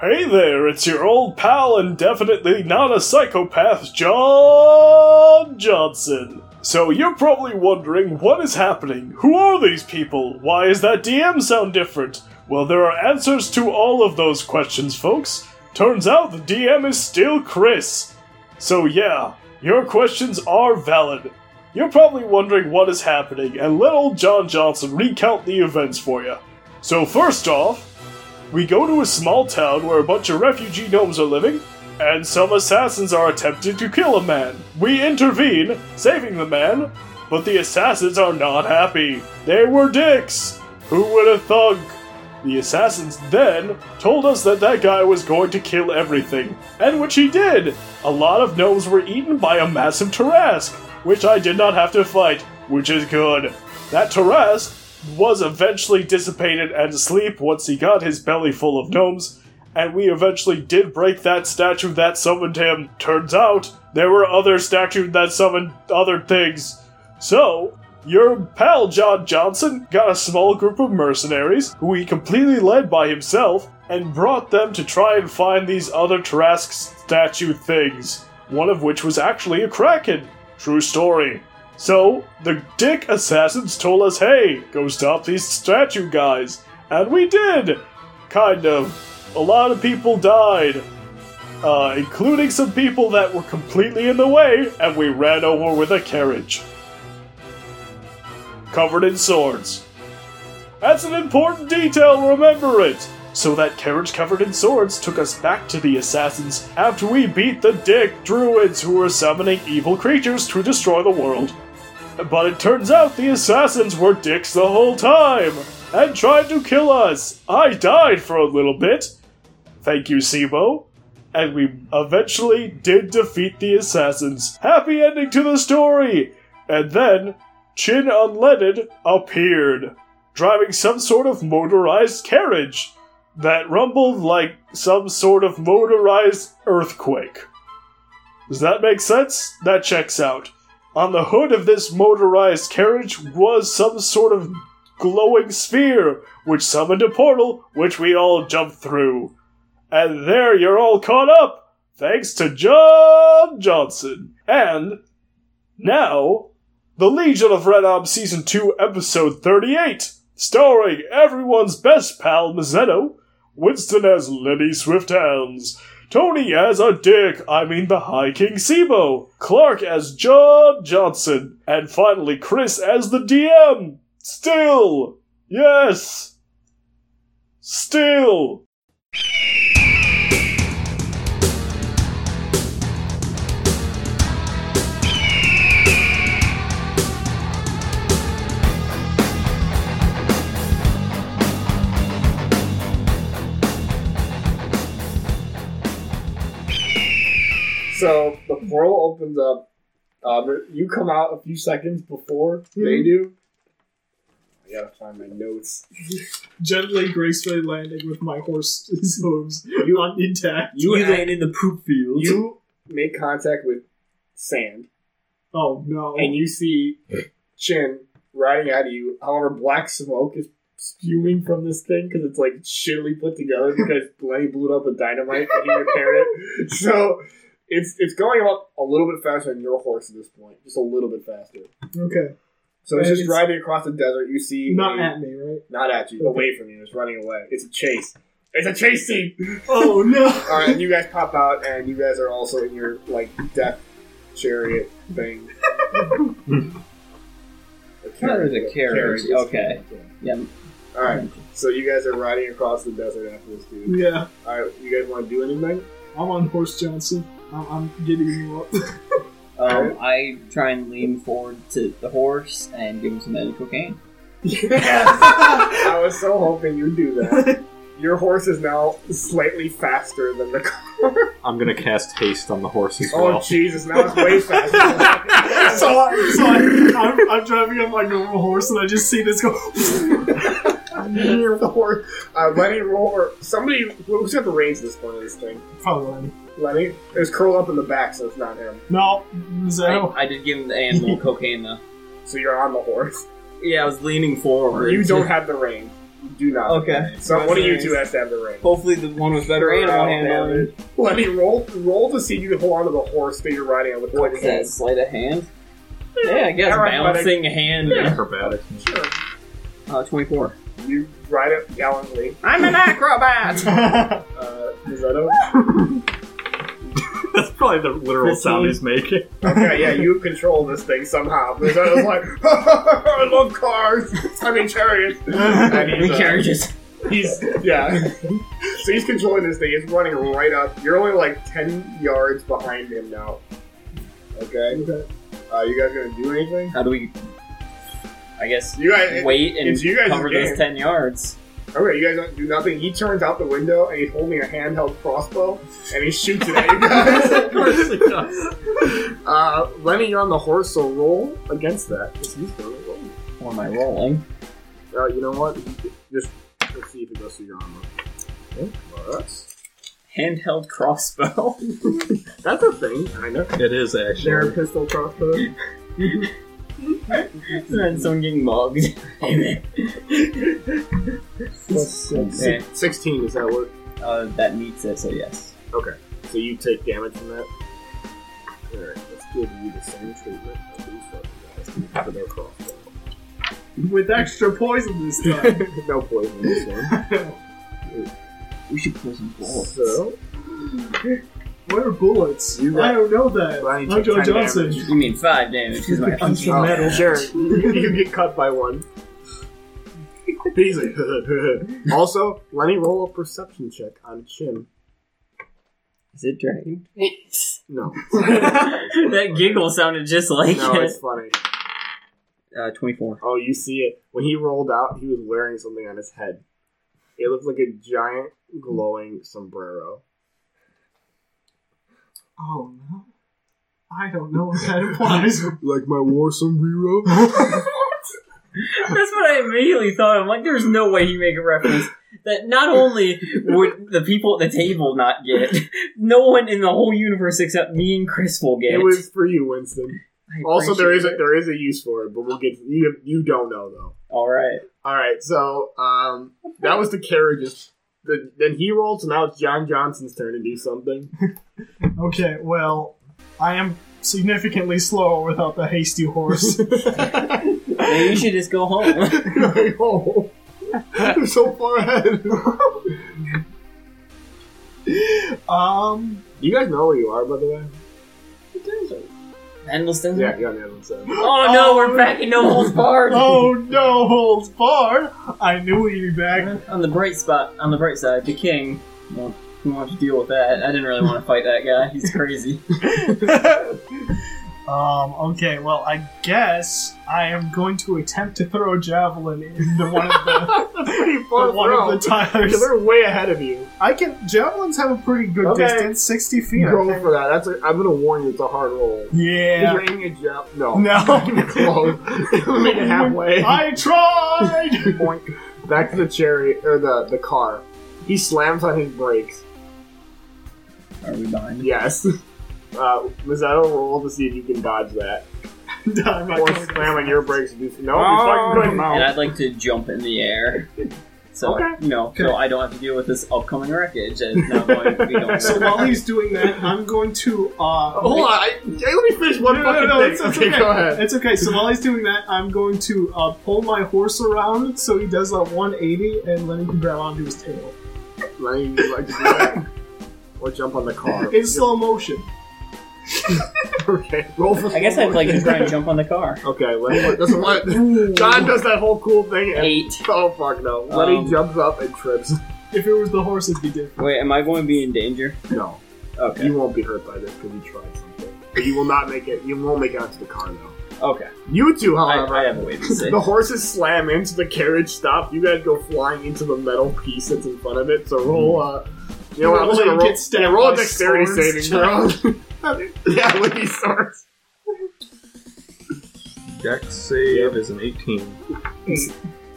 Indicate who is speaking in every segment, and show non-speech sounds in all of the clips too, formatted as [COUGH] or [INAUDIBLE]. Speaker 1: Hey there, it's your old pal and definitely not a psychopath, John Johnson. So you're probably wondering what is happening? Who are these people? Why is that DM sound different? Well, there are answers to all of those questions, folks. Turns out the DM is still Chris. So yeah, your questions are valid. You're probably wondering what is happening, and let old John Johnson recount the events for you. So first off, we go to a small town where a bunch of refugee gnomes are living, and some assassins are attempting to kill a man. We intervene, saving the man, but the assassins are not happy. They were dicks! Who would have thunk? The assassins then told us that that guy was going to kill everything, and which he did! A lot of gnomes were eaten by a massive Tarask, which I did not have to fight, which is good. That Tarask was eventually dissipated and asleep once he got his belly full of gnomes, and we eventually did break that statue that summoned him. Turns out, there were other statues that summoned other things. So, your pal John Johnson got a small group of mercenaries, who he completely led by himself, and brought them to try and find these other Tarask statue things, one of which was actually a kraken. True story. So, the dick assassins told us, hey, go stop these statue guys. And we did! Kind of. A lot of people died, uh, including some people that were completely in the way, and we ran over with a carriage. Covered in swords. That's an important detail, remember it! So that carriage covered in swords took us back to the assassins after we beat the dick druids who were summoning evil creatures to destroy the world. But it turns out the assassins were dicks the whole time and tried to kill us. I died for a little bit. Thank you, Sibo. And we eventually did defeat the assassins. Happy ending to the story! And then, Chin Unleaded appeared, driving some sort of motorized carriage that rumbled like some sort of motorized earthquake. Does that make sense? That checks out. On the hood of this motorized carriage was some sort of glowing sphere, which summoned a portal, which we all jumped through. And there you're all caught up, thanks to John Johnson. And now, The Legion of Red Arm Season 2, Episode 38, starring everyone's best pal, Mazzetto, Winston as Lenny Swifthands. Tony as a dick, I mean the High King Sibo. Clark as John Johnson. And finally, Chris as the DM. Still. Yes. Still.
Speaker 2: So the portal opens up. Uh, there- you come out a few seconds before they
Speaker 3: Hmm.
Speaker 2: do. I gotta find my notes.
Speaker 3: gently, gracefully landing with my horse's hooves
Speaker 2: You-
Speaker 3: on intact.
Speaker 2: You
Speaker 4: you
Speaker 2: have-
Speaker 4: land in the poop field.
Speaker 2: You make contact with sand,
Speaker 3: Oh no!
Speaker 2: [LAUGHS] and you see Chin riding out of you. However, black smoke is spewing from this thing because it's like shittily put together
Speaker 3: [LAUGHS]
Speaker 2: because Lenny blew it up with dynamite and he repaired it. So it's it's going up a little bit faster than your horse at this point, just a little bit faster.
Speaker 3: okay,
Speaker 2: So it's
Speaker 3: And
Speaker 2: just
Speaker 3: it's-
Speaker 2: riding across the desert. You see
Speaker 3: not
Speaker 2: a-
Speaker 3: at me, right?
Speaker 2: Not at you, away from you. It's running away. It's a chase. It's a chase scene.
Speaker 3: Oh no!
Speaker 2: All right, and you guys pop out, and you guys are also in your like death chariot [LAUGHS] thing. The
Speaker 4: Or the
Speaker 2: carriage-
Speaker 4: carriage,
Speaker 2: carriage is-
Speaker 4: okay. Yeah.
Speaker 2: All right. So you guys are riding across the desert after this dude.
Speaker 3: [LAUGHS] Yeah,
Speaker 2: All right. You guys want to do anything?
Speaker 3: I'm on horse Johnson. I'm, I'm getting you up.
Speaker 4: Um, I try and lean forward to the horse and give him some medical cane.
Speaker 2: [LAUGHS] I was so hoping you'd do that. Your horse is now slightly faster than the car.
Speaker 5: I'm gonna cast haste on the horse as
Speaker 2: Oh
Speaker 5: well.
Speaker 2: Jesus! Now it's way
Speaker 5: [LAUGHS]
Speaker 2: faster.
Speaker 3: [LAUGHS] so I, so I, I'm, I'm driving on my normal horse, and I just see this go.
Speaker 2: the horse. Uh, Lenny roll or somebody who's got the reins at this point of this thing.
Speaker 3: [LAUGHS] Probably Lenny.
Speaker 2: Lenny is curled up in the back, so it's not him.
Speaker 3: No,
Speaker 4: I,
Speaker 3: Zeno.
Speaker 4: I did give him
Speaker 2: [LAUGHS]
Speaker 4: the animal cocaine though.
Speaker 2: So you're on the horse.
Speaker 4: Yeah, I was leaning forward.
Speaker 2: You don't have the reins. do not.
Speaker 4: Okay.
Speaker 2: So one of you two has to have the ring.
Speaker 4: Hopefully, the one with better
Speaker 2: Oh,
Speaker 4: animal
Speaker 2: damn
Speaker 4: handling.
Speaker 2: it. Let me roll roll to see if you can hold onto the horse that you're riding on with
Speaker 4: What
Speaker 2: one
Speaker 4: is that?
Speaker 2: hand.
Speaker 4: Sleight of hand? Yeah, I guess
Speaker 2: Acrobatic.
Speaker 4: bouncing hand.
Speaker 5: Acrobatics.
Speaker 2: Sure. [LAUGHS]
Speaker 4: Uh, 24.
Speaker 2: You ride it gallantly.
Speaker 4: I'm an acrobat!
Speaker 2: [LAUGHS]
Speaker 3: [LAUGHS]
Speaker 2: Uh, Mazzetto?
Speaker 5: That's probably the literal sound he's making.
Speaker 2: Okay, yeah, you control this thing somehow. Mazzetto's like, [LAUGHS] I love cars. [LAUGHS] I mean
Speaker 4: [LAUGHS]
Speaker 2: chariots. And he's, uh,
Speaker 4: Carriages.
Speaker 2: He's yeah. [LAUGHS] so he's controlling this thing. It's running right up. You're only like ten yards behind him now. Okay. Uh, you guys gonna do anything?
Speaker 4: How do we. I guess.
Speaker 2: You guys it-
Speaker 4: Wait and
Speaker 2: it's you guys'
Speaker 4: cover
Speaker 2: game.
Speaker 4: those 10 yards.
Speaker 2: Okay, you guys don't do nothing. He turns out the window and he's holding a handheld crossbow and he shoots it at you [LAUGHS] guys. uh, Lenny, you're on the horse, so roll against that. Just use the roll.
Speaker 4: Or am I rolling?
Speaker 2: Uh, you know what? Just let's see if it goes through your armor. Okay, well, that's
Speaker 4: Handheld crossbow.
Speaker 2: that's a thing. I know.
Speaker 5: It is
Speaker 2: They're
Speaker 5: actually.
Speaker 2: pistol crossbow.
Speaker 4: and then someone getting mugged. Yeah,
Speaker 2: Sixteen. Does that work?
Speaker 4: uh, that meets it, so yes.
Speaker 2: So you take damage from that. Alright, let's give you the same treatment of these fucking guys for their crossbow.
Speaker 3: With extra poison this time.
Speaker 2: [LAUGHS] no poison in this one.
Speaker 4: We should poison bullets.
Speaker 2: So,
Speaker 3: Where are bullets?
Speaker 2: You
Speaker 3: I
Speaker 2: got-
Speaker 3: don't know that.
Speaker 2: Well, I need to
Speaker 3: I'm
Speaker 2: take
Speaker 3: Joe
Speaker 2: ten
Speaker 3: Johnson.
Speaker 2: damage.
Speaker 4: You mean five damage because my
Speaker 3: Punch
Speaker 4: punch
Speaker 3: the metal.
Speaker 2: sure, [LAUGHS] you get cut by one. He's like, [LAUGHS] also, let me roll a perception check on Chin.
Speaker 4: Is it dragon?
Speaker 2: No,
Speaker 4: [LAUGHS] that giggle sounded just like
Speaker 2: no,
Speaker 4: it.
Speaker 2: it's funny.
Speaker 4: Uh, 24.
Speaker 2: Oh, you see it. When he rolled out, he was wearing something on his head. It looked like a giant glowing sombrero.
Speaker 3: Oh no. I don't know what that [LAUGHS] implies.
Speaker 2: [LAUGHS] Like my war [LAUGHS] sombrero?
Speaker 4: That's what I immediately thought. I'm like, there's no way he make a reference that not only would the people at the table not get, no one in the whole universe except me and Chris will get.
Speaker 2: it was for you, Winston.
Speaker 4: I
Speaker 2: Also, there is a,
Speaker 4: appreciate it.
Speaker 2: there is a use for it, but we'll get you. You don't know though.
Speaker 4: All right.
Speaker 2: All right, so um, that was the carriages. The, then he rolled, so now it's John Johnson's turn to do something. [LAUGHS]
Speaker 3: okay, well, I am significantly slower without the hasty [LAUGHS] horse.
Speaker 4: Maybe you should just go home.
Speaker 2: Like, oh, [LAUGHS] I'm so far ahead. [LAUGHS]
Speaker 3: um
Speaker 2: you guys know where you are, by the way.
Speaker 4: Mendelssohn.
Speaker 2: Yeah, you got the other side.
Speaker 4: Oh no, we're back in No Holds Barred.
Speaker 3: Oh no holds barred! I knew he'd be back.
Speaker 4: On the bright spot, on the bright side, the king. Well, who wants to deal with that? I didn't really want to fight that guy. He's crazy.
Speaker 3: Um, okay, well I guess I am going to attempt to throw a javelin into one
Speaker 2: [LAUGHS]
Speaker 3: of the
Speaker 2: That's pretty
Speaker 3: [LAUGHS]
Speaker 2: far.
Speaker 3: one
Speaker 2: throw.
Speaker 3: of the tires.
Speaker 2: Because [LAUGHS] they're way ahead of you.
Speaker 3: I can javelins have a pretty good
Speaker 2: Okay.
Speaker 3: distance, sixty feet. I
Speaker 2: Roll
Speaker 3: think.
Speaker 2: for that. That's. A, I'm gonna warn you. It's a hard roll.
Speaker 3: Yeah.
Speaker 2: You're aiming at Jeff. No. [LAUGHS]
Speaker 3: No.
Speaker 2: Close. Made it halfway.
Speaker 3: I tried. [LAUGHS]
Speaker 2: Boink. Back to the cherry or the the car. He slams on his brakes.
Speaker 4: Are we behind?
Speaker 2: Yes. [LAUGHS] Uh, Mazzetto, roll to see if you can dodge that.
Speaker 3: No, I'm not
Speaker 2: Or
Speaker 3: going to.
Speaker 2: slam on your brakes. and do- No,
Speaker 5: Oh.
Speaker 2: you fucking
Speaker 4: And
Speaker 2: couldn't.
Speaker 4: I'd like to jump in the air. So,
Speaker 2: Okay.
Speaker 4: you know, so I don't have to deal with this upcoming wreckage and it's not going to be going
Speaker 3: So while he's doing that, I'm going to.
Speaker 2: [LAUGHS]
Speaker 3: Uh,
Speaker 2: Hold on. I, hey, let me finish one
Speaker 3: No, no,
Speaker 2: fucking
Speaker 3: no,
Speaker 2: thing.
Speaker 3: it's- it's
Speaker 2: okay,
Speaker 3: okay.
Speaker 2: go ahead.
Speaker 3: It's okay. So while he's doing that, I'm going to uh, pull my horse around so he does a 180 and Lenny can grab onto his tail
Speaker 2: Let me like, do
Speaker 3: [LAUGHS]
Speaker 2: that. Or jump on the car.
Speaker 3: in slow motion.
Speaker 2: [LAUGHS] okay. Roll for
Speaker 4: I guess I'd like to try and jump on the car.
Speaker 2: [LAUGHS] Okay, Lenny
Speaker 4: [LAUGHS]
Speaker 2: doesn't want. John does that whole cool thing and.
Speaker 4: Eight.
Speaker 2: [LAUGHS] Oh fuck no. Lenny
Speaker 4: Um,
Speaker 2: jumps up and trips. [LAUGHS]
Speaker 3: If it was the horse, it'd be different.
Speaker 4: Wait, am I going to be in danger?
Speaker 2: No.
Speaker 4: Okay.
Speaker 2: You won't be hurt by this because you tried something. But you will not make it. You won't make it onto the car though.
Speaker 4: Okay.
Speaker 2: You two,
Speaker 4: I,
Speaker 2: however,
Speaker 4: I have a way
Speaker 2: [LAUGHS]
Speaker 4: to see.
Speaker 2: the horses slam into the carriage stop. You guys go flying into the metal piece that's in front of it. So roll. Uh, you know what? I'm just
Speaker 3: Lenny
Speaker 2: gonna roll.
Speaker 3: gets stabbed
Speaker 2: yeah, roll a
Speaker 3: by
Speaker 2: dexterity
Speaker 3: swords,
Speaker 2: saving throw.
Speaker 3: [LAUGHS]
Speaker 2: yeah, with these swords.
Speaker 5: Dex save is an 18.
Speaker 2: [LAUGHS]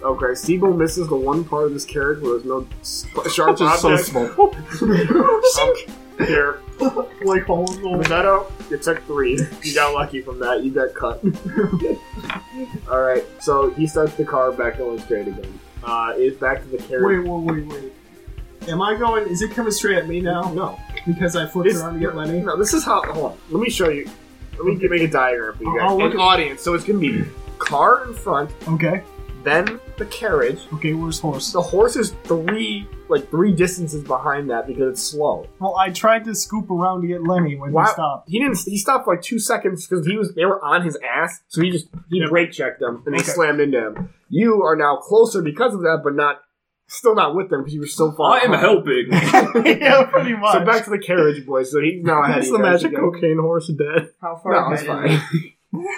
Speaker 2: Okay, Siebel misses the one part of this carriage where there's no sp- sharp
Speaker 5: Just so
Speaker 2: objects.
Speaker 5: small.
Speaker 2: [LAUGHS] Here,
Speaker 3: Like hold on.
Speaker 2: Mazzetto, you took three. You got lucky from that. [LAUGHS] You got cut. All right, so he starts the car back going straight again. uh, is back to the carriage.
Speaker 3: [LAUGHS] Wait, wait, wait, wait. Am I going? Is it coming straight at me now?
Speaker 2: no,
Speaker 3: Because I flipped
Speaker 2: This-
Speaker 3: around to get Lenny.
Speaker 2: [LAUGHS] no. This is how. Hold on. Let me show you. Let me get- make a diagram for you guys.
Speaker 3: I'll look
Speaker 2: An
Speaker 3: at-
Speaker 2: audience. So it's gonna be car in front,
Speaker 3: Okay.
Speaker 2: then the carriage.
Speaker 3: Okay. Where's horse?
Speaker 2: The horse is three, like three distances behind that because it's slow.
Speaker 3: Well, I tried to scoop around to get Lenny when
Speaker 2: Why- [LAUGHS]
Speaker 3: he stopped.
Speaker 2: He didn't. He stopped like two seconds because he was. They were on his ass, so he just he brake checked them and they
Speaker 3: Okay.
Speaker 2: slammed into him. You are now closer because of that, but not still not with them because you were so far.
Speaker 5: I am
Speaker 2: behind.
Speaker 4: [LAUGHS]
Speaker 5: helping.
Speaker 3: yeah, pretty much.
Speaker 2: So back to the carriage, boys. So he's now ahead.
Speaker 5: That's
Speaker 2: of
Speaker 5: the
Speaker 2: you guys.
Speaker 5: magic cocaine horse dead.
Speaker 4: How far?
Speaker 2: No,
Speaker 4: am
Speaker 2: it's
Speaker 4: I in?
Speaker 2: fine.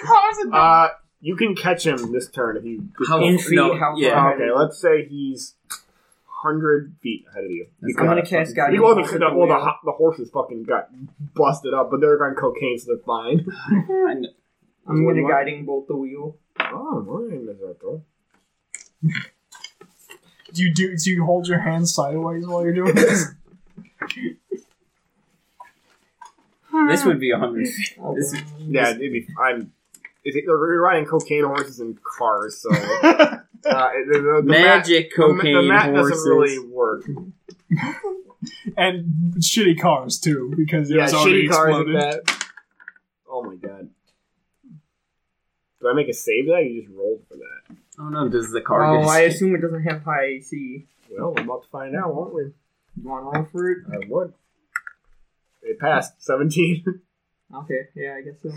Speaker 3: How's it back?
Speaker 2: [LAUGHS] Uh, you can catch him this turn if you. if
Speaker 4: How-
Speaker 2: you-
Speaker 4: In
Speaker 2: Oh,
Speaker 4: feet,
Speaker 5: no,
Speaker 4: how far?
Speaker 5: yeah.
Speaker 2: okay, let's say he's hundred feet ahead of you. You
Speaker 4: I'm
Speaker 2: can-
Speaker 4: gonna catch guy.
Speaker 2: well, the, the, well, the, ho- the horses fucking got busted up, but they're on cocaine, so they're fine. [LAUGHS]
Speaker 4: I'm gonna guiding bolt the wheel.
Speaker 2: Oh, my name is
Speaker 4: [LAUGHS]
Speaker 2: Arthur.
Speaker 3: Do you do? Do you hold your hands sideways while you're
Speaker 2: [LAUGHS]
Speaker 3: doing this?
Speaker 4: This would be a hundred. This is
Speaker 2: Yeah, it'd be, I'm. It, it- they're riding cocaine horses in cars, so uh, it- the, the, the
Speaker 4: magic
Speaker 2: mat, the-
Speaker 4: cocaine
Speaker 2: the, mat
Speaker 4: horses.
Speaker 2: doesn't really work.
Speaker 3: and shitty cars too, because it
Speaker 2: Yeah,
Speaker 3: was already
Speaker 2: shitty cars
Speaker 3: exploded.
Speaker 2: like that. Oh my god. Did I make a save that? You just rolled for that.
Speaker 4: Oh no, does the car
Speaker 6: Oh,
Speaker 4: get
Speaker 6: I assume it doesn't have high AC.
Speaker 2: Well, we're about to find out, won't we?
Speaker 6: You want to roll for it?
Speaker 2: I would. It passed. 17.
Speaker 6: Okay, yeah, I guess
Speaker 2: [LAUGHS]
Speaker 6: so.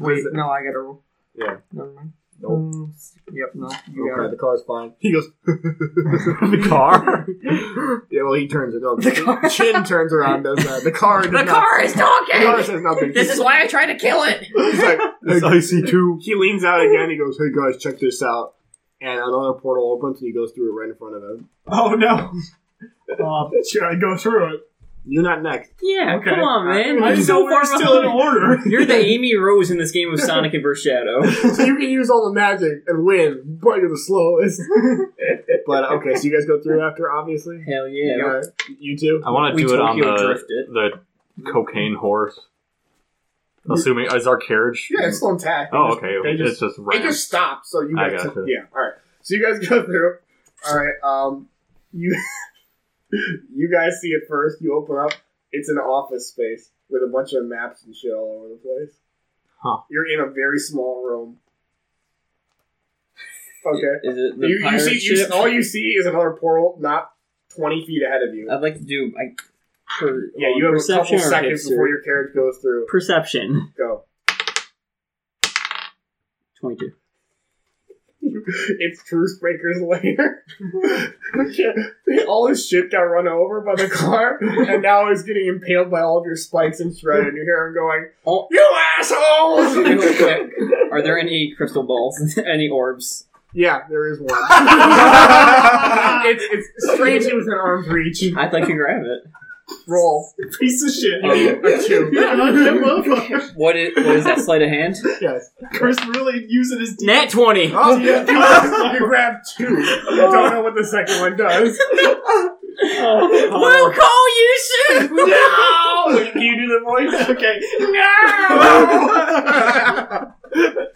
Speaker 6: Wait, no, I gotta roll.
Speaker 2: yeah.
Speaker 6: Never mind.
Speaker 2: Nope.
Speaker 6: Um, yep, no, [LAUGHS] you
Speaker 2: Okay,
Speaker 6: got it.
Speaker 2: the car's fine. He goes, [LAUGHS] the car? [LAUGHS] yeah, well, he turns it up.
Speaker 6: The
Speaker 2: [LAUGHS]
Speaker 6: car.
Speaker 2: Chin turns around, does that. The car does
Speaker 6: The
Speaker 2: not-
Speaker 6: car is
Speaker 2: The car
Speaker 6: talking!
Speaker 2: says nothing.
Speaker 6: [LAUGHS] This is why I tried to kill
Speaker 2: [LAUGHS]
Speaker 6: it!
Speaker 2: He's like,
Speaker 5: It's icy too.
Speaker 2: he leans out again. He goes, hey guys, check this out. And another portal opens and he goes through it right in front of him.
Speaker 3: [LAUGHS] Oh no! Uh, should I go through it?
Speaker 2: You're not [LAUGHS] next.
Speaker 4: Yeah,
Speaker 3: Okay.
Speaker 4: come on, man.
Speaker 3: I'm
Speaker 4: You're
Speaker 3: so
Speaker 4: so
Speaker 3: we're
Speaker 4: far
Speaker 3: still in
Speaker 4: behind. [LAUGHS]
Speaker 3: order.
Speaker 4: You're the Amy Rose in this game of Sonic and
Speaker 2: [LAUGHS]
Speaker 4: vs. Shadow.
Speaker 2: so you can use all the magic and win, but you're the
Speaker 6: [LAUGHS]
Speaker 2: slowest. but okay, so you guys go through after, obviously.
Speaker 4: Hell yeah.
Speaker 2: Uh, you two.
Speaker 5: I want
Speaker 4: We
Speaker 5: to do it on
Speaker 4: Tokyo
Speaker 5: the,
Speaker 4: drift it.
Speaker 5: the cocaine horse. Assuming is our carriage.
Speaker 2: Yeah, it's still intact.
Speaker 5: Oh, okay.
Speaker 2: They just-
Speaker 5: it's just
Speaker 2: It
Speaker 5: ramp.
Speaker 2: just stops, so you
Speaker 5: I
Speaker 2: guys.
Speaker 5: gotcha.
Speaker 2: Yeah. All right. So you guys go through. All right. Um, you [LAUGHS] you guys see it first. You open up. It's an office space with a bunch of maps and shit all over the place.
Speaker 5: Huh.
Speaker 2: You're in a very small room. Okay.
Speaker 4: Is it the
Speaker 2: You, you
Speaker 4: pirate
Speaker 2: see. You,
Speaker 4: ship?
Speaker 2: all you see is another portal, not twenty feet ahead of you.
Speaker 4: I'd like to do like per,
Speaker 2: yeah, you have a
Speaker 4: Uh, perception
Speaker 2: couple
Speaker 4: or
Speaker 2: seconds
Speaker 4: hipster?
Speaker 2: before your carriage goes through.
Speaker 4: perception.
Speaker 2: Go.
Speaker 4: Twenty-two.
Speaker 2: [LAUGHS] it's Truce Breaker's lair. [LAUGHS] all his shit got run over by the car, and now he's getting impaled by all of your spikes and shred, and you hear him going,
Speaker 4: Oh,
Speaker 2: You assholes!
Speaker 4: real quick. Are there any crystal balls? [LAUGHS] any orbs?
Speaker 2: yeah, there is one.
Speaker 3: Uh, Ah,
Speaker 2: it's, it's strangely within arm's reach.
Speaker 4: I'd like to grab
Speaker 2: [LAUGHS]
Speaker 4: it.
Speaker 2: Roll.
Speaker 3: Piece of shit.
Speaker 4: Um,
Speaker 2: A two. [LAUGHS]
Speaker 4: what is what is that? Sleight of hand?
Speaker 2: Yes.
Speaker 3: Chris really using his D.
Speaker 4: Nat twenty.
Speaker 2: Oh, yeah. [LAUGHS] You grab two. I don't know what the second one does. [LAUGHS]
Speaker 4: We'll call you soon. [LAUGHS]
Speaker 2: No! Can you do the voice? Okay.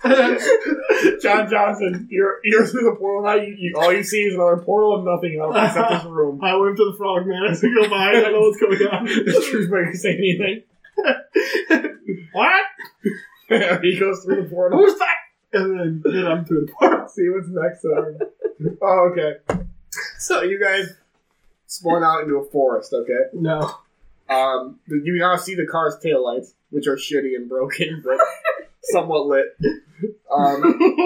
Speaker 2: No! John Johnson, you're you're through the portal now. You, you, all you see is another portal and nothing else except this room.
Speaker 3: I went to the frog man [LAUGHS] as we go by. I don't know what's going
Speaker 2: [LAUGHS]
Speaker 3: on.
Speaker 2: Does Truthbreaker say
Speaker 3: [LAUGHS]
Speaker 2: anything? what? [LAUGHS] he goes through the portal.
Speaker 3: Who's that? And then, then I'm through the portal.
Speaker 2: see what's next to him. Oh, okay. So you guys spawn out into a forest, okay?
Speaker 3: No.
Speaker 2: Um, you now see the car's taillights, which are shitty and broken, [LAUGHS] but somewhat lit. Um,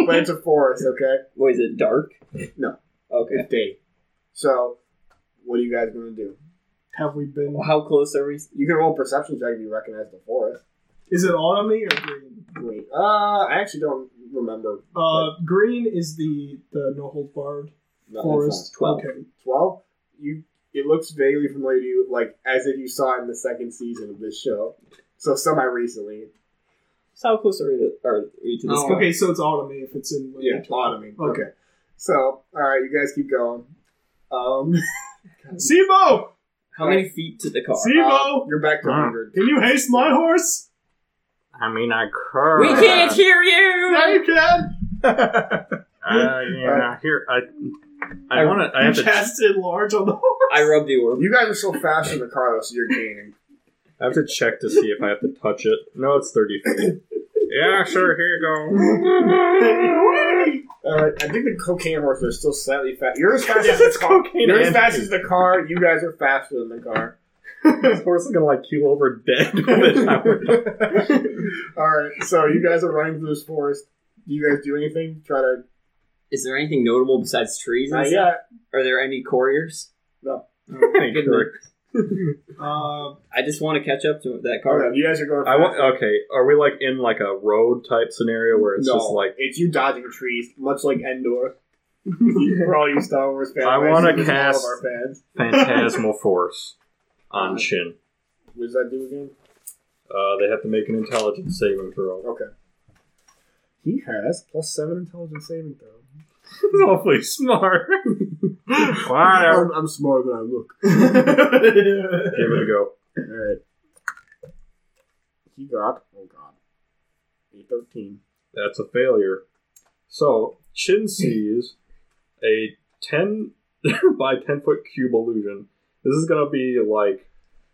Speaker 2: but it's a forest, okay?
Speaker 4: What is it? Dark?
Speaker 2: No.
Speaker 4: Okay.
Speaker 2: It's day. So, what are you guys going to do?
Speaker 3: Have we been?
Speaker 4: How close are we?
Speaker 2: You can roll perception check if you recognize the forest.
Speaker 3: Is it autumny or green?
Speaker 2: Wait, uh, I actually don't remember.
Speaker 3: Uh, green is the the no hold barred
Speaker 2: No, it's
Speaker 3: forest.
Speaker 4: not. 12.
Speaker 3: Okay.
Speaker 2: not. 12? You, it looks vaguely familiar to you, like, as if you saw it in the second season of this show. So, semi-recently.
Speaker 4: So how close are we to, are we to this?
Speaker 6: Oh.
Speaker 4: guy?
Speaker 3: Okay, so it's autumny if it's in.
Speaker 2: Yeah, autumning.
Speaker 3: Okay.
Speaker 2: So, alright, you guys keep going. Um...
Speaker 3: Sebo,
Speaker 4: How many feet to the car?
Speaker 2: Uh,
Speaker 3: Sebo,
Speaker 2: you're back to
Speaker 5: Mm.
Speaker 2: 100.
Speaker 3: can you haste my horse?
Speaker 5: I mean, I curve.
Speaker 4: Uh, We can't hear you.
Speaker 3: you can.
Speaker 5: I Uh, yeah. Here, I, I want to. I have to.
Speaker 3: Cast it large on the horse.
Speaker 4: I rub the orb.
Speaker 2: You guys are so fast in the car, though, so you're gaining.
Speaker 5: I have to check to see if I have to touch it. No, it's thirty feet. yeah, sure. Here you
Speaker 2: [LAUGHS] All right, I think the cocaine horse is still slightly fast. You're as fast as the car. You're as
Speaker 5: and
Speaker 2: fast as the car. You guys are faster than the car.
Speaker 5: go. this horse is gonna like keel over dead. within an hour.
Speaker 2: [LAUGHS] All right, so you guys are running through this forest. Do you guys do anything? Try to.
Speaker 4: Is there anything notable besides trees? And
Speaker 2: Not
Speaker 4: stuff?
Speaker 2: yet.
Speaker 4: Are there any couriers?
Speaker 2: No.
Speaker 5: [LAUGHS]
Speaker 4: Goodness.
Speaker 3: Uh,
Speaker 4: I just want to catch up to that
Speaker 2: All
Speaker 4: car.
Speaker 2: right, you guys are going.
Speaker 5: I want. Okay, are we like in like a road type scenario where it's
Speaker 2: no,
Speaker 5: just like
Speaker 2: it's you dodging trees, much like
Speaker 5: [LAUGHS]
Speaker 2: Endor. For all you Star Wars fans,
Speaker 5: I
Speaker 2: assume
Speaker 5: wanna
Speaker 2: it's
Speaker 5: cast-
Speaker 2: all of our fans.
Speaker 5: phantasmal force on Chin?
Speaker 2: What does that do again?
Speaker 5: Uh, they have to make an intelligence saving throw.
Speaker 2: Okay. He has plus seven intelligence saving throw.
Speaker 5: [LAUGHS] Awfully smart. Wow.
Speaker 2: I'm, I'm smarter than I look.
Speaker 5: Give it a go.
Speaker 2: Alright. He got, oh god, a 13.
Speaker 5: That's a failure. So Chin sees a ten [LAUGHS] by ten foot cube illusion. This is gonna be like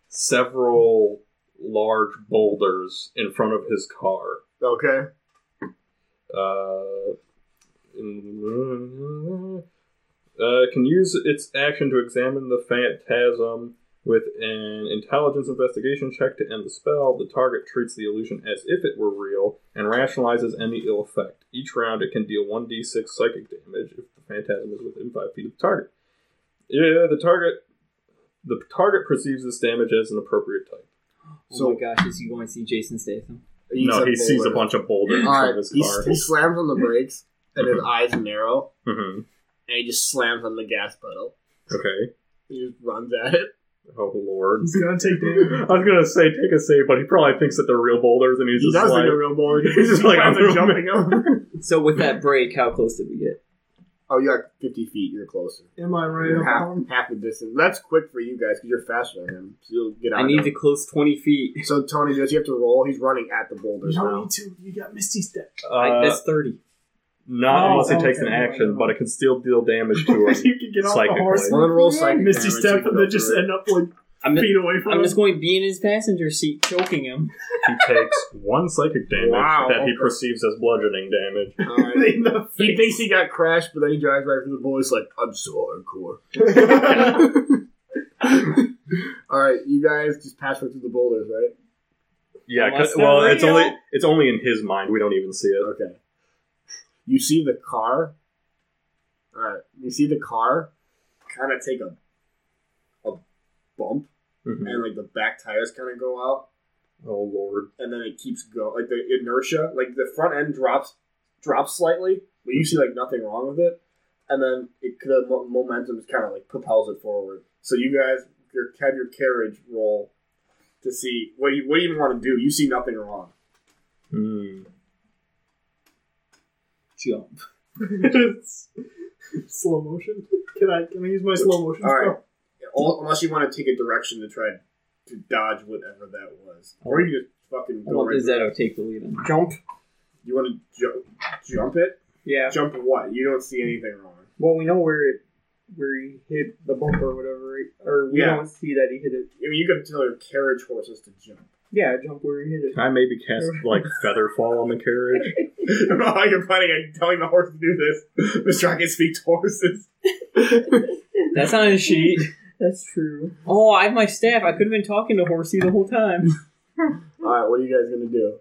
Speaker 5: several large boulders in front of his car.
Speaker 2: Okay.
Speaker 5: Uh, uh, can use its action to examine the phantasm with an intelligence investigation check to end the spell. The target treats the illusion as if it were real and rationalizes any ill effect. Each round, it can deal 1d6 psychic damage if the phantasm is within 5 feet of the target. Yeah, the target. The target perceives this damage as an appropriate type.
Speaker 4: Oh
Speaker 2: So-
Speaker 4: my gosh, is he going to see Jason Statham?
Speaker 5: no, he sees a bunch of boulders in front
Speaker 2: Alright,
Speaker 5: of his
Speaker 2: he,
Speaker 5: car.
Speaker 2: he slams on the brakes, and his eyes narrow,
Speaker 5: Mhm.
Speaker 2: and he just slams on the gas pedal.
Speaker 5: Okay.
Speaker 2: He just runs at it.
Speaker 5: Oh, Lord.
Speaker 3: he's gonna take damage.
Speaker 5: I was gonna say take a save, but he probably thinks that they're real boulders, and he's
Speaker 2: He
Speaker 5: just
Speaker 2: does
Speaker 5: like,
Speaker 2: think a real bowler.
Speaker 5: [LAUGHS] he's just like, I'm gonna-
Speaker 2: jumping
Speaker 5: [LAUGHS]
Speaker 2: him.
Speaker 4: So with that break, how close did we get?
Speaker 2: oh, you got 50 feet. You're closer.
Speaker 3: Am I
Speaker 2: You're
Speaker 3: right?
Speaker 2: half,
Speaker 3: Alan?
Speaker 2: half the distance. That's quick for you guys because you're faster than him. So you'll get out.
Speaker 4: I need
Speaker 2: of
Speaker 4: to close twenty feet.
Speaker 2: it. So Tony, does you have to roll? He's running at the
Speaker 3: You
Speaker 2: boulders
Speaker 3: don't
Speaker 2: now.
Speaker 3: need to. You got Misty Step.
Speaker 4: I,
Speaker 5: uh,
Speaker 4: that's thirty.
Speaker 5: not
Speaker 3: Oh,
Speaker 5: unless it
Speaker 3: okay,
Speaker 5: takes an
Speaker 3: okay,
Speaker 5: action,
Speaker 3: okay.
Speaker 5: but it can still deal damage to him.
Speaker 3: [LAUGHS] you can get off the
Speaker 5: Psychically.
Speaker 3: horse.
Speaker 2: Well, then roll psychic
Speaker 3: and Misty
Speaker 2: damage,
Speaker 3: Step,
Speaker 2: you
Speaker 3: and
Speaker 2: go
Speaker 3: then just
Speaker 2: through it.
Speaker 3: end up like
Speaker 4: I'm,
Speaker 3: feet away from
Speaker 4: I'm
Speaker 3: him.
Speaker 4: just going to be in his passenger seat, choking him.
Speaker 5: [LAUGHS] he takes one psychic damage
Speaker 2: Wow.
Speaker 5: that he perceives as bludgeoning damage.
Speaker 2: All
Speaker 3: [LAUGHS]
Speaker 2: right.
Speaker 3: In the
Speaker 2: He
Speaker 3: face.
Speaker 2: thinks he got crashed, but then he drives right through the boys like, I'm so
Speaker 3: [LAUGHS]
Speaker 2: [LAUGHS] hardcore. Alright, you guys just pass right through the boulders, right?
Speaker 5: Yeah,
Speaker 4: Unless
Speaker 5: 'cause-
Speaker 4: they're
Speaker 5: well, it's
Speaker 4: real.
Speaker 5: only it's only in his mind. We don't even see it.
Speaker 2: Okay. You see the car. Alright. You see the car kind of take a a bump
Speaker 5: Mhm.
Speaker 2: and like the back tires kind of go out
Speaker 5: Oh lord,
Speaker 2: and then it keeps going like the inertia, like the front end drops drops slightly, but you see like nothing wrong with it, and then it the mo- momentum just kind of like propels it forward. So you guys your have your carriage roll to see what do you what do you even want to do. You see nothing wrong.
Speaker 5: Hmm.
Speaker 4: Jump.
Speaker 3: It's [LAUGHS] slow motion. Can I can I use my slow motion?
Speaker 2: All right,
Speaker 3: spell?
Speaker 2: All, unless you want to take a direction to try to dodge whatever that was, or you just fucking
Speaker 4: I
Speaker 2: go
Speaker 4: want
Speaker 2: right.
Speaker 4: Izzetto take the lead on. that.
Speaker 6: Jump.
Speaker 2: You want to jump jump it?
Speaker 6: Yeah.
Speaker 2: Jump what? You don't see anything wrong.
Speaker 6: Well, we know where it where he hit the bump or whatever, or we
Speaker 2: Yeah.
Speaker 6: don't see that he hit it.
Speaker 2: I mean, you can tell your carriage horses to jump. [LAUGHS]
Speaker 6: Yeah, jump where he hit it.
Speaker 5: can I maybe cast like feather fall on the carriage?
Speaker 2: I don't know how you're planning on telling the horse to do this. [LAUGHS] Mr. I can speak to horses.
Speaker 4: That's not a sheet.
Speaker 6: That's true.
Speaker 4: Oh, I have my staff. I could have been talking to Horsey the whole time.
Speaker 2: Alright, what are you guys gonna do?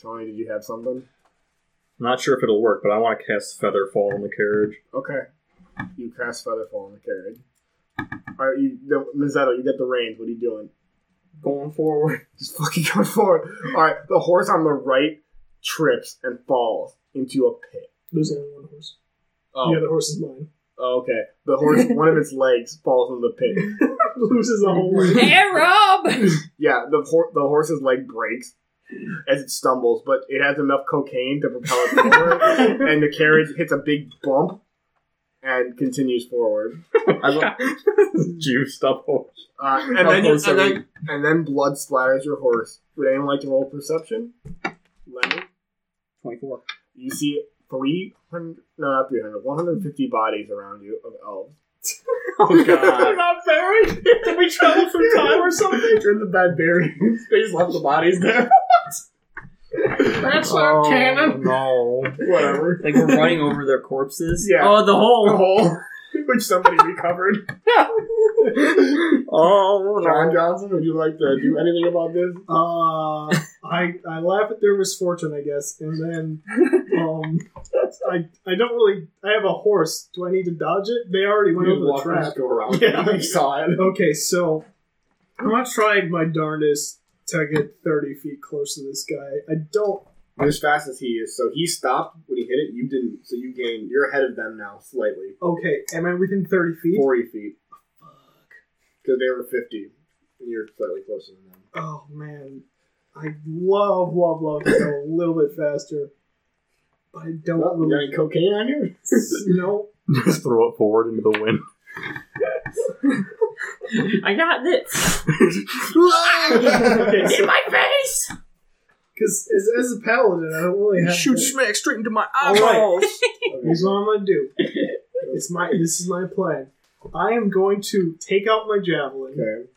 Speaker 2: Tony, did you have something?
Speaker 5: Not sure if it'll work, but I want to cast feather fall on the carriage.
Speaker 2: Okay. You cast Featherfall in the carriage. Alright, you no, Mazzetto, you get the reins. What are you doing?
Speaker 6: Going forward.
Speaker 2: [LAUGHS] Just fucking going forward. Alright, the horse on the right trips and falls into a pit.
Speaker 3: There's only one horse.
Speaker 2: Oh,
Speaker 3: The other horse is mine.
Speaker 2: okay. The [LAUGHS] horse, one of its legs falls into the pit.
Speaker 6: [LAUGHS]
Speaker 3: Loses the
Speaker 2: [LAUGHS]
Speaker 3: whole leg.
Speaker 4: hey, Rob!
Speaker 2: Yeah, the hor- the horse's leg breaks as it stumbles, but it has enough cocaine to propel it forward,
Speaker 6: [LAUGHS]
Speaker 2: and the carriage hits a big bump and continues forward.
Speaker 5: I love [LAUGHS] juiced up. horse.
Speaker 2: Uh, and,
Speaker 4: How
Speaker 2: then
Speaker 4: close
Speaker 2: and,
Speaker 4: are
Speaker 2: then, and then blood splatters your horse. Would anyone like to roll perception? Lenny,
Speaker 4: 24.
Speaker 2: you see 300, no, not 300, 150 bodies around you of elves.
Speaker 4: Oh god.
Speaker 2: not buried? Did we travel through time or something? You're in the bad burying. They just left the bodies there.
Speaker 6: That's not canon.
Speaker 5: Oh, [LAUGHS] No.
Speaker 2: Whatever.
Speaker 4: like we're running over their corpses.
Speaker 2: Yeah.
Speaker 4: Oh, the
Speaker 2: A
Speaker 4: hole.
Speaker 2: hole which somebody recovered.
Speaker 4: Oh
Speaker 2: [LAUGHS] John Johnson, would you like to do [LAUGHS] anything about this?
Speaker 3: Uh, I I laugh at their misfortune, I guess, and then um, I I don't really. I have a horse. Do I need to dodge it? They already went over the trap.
Speaker 2: go [LAUGHS] around.
Speaker 3: Yeah.
Speaker 2: I saw it.
Speaker 3: Okay, so I'm gonna try my darndest to get 30 feet close to this guy. I don't.
Speaker 2: As fast as he is, so he stopped when he hit it. You didn't, so you gain. You're ahead of them now, slightly,
Speaker 3: Okay, am I within 30 feet?
Speaker 2: forty feet. Because they were fifty, and you're slightly closer than them.
Speaker 3: Oh man, I love love love to go a little bit faster, but I don't
Speaker 2: Well, you got
Speaker 3: really. [LAUGHS]
Speaker 2: any cocaine on you?
Speaker 3: No,
Speaker 5: Just throw it forward into the wind. [LAUGHS]
Speaker 4: I got this.
Speaker 3: [LAUGHS] okay,
Speaker 4: In
Speaker 3: so
Speaker 4: my face.
Speaker 3: because as, as a paladin, I don't really have. to-
Speaker 6: smack straight into my
Speaker 3: eyeballs. Here's what I'm gonna do. It's my this is my plan. I am going to take out my javelin.
Speaker 2: [LAUGHS] Okay.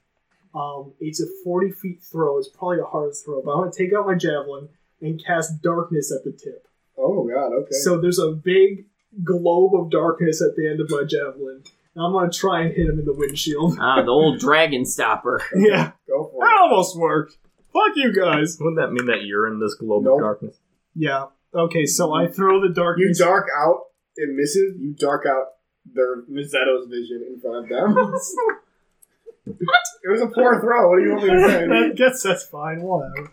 Speaker 3: Um, it's a forty feet throw. It's probably a hard throw, but I'm gonna take out my javelin and cast darkness at the tip.
Speaker 2: Oh God. Okay.
Speaker 3: So there's a big globe of darkness at the end of my javelin. And I'm gonna try and hit him in the windshield.
Speaker 4: Ah, the old dragon stopper.
Speaker 3: [LAUGHS] yeah,
Speaker 2: go for
Speaker 3: that
Speaker 2: it.
Speaker 3: almost worked. Fuck you guys.
Speaker 5: Wouldn't that mean that you're in this globe
Speaker 2: Nope.
Speaker 5: of darkness?
Speaker 3: Yeah. Okay, so I throw the
Speaker 2: You
Speaker 3: darkness.
Speaker 2: dark out. It misses. You dark out their Mazzetto's vision in front of them. what? It was a poor throw. What do you
Speaker 3: [LAUGHS]
Speaker 2: want me to say?
Speaker 3: I guess that's fine. Whatever.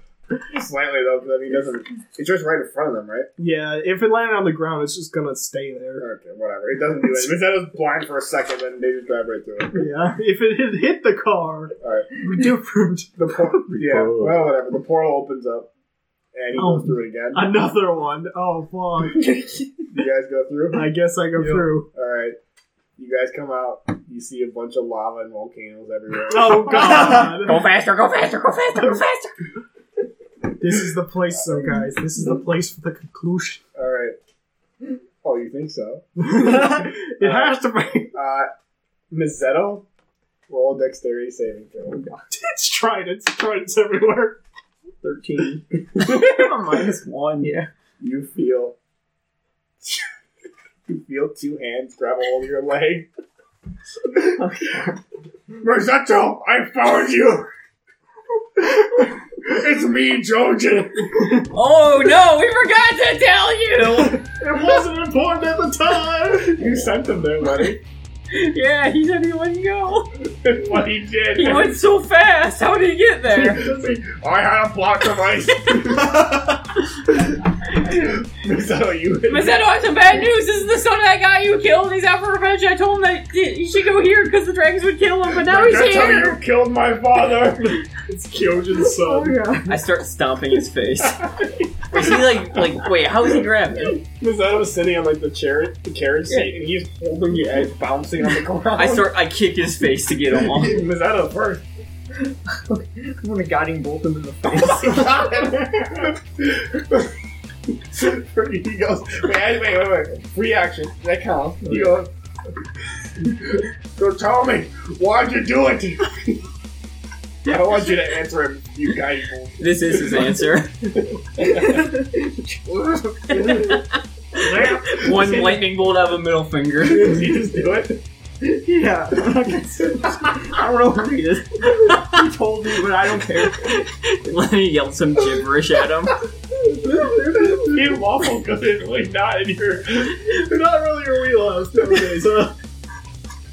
Speaker 2: Slightly though, because I mean, it doesn't. It's just right in front of them, right?
Speaker 3: Yeah, if it landed on the ground, it's just gonna stay there.
Speaker 2: Okay, whatever. It doesn't do anything. Mazzetto's blind for a second, then they just drive right through it.
Speaker 3: Yeah, [LAUGHS] if it had hit the car,
Speaker 2: All right.
Speaker 3: different.
Speaker 2: The portal. [LAUGHS] Yeah. Well, whatever. The portal opens up, and he
Speaker 3: Oh.
Speaker 2: goes through it again.
Speaker 3: Another one. Oh fuck!
Speaker 2: You guys go through.
Speaker 3: I guess I go
Speaker 2: Yeah. [LAUGHS]
Speaker 3: through.
Speaker 2: All right. You guys come out. You see a bunch of lava and volcanoes everywhere.
Speaker 3: Oh god!
Speaker 4: Go faster, go faster, go faster, go faster.
Speaker 3: this is the place, though, guys. This is the place for the conclusion. [LAUGHS]
Speaker 2: All right. Oh, you think so?
Speaker 3: it has to be. [LAUGHS]
Speaker 2: Uh, Mazzetto, roll a dexterity saving throw.
Speaker 3: It's tridents. Tridents everywhere.
Speaker 2: Thirteen.
Speaker 4: Minus one. Yeah.
Speaker 2: You feel. [LAUGHS] you feel two hands grab hold of your leg. Mazzetto, I found you. it's me, Jojen.
Speaker 4: Oh no, we forgot to tell
Speaker 2: It wasn't important at the time. You sent him there, buddy. [LAUGHS]
Speaker 4: you. [LAUGHS] yeah, he said he wouldn't go.
Speaker 2: what he did.
Speaker 4: He went so fast. How did he get
Speaker 2: [LAUGHS]
Speaker 4: there?
Speaker 2: I had a block of ice. so you
Speaker 4: Mazzetto, I have some bad news. This is the son of that guy you killed. and He's out for revenge. I told him that he should go here because the dragons would kill him, but now he's
Speaker 2: That's how
Speaker 4: here.
Speaker 2: you killed my father.
Speaker 3: It's Kyojin's son.
Speaker 4: I start stomping his face. is he like, like, wait, how is he grabbing?
Speaker 2: was sitting on like the chair, the carriage seat, and he's holding the edge, bouncing on the ground.
Speaker 4: I start, I kick his face to get him
Speaker 2: [LAUGHS]
Speaker 4: off.
Speaker 2: Mazzetto
Speaker 6: [LAUGHS]
Speaker 2: first.
Speaker 6: I'm gonna guiding bolt him in the face.
Speaker 2: Oh [LAUGHS] he goes, wait, I- wait, wait, wait. Free action. That counts. He goes, so tell me, why'd you do it? I want you to answer him, you guys.
Speaker 4: This is his answer.
Speaker 6: [LAUGHS]
Speaker 4: One lightning bolt out of a middle
Speaker 6: [LAUGHS]
Speaker 4: finger.
Speaker 2: Did he just do it?
Speaker 3: [LAUGHS]
Speaker 6: yeah. I don't know who he is. He told me, but I don't care.
Speaker 4: Let me yell some gibberish at him.
Speaker 2: You waffle because it's really not in your.
Speaker 3: They're not really your wheelhouse nowadays, [LAUGHS] huh?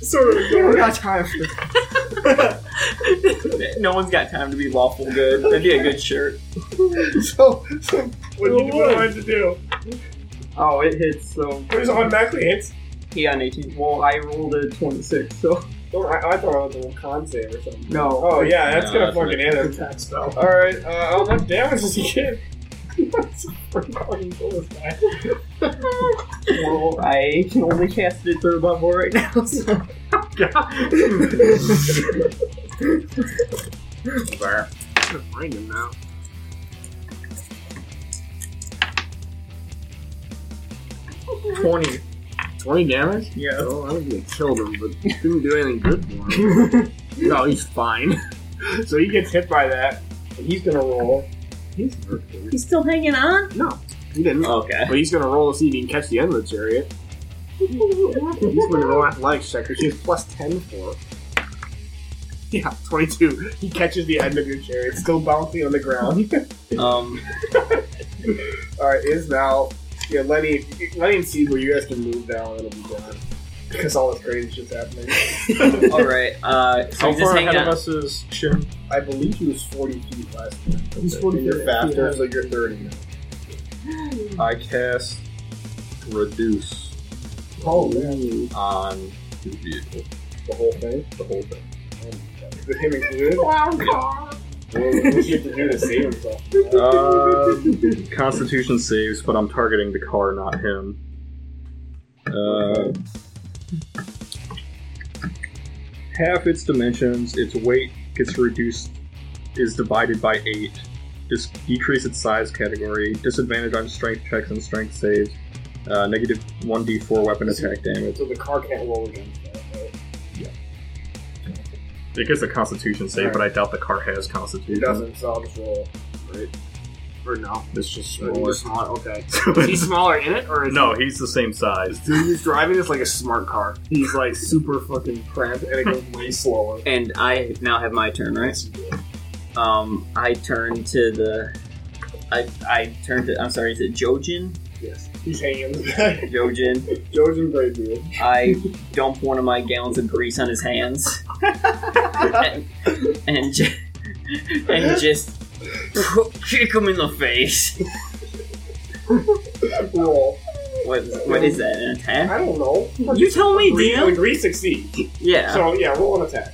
Speaker 3: Sort of.
Speaker 6: We don't got time for this.
Speaker 4: no one's got time to be lawful good. That'd be a good shirt.
Speaker 2: So, so what did you what I wanted to do?
Speaker 6: Oh, it hits, so.
Speaker 2: It was automatically hits.
Speaker 4: He got an 18.
Speaker 6: Well, I rolled a 26, so.
Speaker 2: Oh, I, I thought it was a con save or something.
Speaker 6: No.
Speaker 2: Oh, yeah, that's
Speaker 5: No,
Speaker 2: gonna
Speaker 5: that's
Speaker 2: fucking hit him.
Speaker 3: Attack spell.
Speaker 2: Alright, uh, how much damage does he get? That's a pretty fucking cool this guy.
Speaker 6: Well, I can only cast it through my board right now, so.
Speaker 2: Find him now. 20. 20 damage?
Speaker 4: Yeah.
Speaker 2: Oh, I think it killed him, but didn't do anything good for him. [LAUGHS] no, he's fine. [LAUGHS] so he gets hit by that, and he's gonna roll. He's
Speaker 7: He's still hanging on?
Speaker 2: No, he didn't.
Speaker 4: Okay.
Speaker 2: But he's gonna roll to see if he can catch the end of the chariot. He's gonna roll athletics check, which he has plus 10 for. Yeah, 22. He catches the end of your chariot, still bouncing on the ground. [LAUGHS]
Speaker 4: Um.
Speaker 2: Alright, it is now. Yeah, Lenny, Lenny and Siegel, you guys can move now, and it'll be done. [LAUGHS] Because all this crazy shit's happening.
Speaker 4: All right. Uh. So
Speaker 5: How
Speaker 4: he's just
Speaker 5: far
Speaker 4: hanging
Speaker 5: ahead of
Speaker 4: out.
Speaker 5: us is Shin?
Speaker 2: I believe he was 40 feet last time.
Speaker 3: He's 40
Speaker 2: You're
Speaker 3: feet,
Speaker 2: faster,
Speaker 3: yeah.
Speaker 2: so you're 30 now.
Speaker 5: I cast reduce
Speaker 2: Oh, man.
Speaker 5: on his vehicle,
Speaker 2: The whole thing?
Speaker 5: the whole thing.
Speaker 2: With him included? Wow, What's he have to do to save himself?
Speaker 5: Um, Constitution saves, but I'm targeting the car, not him. Uh, half its dimensions, its weight gets reduced, is divided by eight. Dis- decrease its size category. Disadvantage on strength checks and strength saves. Uh, negative 1d4 weapon attack damage.
Speaker 2: So the car can't roll against that, right?
Speaker 5: It gets a Constitution save, but I doubt the car has
Speaker 2: It
Speaker 5: Constitution.
Speaker 2: doesn't, so I'll just roll. Right? Or no?
Speaker 5: It's just
Speaker 2: Or he's smaller, [LAUGHS] okay. is he smaller in it, or is
Speaker 5: no, he's the same size.
Speaker 2: Dude, he's driving this like a smart car. He's like super fucking cramped and it goes way slower.
Speaker 4: And I now have my turn, right? Um. I turn to the. I I turn to. I'm sorry. Is it Jojin?
Speaker 2: Yes. He's hanging on the guy.
Speaker 4: Jojin.
Speaker 2: Jojo's great, dude.
Speaker 4: I dump one of my gallons of grease on his hands, [LAUGHS] and and, ju- and just kick him in the face.
Speaker 2: Roll.
Speaker 4: What what is that? An attack?
Speaker 2: I don't know.
Speaker 7: You tell me,
Speaker 2: Three-
Speaker 7: DM.
Speaker 2: like, three succeed.
Speaker 4: Yeah.
Speaker 2: So yeah, roll an attack.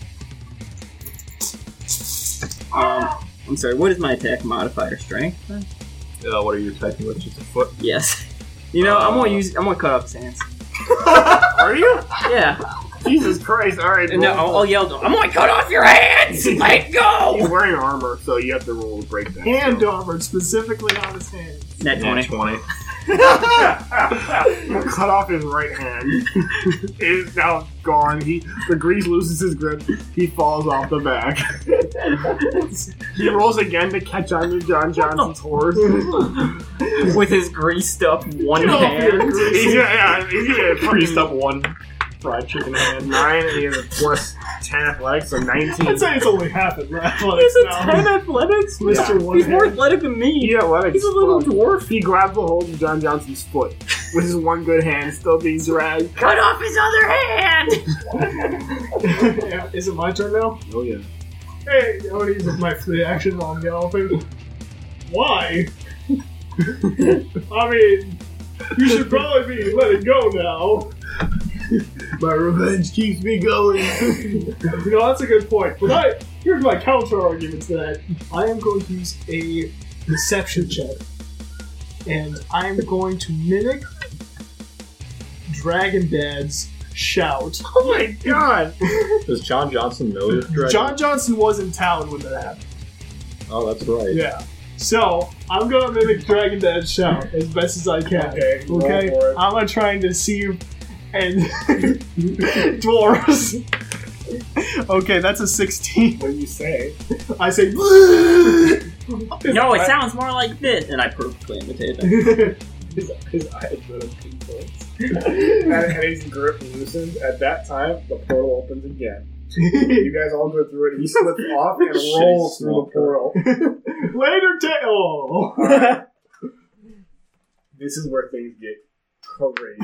Speaker 4: Um, I'm sorry. What is my attack modifier? Strength?
Speaker 5: Uh, what are you attacking with? Just a foot?
Speaker 4: Yes. You know, I'm
Speaker 5: Uh.
Speaker 4: gonna use. I'm gonna cut off his hands.
Speaker 2: Are you?
Speaker 4: Yeah.
Speaker 2: Jesus Christ! All right.
Speaker 4: And now oh,
Speaker 2: roll.
Speaker 4: I'll, I'll yell. to him, I'm gonna cut off your [LAUGHS] hands. Let
Speaker 2: He's
Speaker 4: go.
Speaker 2: wearing armor, so you have to roll to break that.
Speaker 3: Hand armored specifically on his hand.
Speaker 4: Net twenty.
Speaker 5: 20.
Speaker 2: [LAUGHS] Cut off his right hand. it is now gone. He the grease loses his grip. He falls off the back. [LAUGHS] he rolls again to catch on to John Johnson's [LAUGHS] horse.
Speaker 4: With his greased up one
Speaker 2: Oh,
Speaker 4: [LAUGHS] hand.
Speaker 2: he's gonna, yeah, he's gonna fucking
Speaker 5: Greased up one fried chicken
Speaker 2: a
Speaker 5: hand.
Speaker 2: nine, and he has a plus ten athletics, so nineteen.
Speaker 3: I'd say it's only half of athletics
Speaker 7: He's a
Speaker 3: now.
Speaker 7: 10 athletics?
Speaker 3: Mr. One
Speaker 7: He's more
Speaker 3: Hand.
Speaker 7: athletic than me.
Speaker 2: He athletics.
Speaker 7: He's a little
Speaker 2: Well,
Speaker 7: dwarf.
Speaker 2: He grabs a hold of John Johnson's foot with his one good hand, still being dragged.
Speaker 7: Cut off his other hand!
Speaker 3: Yeah, [LAUGHS] Is it my turn now?
Speaker 2: Oh yeah.
Speaker 3: Hey, I want to use my free action while I'm galloping.
Speaker 2: [LAUGHS]
Speaker 3: Why? I mean, you should probably be letting go now.
Speaker 2: My revenge keeps me
Speaker 3: [LAUGHS]
Speaker 2: going.
Speaker 3: You know, that's a good point. But I, here's my counter argument to that. I am going to use a deception check. And I'm going to mimic Dragon Dad's shout.
Speaker 2: oh my god.
Speaker 5: Does John Johnson know this dragon?
Speaker 3: John Johnson was in town when that happened.
Speaker 5: Oh, that's right.
Speaker 3: Yeah. So I'm gonna mimic Dragon Dad's shout as best as I can.
Speaker 2: Okay, roll
Speaker 3: Okay.
Speaker 2: for it.
Speaker 3: I'm gonna try and deceive and [LAUGHS] dwarves. okay, that's a 16.
Speaker 2: What do you say?
Speaker 3: I say.
Speaker 4: [LAUGHS]
Speaker 3: [LAUGHS]
Speaker 4: No, it sounds more like this. And I perfectly imitate it.
Speaker 2: His, his eyes lit up pinpoints. and, and his grip loosens. At that time, the portal opens again. You guys all go through it. He [LAUGHS] slips off and
Speaker 5: Shitty
Speaker 2: rolls through
Speaker 5: small
Speaker 2: the portal.
Speaker 3: [LAUGHS] Later, ta-
Speaker 2: [LAUGHS]
Speaker 3: oh.
Speaker 2: This is where things get crazy.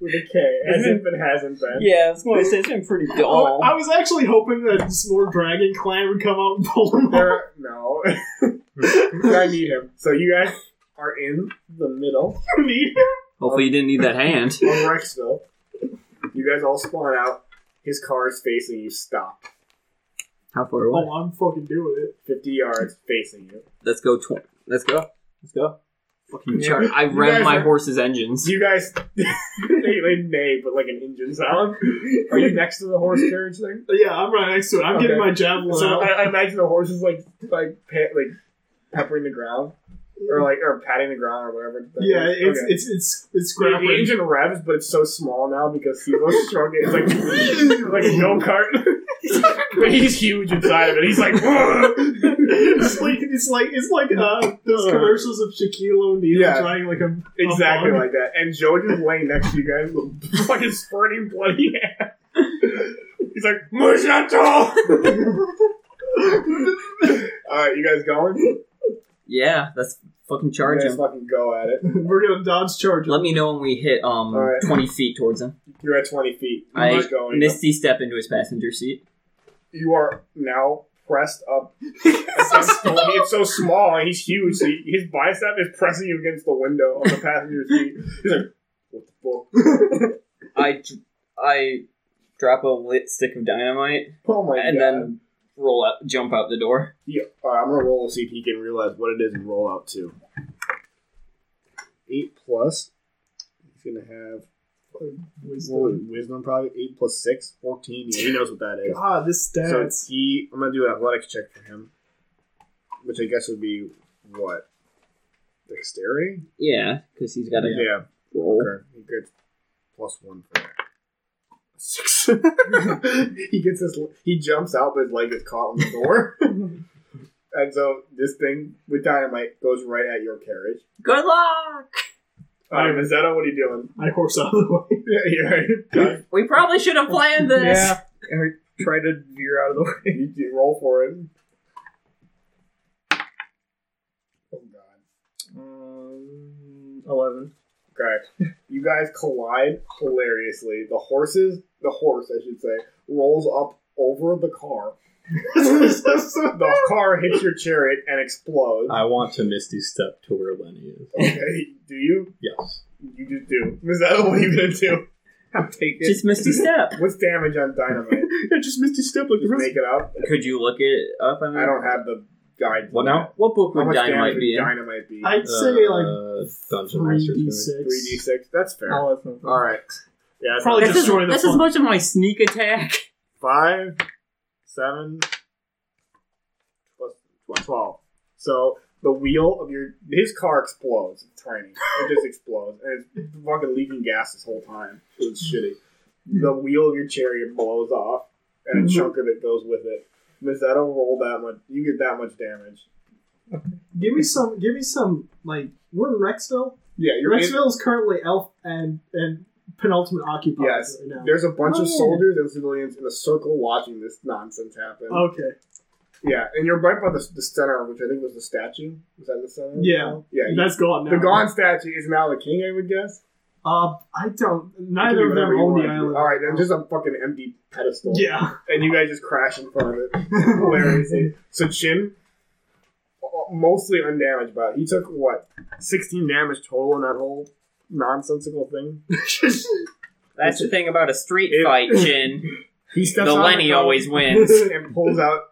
Speaker 2: With a K, as if it hasn't been.
Speaker 4: [LAUGHS] Yeah, I was gonna say something [LAUGHS] pretty
Speaker 3: Oh,
Speaker 4: dull.
Speaker 3: I was actually hoping that some more Dragon Clan would come out and
Speaker 2: [LAUGHS]
Speaker 3: pull them out.
Speaker 2: There, no. I need him. So you guys are in the middle [LAUGHS]
Speaker 4: Hopefully, you didn't need that hand.
Speaker 2: of Rexville. You guys all spawn out. His car is facing you. Stop.
Speaker 4: [LAUGHS] How far away?
Speaker 3: Oh, I'm fucking doing it.
Speaker 2: 50 yards facing you.
Speaker 4: Let's go. Tw- let's go. Let's go. Fucking
Speaker 2: Yeah.
Speaker 4: charge. I
Speaker 2: You
Speaker 4: rev
Speaker 2: guys
Speaker 4: my
Speaker 2: are-
Speaker 4: horse's engines.
Speaker 2: So you guys, [LAUGHS] they, they neigh, but like an engine sound. Are you next to the horse carriage thing?
Speaker 3: Yeah, I'm right next to it. I'm
Speaker 2: Okay.
Speaker 3: getting my javelin
Speaker 2: So
Speaker 3: out.
Speaker 2: I, I imagine the horse is like like pe- like peppering the ground. or like or patting the ground or whatever. the thing
Speaker 3: Yeah,
Speaker 2: is.
Speaker 3: it's
Speaker 2: Okay.
Speaker 3: it's it's it's
Speaker 2: The
Speaker 3: grappling.
Speaker 2: engine revs, but it's so small now because Sivo's shrunk it. It's like
Speaker 3: [LAUGHS]
Speaker 2: like a go kart, but he's huge inside of it. He's like,
Speaker 3: [LAUGHS] it's like it's like it's like uh, those commercials of Shaquille O'Neal
Speaker 2: Yeah.
Speaker 3: trying like a
Speaker 2: exactly
Speaker 3: a bug.
Speaker 2: like that. And Joe just laying next to you guys [LAUGHS] with fucking spurting bloody hand. [LAUGHS] He's like, Mush not [LAUGHS] tall. All right, you guys going? You
Speaker 4: Yeah, let's fucking charge
Speaker 2: guys
Speaker 4: him.
Speaker 2: fucking go at it.
Speaker 3: We're gonna dodge charge.
Speaker 4: Let me know when we hit um
Speaker 2: All right.
Speaker 4: twenty feet towards him.
Speaker 2: You're at 20 feet. You
Speaker 4: I
Speaker 2: must go. You
Speaker 4: Misty step into his passenger seat.
Speaker 2: you are now pressed up [LAUGHS] against the window. It's so small and he's huge. So he- his bicep is pressing you against the window of the passenger seat. He's like, what the fuck?
Speaker 4: I dr- I drop a lit stick of dynamite
Speaker 2: Oh my
Speaker 4: and
Speaker 2: god.
Speaker 4: then roll out, jump out the door.
Speaker 2: Yeah. All right, I'm gonna roll to see if he can realize what it is and roll out to. Eight plus. He's gonna have wisdom, wisdom probably eight plus six, 14. Yeah, he knows what that is.
Speaker 3: God, this
Speaker 2: So
Speaker 3: stats.
Speaker 2: he, I'm gonna do an athletics check for him, which I guess would be what dexterity.
Speaker 4: Yeah, because he's got a
Speaker 2: Yeah.
Speaker 4: roll.
Speaker 2: Okay. He gets plus one for that. Six. [LAUGHS] he gets his. He jumps out, but his leg is caught on the
Speaker 4: [LAUGHS]
Speaker 2: door. and so this thing with dynamite goes right at your carriage.
Speaker 4: Good luck.
Speaker 2: Um, Mazzetto, what are you doing? [LAUGHS]
Speaker 3: I horse out of the [LAUGHS] way.
Speaker 2: yeah, you're right. God,
Speaker 4: We probably should have planned this.
Speaker 6: Yeah. Or try to veer out of the way.
Speaker 2: you, you roll for it. Oh god.
Speaker 6: Um, 11.
Speaker 2: Okay. [LAUGHS] You guys collide hilariously. The horses, the horse, I should say, rolls up over the car. the car hits your chariot and explodes.
Speaker 5: I want to Misty step to where Lenny is.
Speaker 2: [LAUGHS] Okay, do you?
Speaker 5: Yes.
Speaker 2: You just do. Is that what are you gonna do?
Speaker 6: I'm taking
Speaker 4: [LAUGHS] Just Misty step.
Speaker 2: What's damage on dynamite?
Speaker 3: [LAUGHS]
Speaker 5: Yeah, just Misty step like
Speaker 2: Just make it up.
Speaker 4: [LAUGHS] Could you look it up? I, mean,
Speaker 2: I don't have the guide.
Speaker 5: What now?
Speaker 4: What book
Speaker 2: How
Speaker 4: would
Speaker 2: much damage
Speaker 4: dynamite
Speaker 2: would
Speaker 4: be in?
Speaker 2: dynamite be?
Speaker 3: I'd say like
Speaker 5: Uh, Dungeon
Speaker 3: three d
Speaker 5: Master's gonna-
Speaker 2: Three d
Speaker 3: six.
Speaker 2: six. That's fair.
Speaker 6: all of them.
Speaker 2: All right. Yeah. that's
Speaker 3: Probably
Speaker 4: That's, as,
Speaker 3: destroy the
Speaker 4: that's
Speaker 3: fun.
Speaker 4: as much of my sneak attack.
Speaker 2: five, seven, plus plus twelve. So the wheel of your his car explodes. It's tiny. It just explodes, and it's fucking leaking gas this whole time. It's shitty. The wheel of your chariot blows off, and a
Speaker 4: Mm-hmm.
Speaker 2: chunk of it goes with it. Miss, that'll roll that much. You get that much damage.
Speaker 3: Give me some. Give me some. Like we're in Rexville.
Speaker 2: Yeah, you're in-
Speaker 3: Rexville is currently elf and and penultimate occupied
Speaker 2: Yes,
Speaker 3: right now.
Speaker 2: there's a bunch
Speaker 4: Oh,
Speaker 2: of
Speaker 4: yeah.
Speaker 2: soldiers and civilians in a circle watching this nonsense happen.
Speaker 4: Oh,
Speaker 3: Okay,
Speaker 2: Yeah, and you're right by the, the center, which I think was the statue. Was that the center?
Speaker 3: Yeah.
Speaker 2: yeah. you-
Speaker 3: that's gone now.
Speaker 2: The Gone statue is now the king, I would guess.
Speaker 3: Uh, I don't.
Speaker 2: It could be
Speaker 3: Neither of them
Speaker 2: whatever you
Speaker 3: own
Speaker 2: want
Speaker 3: the
Speaker 2: it to be.
Speaker 3: island.
Speaker 2: All right, then just a fucking empty pedestal.
Speaker 3: Yeah.
Speaker 2: and you guys just crash in front of it.
Speaker 3: [LAUGHS]
Speaker 2: Hilariously. So Chin, uh, mostly undamaged, but he took what sixteen damage total in that whole nonsensical thing.
Speaker 4: That's the thing about a street
Speaker 2: It-
Speaker 4: [LAUGHS] fight, Chin.
Speaker 2: He steps
Speaker 4: the
Speaker 2: out of
Speaker 4: Lenny
Speaker 2: car [LAUGHS]
Speaker 4: [LAUGHS] always wins.
Speaker 2: and pulls out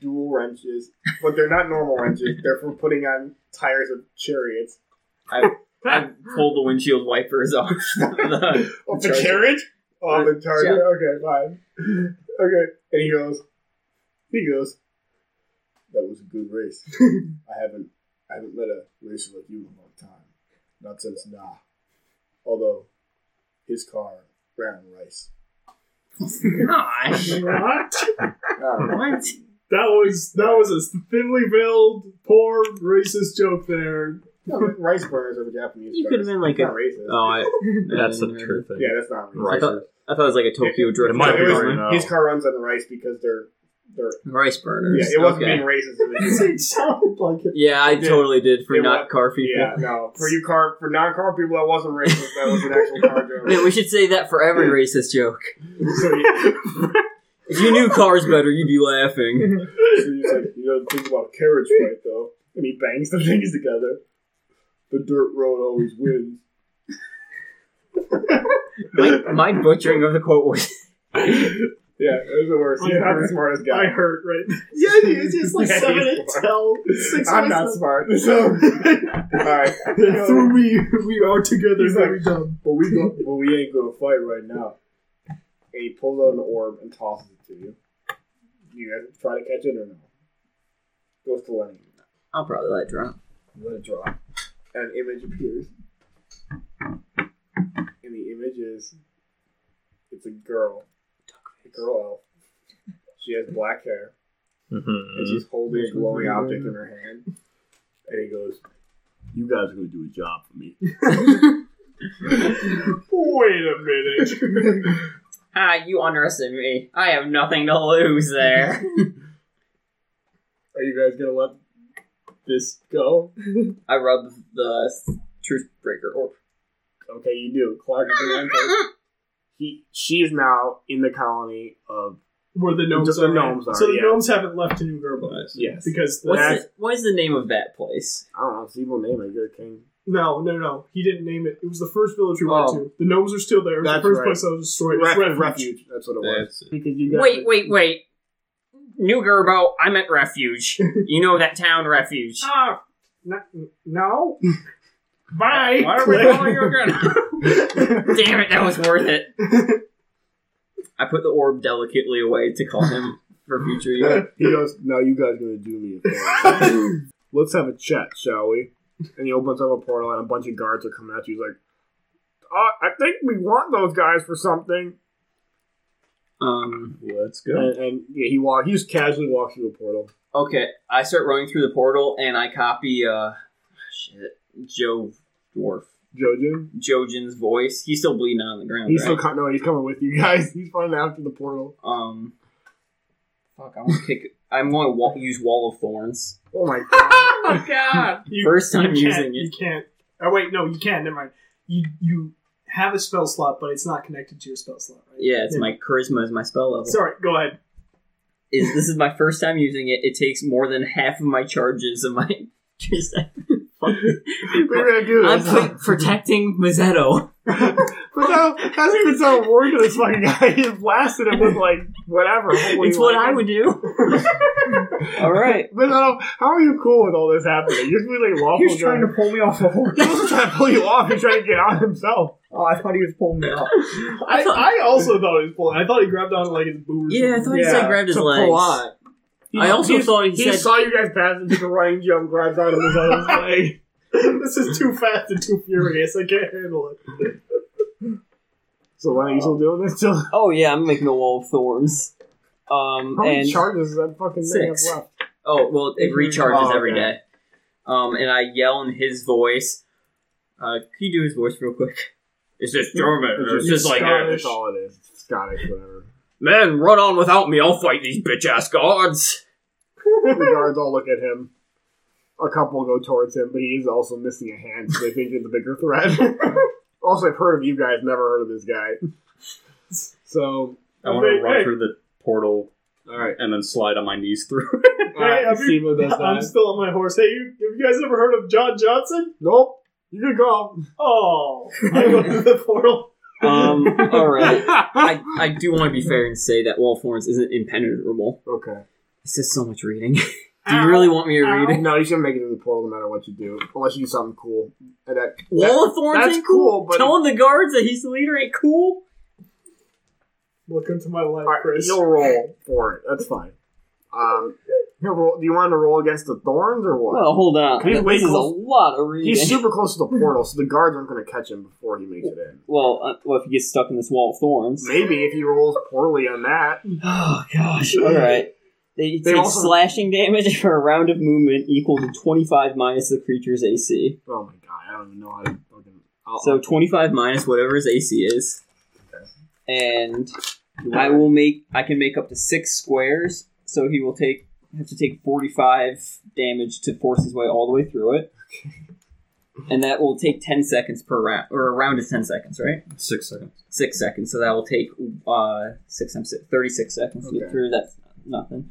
Speaker 2: dual wrenches, but they're not normal wrenches. They're for putting on tires of chariots.
Speaker 4: I pulled the windshield wipers off. [LAUGHS] the,
Speaker 2: Of
Speaker 4: Charger.
Speaker 2: carriage? Of the charger. Okay, fine. [LAUGHS] Okay. And he goes, he goes, that was a good [LAUGHS] race. I haven't, I haven't led a racer like you in a long time. Not since nah. Although, his car ran [LAUGHS] rice.
Speaker 4: Gosh.
Speaker 3: [LAUGHS]
Speaker 2: I don't know.
Speaker 4: What?
Speaker 3: That was that was a thinly veiled, poor racist joke there.
Speaker 2: No, but rice burners are Japanese.
Speaker 4: You could have
Speaker 2: cars.
Speaker 4: been like
Speaker 2: It's not
Speaker 4: a.
Speaker 2: racist.
Speaker 4: Oh, [LAUGHS] I,
Speaker 5: That's the
Speaker 4: I didn't
Speaker 5: true thing.
Speaker 2: yeah, that's not racist.
Speaker 5: Rice.
Speaker 4: I thought, I thought it was like a Tokyo Drift.
Speaker 5: It might be
Speaker 2: It was-
Speaker 5: right now.
Speaker 2: His car runs on rice because they're, they're.
Speaker 4: Rice burners.
Speaker 2: Yeah, it wasn't
Speaker 4: okay.
Speaker 2: being
Speaker 4: [LAUGHS]
Speaker 2: racist. It was-
Speaker 3: it sounded like it.
Speaker 4: Yeah, I
Speaker 2: Yeah.
Speaker 4: totally did for
Speaker 2: It
Speaker 4: not
Speaker 2: wa-
Speaker 4: car people.
Speaker 2: Yeah, no. For
Speaker 3: [LAUGHS]
Speaker 2: you car for non car people that wasn't racist, that was an actual car
Speaker 3: [LAUGHS]
Speaker 4: [LAUGHS] Man,
Speaker 2: joke.
Speaker 4: we should say that for every racist joke.
Speaker 2: so you,
Speaker 4: If you knew cars better, you'd
Speaker 2: [LAUGHS]
Speaker 4: be laughing.
Speaker 2: so you said you know the thing about a carriage fight though. And he bangs the [LAUGHS] things together. The dirt road always wins.
Speaker 4: My, my butchering of the quote was
Speaker 2: Yeah, it was the worst. He's not the smartest
Speaker 3: I
Speaker 2: guy.
Speaker 3: hurt right. [LAUGHS] Yeah, it's just like
Speaker 2: Yeah,
Speaker 3: seven
Speaker 2: he's
Speaker 3: and
Speaker 2: smart.
Speaker 3: [LAUGHS] tell six.
Speaker 2: I'm not
Speaker 3: [LAUGHS]
Speaker 2: smart. So Alright.
Speaker 3: The three we we are together
Speaker 2: He's
Speaker 3: very
Speaker 2: like-
Speaker 3: dumb.
Speaker 2: But we go, but we ain't gonna fight right now. And he pulls out an orb and tosses it to you. You guys try to catch it or no? Goes to Lenny.
Speaker 4: I'll probably let it drop.
Speaker 2: I'm gonna draw. An image appears. And the image is it's a girl. A girl elf. She has black hair.
Speaker 5: Mm-hmm.
Speaker 2: And she's holding a glowing object in her hand. And he goes,
Speaker 6: You guys are going to do a job for me.
Speaker 3: Wait a minute.
Speaker 4: Ah, you underestimate me. I have nothing to lose [LAUGHS] there.
Speaker 2: Are you guys gonna let this go?
Speaker 4: I rub the truth breaker orb.
Speaker 2: Okay, you do. Clark is gonna enter. He she is now in the colony of
Speaker 3: Where the gnomes
Speaker 2: Just
Speaker 3: are.
Speaker 2: the gnomes
Speaker 3: at.
Speaker 2: are,
Speaker 3: so the
Speaker 2: yeah.
Speaker 3: gnomes haven't left to New Gerbils.
Speaker 2: Yes.
Speaker 3: Because
Speaker 4: What's
Speaker 3: that's-
Speaker 4: the, what is the name of that place?
Speaker 2: I don't know, it's evil name, I guess king.
Speaker 3: No, no, no. He didn't name it. It was the first village we went
Speaker 2: Oh.
Speaker 3: to. The gnomes are still there. It was the
Speaker 2: That's
Speaker 3: first
Speaker 2: right.
Speaker 3: place that was destroyed. It's
Speaker 2: Ref-
Speaker 3: refuge.
Speaker 2: refuge. That's what it was.
Speaker 5: That's it.
Speaker 2: Because you guys
Speaker 4: Wait, wait, wait. New Gerbo, I'm at Refuge. you know that town, [LAUGHS] Refuge.
Speaker 3: Ah, n-
Speaker 2: [LAUGHS]
Speaker 3: no.
Speaker 4: Bye. Why are we
Speaker 3: [LAUGHS]
Speaker 4: calling you [LAUGHS] again? Damn it, that was worth it. I put the orb delicately away to call him for future [LAUGHS] use.
Speaker 2: he goes, "Now you guys gonna do me a favor. Let's have a chat, shall we?" And he opens up a portal, and a bunch of guards are coming at you. He's like, uh, "I think we want those guys for something."
Speaker 4: Um.
Speaker 5: Let's go.
Speaker 2: And, and yeah, he walk. He just casually walks through the portal.
Speaker 4: Okay, I start running through the portal and I copy. Uh, shit, Joe Dwarf,
Speaker 2: Jojen,
Speaker 4: Jojen's voice. He's still bleeding out on the ground.
Speaker 2: he's still
Speaker 4: right?
Speaker 2: co- no, he's coming with you guys. [LAUGHS] He's running after the portal.
Speaker 4: Um, fuck, I want to kick. I'm going to wa- use Wall of Thorns.
Speaker 2: Oh my god!
Speaker 7: Oh God!
Speaker 3: You,
Speaker 4: First time
Speaker 3: you
Speaker 4: using
Speaker 3: can't, You
Speaker 4: it.
Speaker 3: can't. Oh wait, no, you can. Never mind. You you have a spell slot, but it's not connected to your spell slot, right?
Speaker 4: Yeah, it's my charisma is my spell level.
Speaker 3: Sorry. Go ahead.
Speaker 4: is this is my first time using it. It takes more than half of my charges of my. [LAUGHS] Just- fuck.
Speaker 2: We're gonna do
Speaker 4: I'm
Speaker 2: this.
Speaker 4: pr- protecting Mazzetto.
Speaker 2: [LAUGHS] but no, that doesn't even sound worth to this fucking [LAUGHS] guy. He just blasted him with like whatever. Holy
Speaker 4: It's what
Speaker 2: lightning.
Speaker 4: I would do. [LAUGHS] All right.
Speaker 2: But no, how are you cool with all this happening? You're just really lawful.
Speaker 6: He was trying to
Speaker 2: driving.
Speaker 6: pull me off the horse.
Speaker 2: He was trying to pull you off. [LAUGHS] He's trying to get on himself.
Speaker 6: Oh, I thought he was pulling me off.
Speaker 3: I, I also thought he was pulling. I thought he grabbed onto like his boob. or
Speaker 4: Yeah, I
Speaker 3: something.
Speaker 4: thought he said
Speaker 6: Yeah,
Speaker 4: grabbed his
Speaker 2: to pull
Speaker 4: legs.
Speaker 2: on.
Speaker 4: I also thought he
Speaker 2: he
Speaker 4: said-
Speaker 2: saw you guys pass and took a running jump, grabs out of his other [LAUGHS] leg.
Speaker 3: [LAUGHS] this is too fast and too furious. I can't handle it.
Speaker 2: So why are you still doing this? [LAUGHS] Still,
Speaker 4: Oh yeah, I'm making a wall of thorns. Um,
Speaker 2: how many
Speaker 4: and
Speaker 2: charges does that fucking thing have
Speaker 4: Six.
Speaker 2: left?
Speaker 4: oh well, it recharges
Speaker 2: Oh, okay.
Speaker 4: every day. Um, and I yell in his voice. Uh, can you do his voice real quick? It's just German. It's just like
Speaker 2: Scottish. That's all it is. It's Scottish, whatever.
Speaker 4: man, run on without me. I'll fight these bitch ass guards.
Speaker 2: the guards all look at him. A couple go towards him, but he is also missing a hand, so they think he's a bigger threat. [LAUGHS] also, I've heard of you guys, never heard of this guy. So,
Speaker 5: I want to
Speaker 3: Hey,
Speaker 5: run
Speaker 3: hey.
Speaker 5: through the portal
Speaker 2: all right.
Speaker 5: and then slide on my knees through.
Speaker 2: All right,
Speaker 4: [LAUGHS]
Speaker 3: have you-
Speaker 2: see what does
Speaker 3: I'm
Speaker 2: that.
Speaker 3: still on my horse. Hey, you, have you guys ever heard of John Johnson?
Speaker 2: Nope. You can go.
Speaker 3: Oh, I
Speaker 4: [LAUGHS]
Speaker 3: went to the portal.
Speaker 2: [LAUGHS]
Speaker 4: Um, all right. I, I do want to be fair and say that Wall of Thorns isn't impenetrable. [LAUGHS]
Speaker 2: Okay.
Speaker 4: It's just so much reading. [LAUGHS] do you really want me to read it?
Speaker 2: No, you should make it to the portal no matter what you do, unless you do something cool. And that,
Speaker 4: Wall of Thorns
Speaker 2: that's
Speaker 4: ain't cool.
Speaker 2: cool, but-
Speaker 4: Telling the guards that he's the leader ain't cool.
Speaker 3: Look into my life,
Speaker 2: all right,
Speaker 3: Chris.
Speaker 2: you'll roll for it. That's fine. Um, he'll roll, do you want him to roll against the thorns or what?
Speaker 4: Well, hold on.
Speaker 2: He's way
Speaker 4: This is a
Speaker 2: close.
Speaker 4: lot of reading.
Speaker 2: He's super close to the portal, so the guards aren't going to catch him before he makes it in.
Speaker 4: well, uh, well, if he gets stuck in this wall of thorns.
Speaker 2: Maybe if he rolls poorly on that.
Speaker 4: Oh gosh. All right. They,
Speaker 2: They
Speaker 4: take
Speaker 2: also-
Speaker 4: slashing damage [LAUGHS] for a round of movement equal to 25 minus the creature's AC.
Speaker 2: Oh my god, I don't even know how to fucking. I'll,
Speaker 4: So 25 minus whatever his AC is. And I will make I can make up to six squares, so he will take have to take forty five damage to force his way all the way through
Speaker 5: [LAUGHS]
Speaker 4: it. And that will take ten seconds per round, or a round is ten seconds, right?
Speaker 5: Six seconds.
Speaker 4: Six seconds. So that will take uh six times six, thirty six seconds to
Speaker 2: Okay.
Speaker 4: get through. That's nothing.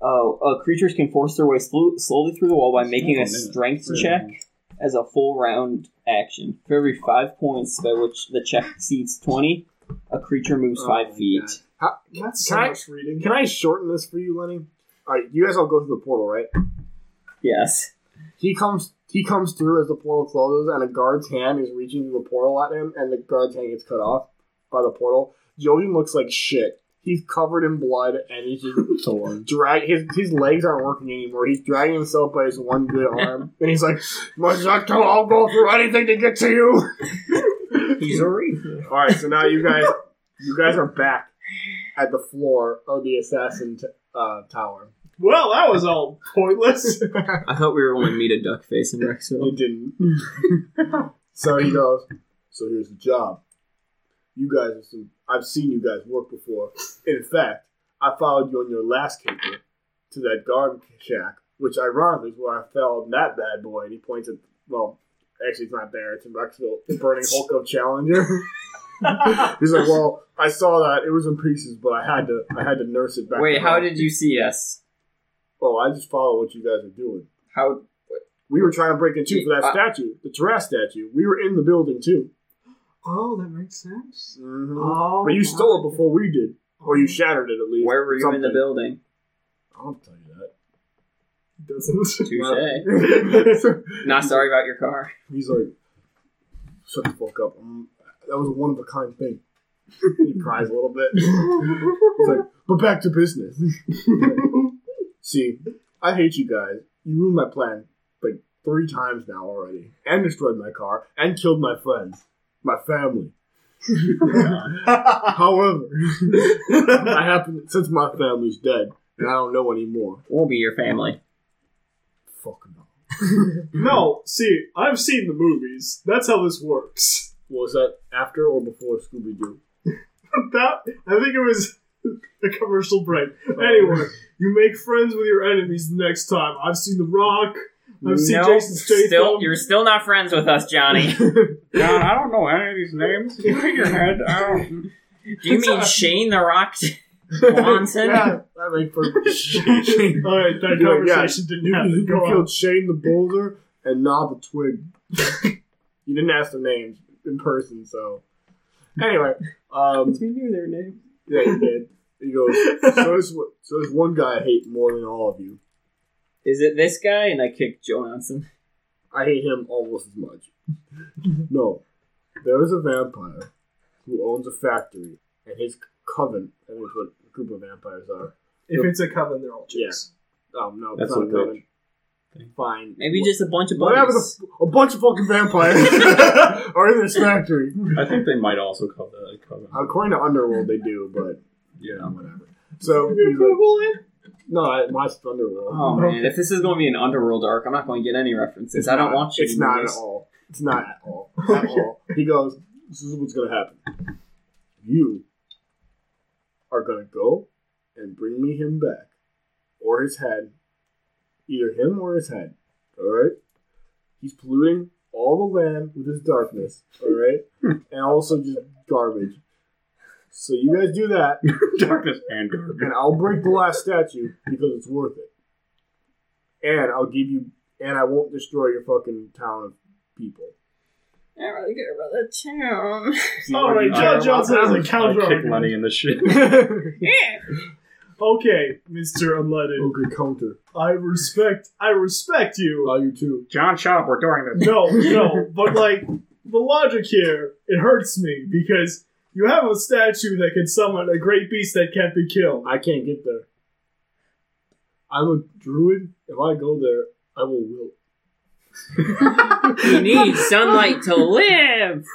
Speaker 4: Oh, uh, creatures can force their way slo- slowly through the wall by making a
Speaker 5: not a minute.
Speaker 4: strength check as a full round action. For every five points by which the check exceeds 20, a creature moves
Speaker 2: Oh
Speaker 4: five
Speaker 2: my
Speaker 4: feet.
Speaker 2: God. How,
Speaker 3: That's so
Speaker 2: Can I-
Speaker 3: much reading.
Speaker 2: can I shorten this for you, Lenny? All right, you guys all go through the portal, right?
Speaker 4: Yes.
Speaker 2: He comes. He comes through as the portal closes, and a guard's hand is reaching the portal at him, and the guard's hand gets cut off by the portal. Jojen looks like shit. He's covered in blood and he's
Speaker 6: [LAUGHS]
Speaker 2: just torn. Drag his his legs aren't working anymore. He's dragging himself by his one good arm, and he's like, "Masato, I'll go through anything to get to you."
Speaker 6: [LAUGHS]
Speaker 2: [LAUGHS]
Speaker 6: He's a reef.
Speaker 2: All right, so now you guys, you guys are back at the floor of the assassin t- uh, tower.
Speaker 3: Well, that was all pointless. [LAUGHS]
Speaker 4: I thought we were only meet a duck face in Rexville.
Speaker 2: It didn't. [LAUGHS] so he goes, So here's the job. You guys have seen, I've seen you guys work before. In fact, I followed you on your last caper to that garden shack, which ironically is where I found that bad boy. And he points at, well, actually, it's not there. It's in Rexville, the Burning Hulk of Challenger. [LAUGHS] He's like, well, I saw that it was in pieces, but I had to, I had to nurse it back.
Speaker 4: [LAUGHS] Wait, how
Speaker 2: around."
Speaker 4: did you see us?
Speaker 2: Oh, I just follow what you guys are doing.
Speaker 4: How?
Speaker 2: We were trying to break in too for that
Speaker 4: Uh,
Speaker 2: statue, the Taras statue. We were in the building too.
Speaker 3: oh, that makes sense.
Speaker 2: Mm-hmm.
Speaker 3: Oh,
Speaker 2: But you
Speaker 3: my.
Speaker 2: stole it before we did, or you shattered it at least.
Speaker 4: Oh. Where were you in the
Speaker 2: Something.
Speaker 4: building?
Speaker 2: I'll tell you that.
Speaker 3: Doesn't.
Speaker 2: [LAUGHS]
Speaker 4: Touche.
Speaker 2: Well,
Speaker 4: Not sorry about your car.
Speaker 2: He's like, shut the fuck up. Um, that was a one of a kind thing. He cries a little bit. He's like, but back to business. [LAUGHS] See, I hate you guys. You ruined my plan like three times now already, and destroyed my car, and killed my friends, my family. However, I happen since my family's dead, and I don't know anymore.
Speaker 4: Won't be your family.
Speaker 2: Fuck no.
Speaker 3: No, see, I've seen the movies. That's how this works. [LAUGHS]
Speaker 2: Was that after or before Scooby Doo?
Speaker 3: That I think it was [LAUGHS] a commercial break. Anyway, you make friends with your enemies the next time. I've seen The Rock. I've seen
Speaker 4: No,
Speaker 3: Jason Statham.
Speaker 4: Still, you're still not friends with us, [LAUGHS] Johnny. Do
Speaker 6: John, I don't know any of these names. You in your head. I don't.
Speaker 4: you mean Shane the Rock [LAUGHS] Swanson?
Speaker 2: Yeah, that made [LAUGHS] perfect.
Speaker 3: All right, that
Speaker 2: Yeah,
Speaker 3: conversation didn't
Speaker 2: you,
Speaker 3: have to
Speaker 2: you
Speaker 3: go on.
Speaker 2: killed Shane the Boulder and Knob the Twig. you didn't ask their names in person, so anyway, um,
Speaker 4: We knew their name.
Speaker 2: yeah, you did. He goes. So there's one- so there's one guy I hate more than all of you.
Speaker 4: Is it this guy? And I kicked Johansson.
Speaker 2: I hate him almost as much. no, there is a vampire who owns a factory, and his coven. I think is what a group of vampires are.
Speaker 3: [LAUGHS] If it's a coven, they're all chicks.
Speaker 2: Um, no,
Speaker 5: That's
Speaker 2: it's not
Speaker 5: a
Speaker 2: a coven. Fine.
Speaker 4: Maybe just a bunch of
Speaker 2: Whatever
Speaker 4: buddies.
Speaker 2: the, a bunch of fucking vampires [LAUGHS] are in this factory.
Speaker 5: I think they might also call that a coven.
Speaker 2: According to Underworld, they do, but
Speaker 5: Yeah.
Speaker 2: whatever. So
Speaker 3: You're
Speaker 2: he's
Speaker 3: gonna
Speaker 2: like,
Speaker 3: Google it?
Speaker 2: no, I- mine's Underworld.
Speaker 4: Oh man, if this is going to be an underworld arc, I'm not going to get any references. I don't
Speaker 2: not-
Speaker 4: want you.
Speaker 2: It's not at all. It's not at all. [LAUGHS] At all. He goes, "This is what's gonna happen. You are gonna go and bring me him back, or his head, either him or his head. All right. He's polluting all the land with his darkness. All right, and also just garbage. So you guys do that,
Speaker 5: [LAUGHS] Darkness and garbage.
Speaker 2: and I'll break the last statue because it's worth it. And I'll give you, and I won't destroy your fucking town of people.
Speaker 4: I really care about that town.
Speaker 3: All right, John Johnson has a
Speaker 5: I
Speaker 3: counter
Speaker 5: kick
Speaker 3: argument.
Speaker 5: Lenny in the shit.
Speaker 3: [LAUGHS] Okay, Mister Unleaded,
Speaker 2: Okay, counter.
Speaker 3: I respect, I respect you.
Speaker 2: Allow you too.
Speaker 6: John, shut up. We're doing this.
Speaker 3: No, no, but like the logic here, it hurts me because you have a statue that can summon a great beast that can't be killed.
Speaker 2: I can't get there. I'm a druid. If I go there, I will wilt.
Speaker 4: You need sunlight to live.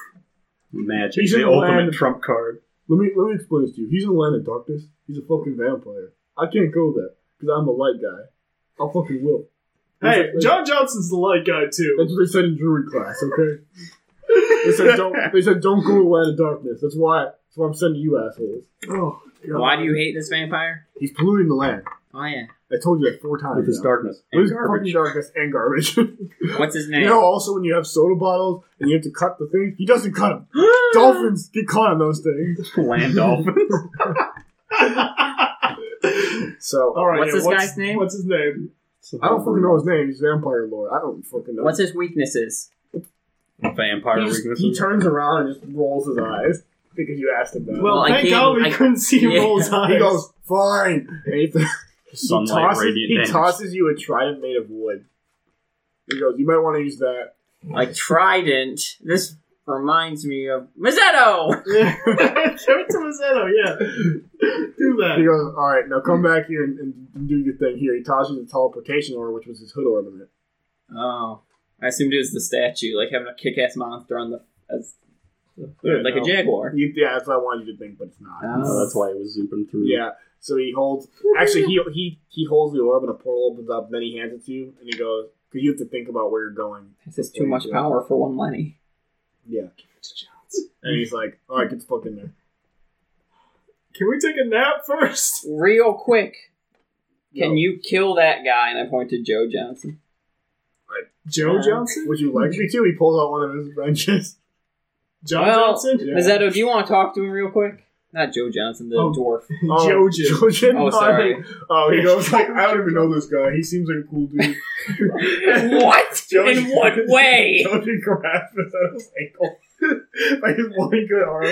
Speaker 5: Magic.
Speaker 2: He's
Speaker 5: the
Speaker 2: in the
Speaker 5: ultimate
Speaker 2: land.
Speaker 5: trump card.
Speaker 2: Let me let me explain this to you. He's in the land of darkness. He's a fucking vampire. I can't go there because I'm a light guy. I'll fucking wilt.
Speaker 3: Hey, John Johnson's the light guy too.
Speaker 2: That's what they said in druid class. Okay. they said don't. They said don't go to the land of darkness. That's why. That's why I'm sending you assholes.
Speaker 3: Oh, God.
Speaker 4: Why do you hate this vampire?
Speaker 2: He's polluting the land.
Speaker 4: Oh yeah.
Speaker 2: I told you that four times.
Speaker 5: With his
Speaker 2: now.
Speaker 5: darkness
Speaker 2: With
Speaker 5: and
Speaker 2: his
Speaker 5: garbage.
Speaker 2: fucking darkness and garbage.
Speaker 4: What's his name?
Speaker 2: [LAUGHS] You
Speaker 4: [GASPS]
Speaker 2: know, also when you have soda bottles and you have to cut the thing, he doesn't cut them. Dolphins get caught on those things. [LAUGHS]
Speaker 5: Land dolphins.
Speaker 2: So
Speaker 3: All right,
Speaker 4: What's
Speaker 3: yeah,
Speaker 4: this
Speaker 3: what's,
Speaker 4: guy's name?
Speaker 3: What's his name?
Speaker 2: I don't fucking know his name. He's vampire lord. I don't fucking know.
Speaker 4: What's his weaknesses?
Speaker 5: Vampire
Speaker 2: He's-
Speaker 5: weaknesses.
Speaker 2: he turns around and just rolls his eyes because you asked him that.
Speaker 3: Well,
Speaker 4: Well, I
Speaker 3: thank
Speaker 4: can't-
Speaker 3: God we
Speaker 4: I-
Speaker 3: couldn't see
Speaker 4: Yeah.
Speaker 3: Roll's eyes.
Speaker 2: he goes fine. And he,
Speaker 8: [LAUGHS]
Speaker 2: he,
Speaker 5: Sunlight
Speaker 2: tosses,
Speaker 5: radiant
Speaker 2: he
Speaker 5: damage.
Speaker 2: tosses you a trident made of wood. He goes, you might want to use that.
Speaker 4: Like trident. This reminds me of
Speaker 3: [LAUGHS]
Speaker 4: Mazzetto.
Speaker 3: Give it to Mazzetto, yeah. [LAUGHS] Do
Speaker 2: He
Speaker 3: that.
Speaker 2: goes, all right, now come back here and, and do your thing here. He tosses the teleportation orb, which was his hood ornament.
Speaker 4: Oh, I assumed it was the statue, like having a kick-ass monster on the as
Speaker 2: Yeah,
Speaker 4: like
Speaker 2: no.
Speaker 4: a jaguar.
Speaker 2: You, yeah, that's what I wanted you to think, but it's not.
Speaker 4: Oh.
Speaker 8: Oh, that's why it was zooping through.
Speaker 2: Yeah. So he holds. Actually, he he he holds the orb, and a portal opens up. Then he hands it to you, and he goes, "Cause you have to think about where you're going."
Speaker 4: This is too much power for one Lenny.
Speaker 2: Yeah. And he's like, "All right, get the fuck in there."
Speaker 3: Can we take a nap first? [LAUGHS]
Speaker 4: Real quick, can
Speaker 2: No.
Speaker 4: you kill that guy? And I point to Joe Johnson.
Speaker 3: Joe
Speaker 4: Uh,
Speaker 3: Johnson?
Speaker 2: Would you like me to? He pulls out one of his wrenches.
Speaker 3: John
Speaker 4: well,
Speaker 3: Johnson?
Speaker 4: Mazzetto, do you want to talk to him real quick? Not Joe Johnson, the
Speaker 3: Oh.
Speaker 4: dwarf. [LAUGHS]
Speaker 2: Oh,
Speaker 3: Jojen.
Speaker 2: Jojen.
Speaker 4: Oh, sorry.
Speaker 2: [LAUGHS] Oh, he goes like, "I don't even know this guy. He seems like a cool dude."
Speaker 4: what? In
Speaker 2: Jojen-
Speaker 4: what
Speaker 2: [LAUGHS]
Speaker 4: way?
Speaker 2: Jojen grabs this at his ankle [LAUGHS] by his one good arm,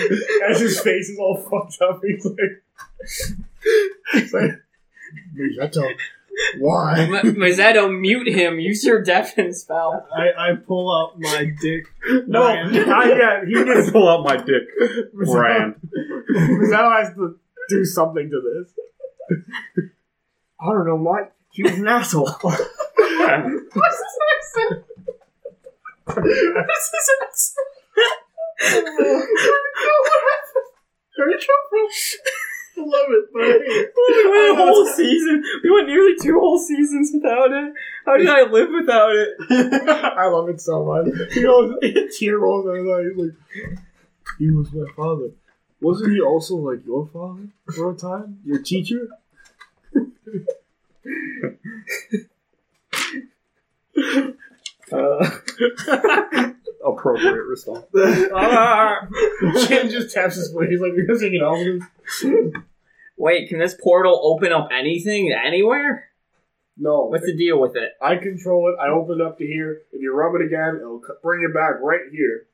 Speaker 2: as his face is all fucked up. He's like, [LAUGHS] he's like, "Miyata, why?"
Speaker 4: Ma- Mazzetto, mute him. Use your deafen spell.
Speaker 3: I, I pull out my dick.
Speaker 2: No,
Speaker 3: Brian.
Speaker 2: not yet. He [LAUGHS] gets
Speaker 5: Pull out my dick,
Speaker 2: Brand. [LAUGHS] Mazzetto has to do something to this. I don't know, Mike. He was an
Speaker 3: [LAUGHS]
Speaker 2: asshole.
Speaker 9: What's this accent?
Speaker 2: [LAUGHS]
Speaker 9: What's this accent?
Speaker 4: [LAUGHS] We went a whole season. We went nearly two whole seasons without it. How did I live without it?
Speaker 2: I love it so much. He goes, a tear rolls out of his eye. He's like, he was my father. Wasn't he also like your father for a time? Your teacher? Uh,
Speaker 3: [LAUGHS]
Speaker 5: appropriate response.
Speaker 2: [LAUGHS] Jim just taps his foot. He's like, you guys hanging out with him?
Speaker 4: [LAUGHS] Wait, can this portal open up anything anywhere?
Speaker 2: No.
Speaker 4: What's the deal with it?
Speaker 2: I control it. I open it up to here. If you rub it again, it'll c- bring it back right here.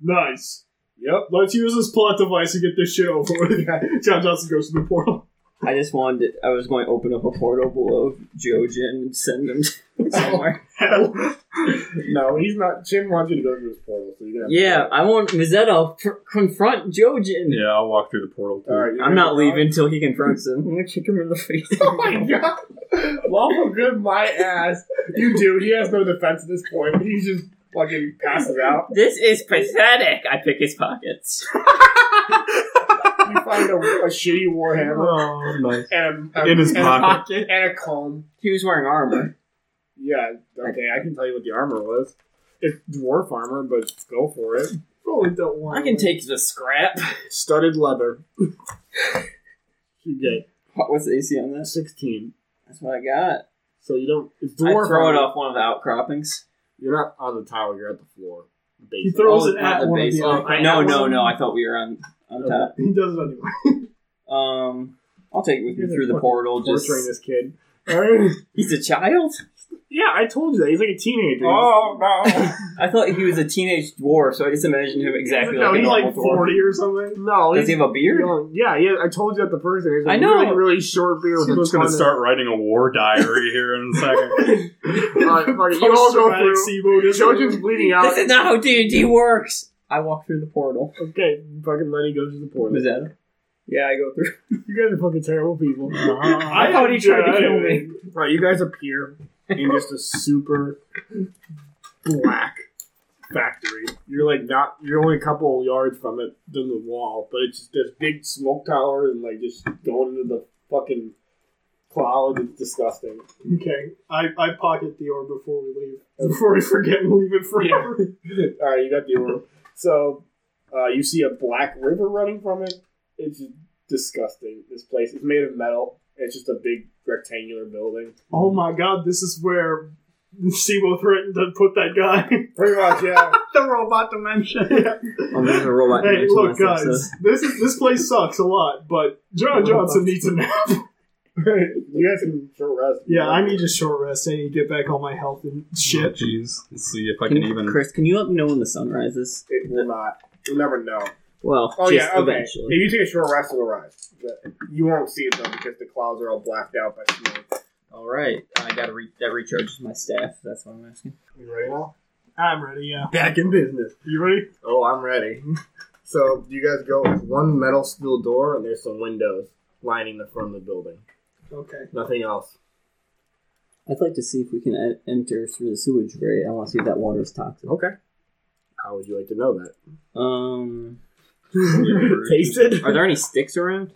Speaker 3: Nice.
Speaker 2: Yep.
Speaker 3: Let's use this plot device to get this shit over with. [LAUGHS] John Johnson goes to the portal.
Speaker 4: I just wanted. I was going to open up a portal below Jojen and send him [LAUGHS] somewhere.
Speaker 2: no, he's not. Jim wants you to go through his portal, so you're gonna.
Speaker 4: yeah, I want Mazzetto to confront Jojen.
Speaker 5: Yeah, I'll walk through the portal too.
Speaker 2: All right, you're
Speaker 4: I'm
Speaker 2: gonna
Speaker 4: not
Speaker 2: go
Speaker 4: leaving till he confronts him. I'm gonna kick him in the face.
Speaker 2: Oh my god! Lawful good, my ass. You do. He has no defense at this point. He's just fucking passes out.
Speaker 4: This is pathetic. I pick his pockets.
Speaker 2: You find a, a shitty warhammer
Speaker 5: Oh, nice.
Speaker 2: and a, a-
Speaker 5: In his
Speaker 2: and,
Speaker 5: pocket.
Speaker 2: and a comb.
Speaker 4: He was wearing armor.
Speaker 2: Yeah. Okay, I can tell you what the armor was. It's dwarf armor, but go for it.
Speaker 3: Probably don't want
Speaker 4: I can take the scrap.
Speaker 2: Studded leather. you get
Speaker 4: What was the AC on this?
Speaker 2: sixteen.
Speaker 4: That's what I got.
Speaker 2: So you don't. It's
Speaker 4: I
Speaker 2: dwarf.
Speaker 4: throw it
Speaker 2: armor.
Speaker 4: off one of the outcroppings.
Speaker 2: You're not on the tower. You're at the floor.
Speaker 3: He
Speaker 2: Basically.
Speaker 3: throws
Speaker 4: Oh,
Speaker 3: it
Speaker 4: not
Speaker 3: at
Speaker 4: the
Speaker 3: one of
Speaker 4: base.
Speaker 3: the
Speaker 4: Oh,
Speaker 3: other-
Speaker 4: no, no, no. I thought we were on on top.
Speaker 3: He does it anyway.
Speaker 4: Um, I'll take it with me
Speaker 2: You're
Speaker 4: through the
Speaker 2: fucking
Speaker 4: portal. Just
Speaker 2: Torturing this kid. Alright.
Speaker 4: he's a child.
Speaker 2: [LAUGHS] Yeah, I told you that. He's like a teenager.
Speaker 4: Oh, no! I thought he was a teenage dwarf, so I just imagined him exactly
Speaker 3: no,
Speaker 4: like
Speaker 3: he's
Speaker 4: an
Speaker 3: like
Speaker 4: normal dwarf.
Speaker 3: 40 or something.
Speaker 2: No,
Speaker 4: Does he have a beard?
Speaker 2: young. Yeah, yeah. I told you that the first thing. He's
Speaker 4: I
Speaker 2: a
Speaker 4: know.
Speaker 2: Really, really short beard.
Speaker 5: I'm
Speaker 2: with a
Speaker 5: just gonna
Speaker 2: ton of-
Speaker 5: start writing a war diary here in
Speaker 2: [LAUGHS]
Speaker 5: a second.
Speaker 2: Alright, fuck it, you all go
Speaker 3: Post-traumatic
Speaker 2: through.
Speaker 3: SIBO disorder.
Speaker 2: Jojen's bleeding out.
Speaker 4: This is not how D and D works. I walk through the portal.
Speaker 2: Okay, fucking Lenny goes to the portal.
Speaker 4: that? Yeah, I go through.
Speaker 2: You guys are fucking terrible
Speaker 4: [LAUGHS]
Speaker 2: people.
Speaker 4: I thought he tried to kill me.
Speaker 2: Right, you guys appear in just a super black factory. You're like not. You're only a couple yards from it, than the wall, but it's just this big smoke tower and like just going into the fucking cloud. It's disgusting.
Speaker 3: Okay, I, I pocket the orb before we leave. [LAUGHS] Before we forget and leave it forever.
Speaker 2: [LAUGHS] All right, you got the orb. So uh, you see a black river running from it. It's disgusting. This place. It's made of metal. It's just a big rectangular building.
Speaker 3: [LAUGHS] Oh my god, this is where SIBO threatened to put that guy. [LAUGHS]
Speaker 2: Pretty much, yeah.
Speaker 4: The
Speaker 2: [LAUGHS]
Speaker 4: robot dimension.
Speaker 10: I'm just a robot.
Speaker 3: Hey,
Speaker 10: dimension
Speaker 3: look,
Speaker 10: myself,
Speaker 3: guys,
Speaker 10: so-
Speaker 3: this is this place sucks a lot, but John Johnson needs a nap.
Speaker 2: you guys can short rest.
Speaker 3: yeah, I need a short rest. I need to get back all my health and
Speaker 5: Oh,
Speaker 3: shit.
Speaker 5: Jeez, let's see if I
Speaker 10: Can
Speaker 5: can
Speaker 10: you-
Speaker 5: even.
Speaker 10: Chris, can you let me know when the sun rises?
Speaker 2: It will not. You'll never know.
Speaker 10: Well,
Speaker 2: Oh
Speaker 10: just
Speaker 2: yeah, okay.
Speaker 10: eventually.
Speaker 2: If you take a short rest, it'll rise. But you won't see it though because the clouds are all blacked out by smoke.
Speaker 10: All right, I gotta re- that recharges my staff. That's what I'm asking.
Speaker 2: Right.
Speaker 3: I'm ready, yeah.
Speaker 2: Back in business.
Speaker 3: You ready?
Speaker 2: Oh, I'm ready. [LAUGHS] So you guys go with one metal steel door and there's some windows lining the front of the building. [LAUGHS]
Speaker 3: Okay.
Speaker 2: Nothing else.
Speaker 4: I'd like to see if we can e- enter through the sewage grate. I want to see if that water is toxic.
Speaker 2: Okay. How would you like to know that?
Speaker 4: Um,
Speaker 2: Tasted.
Speaker 4: are there any sticks around?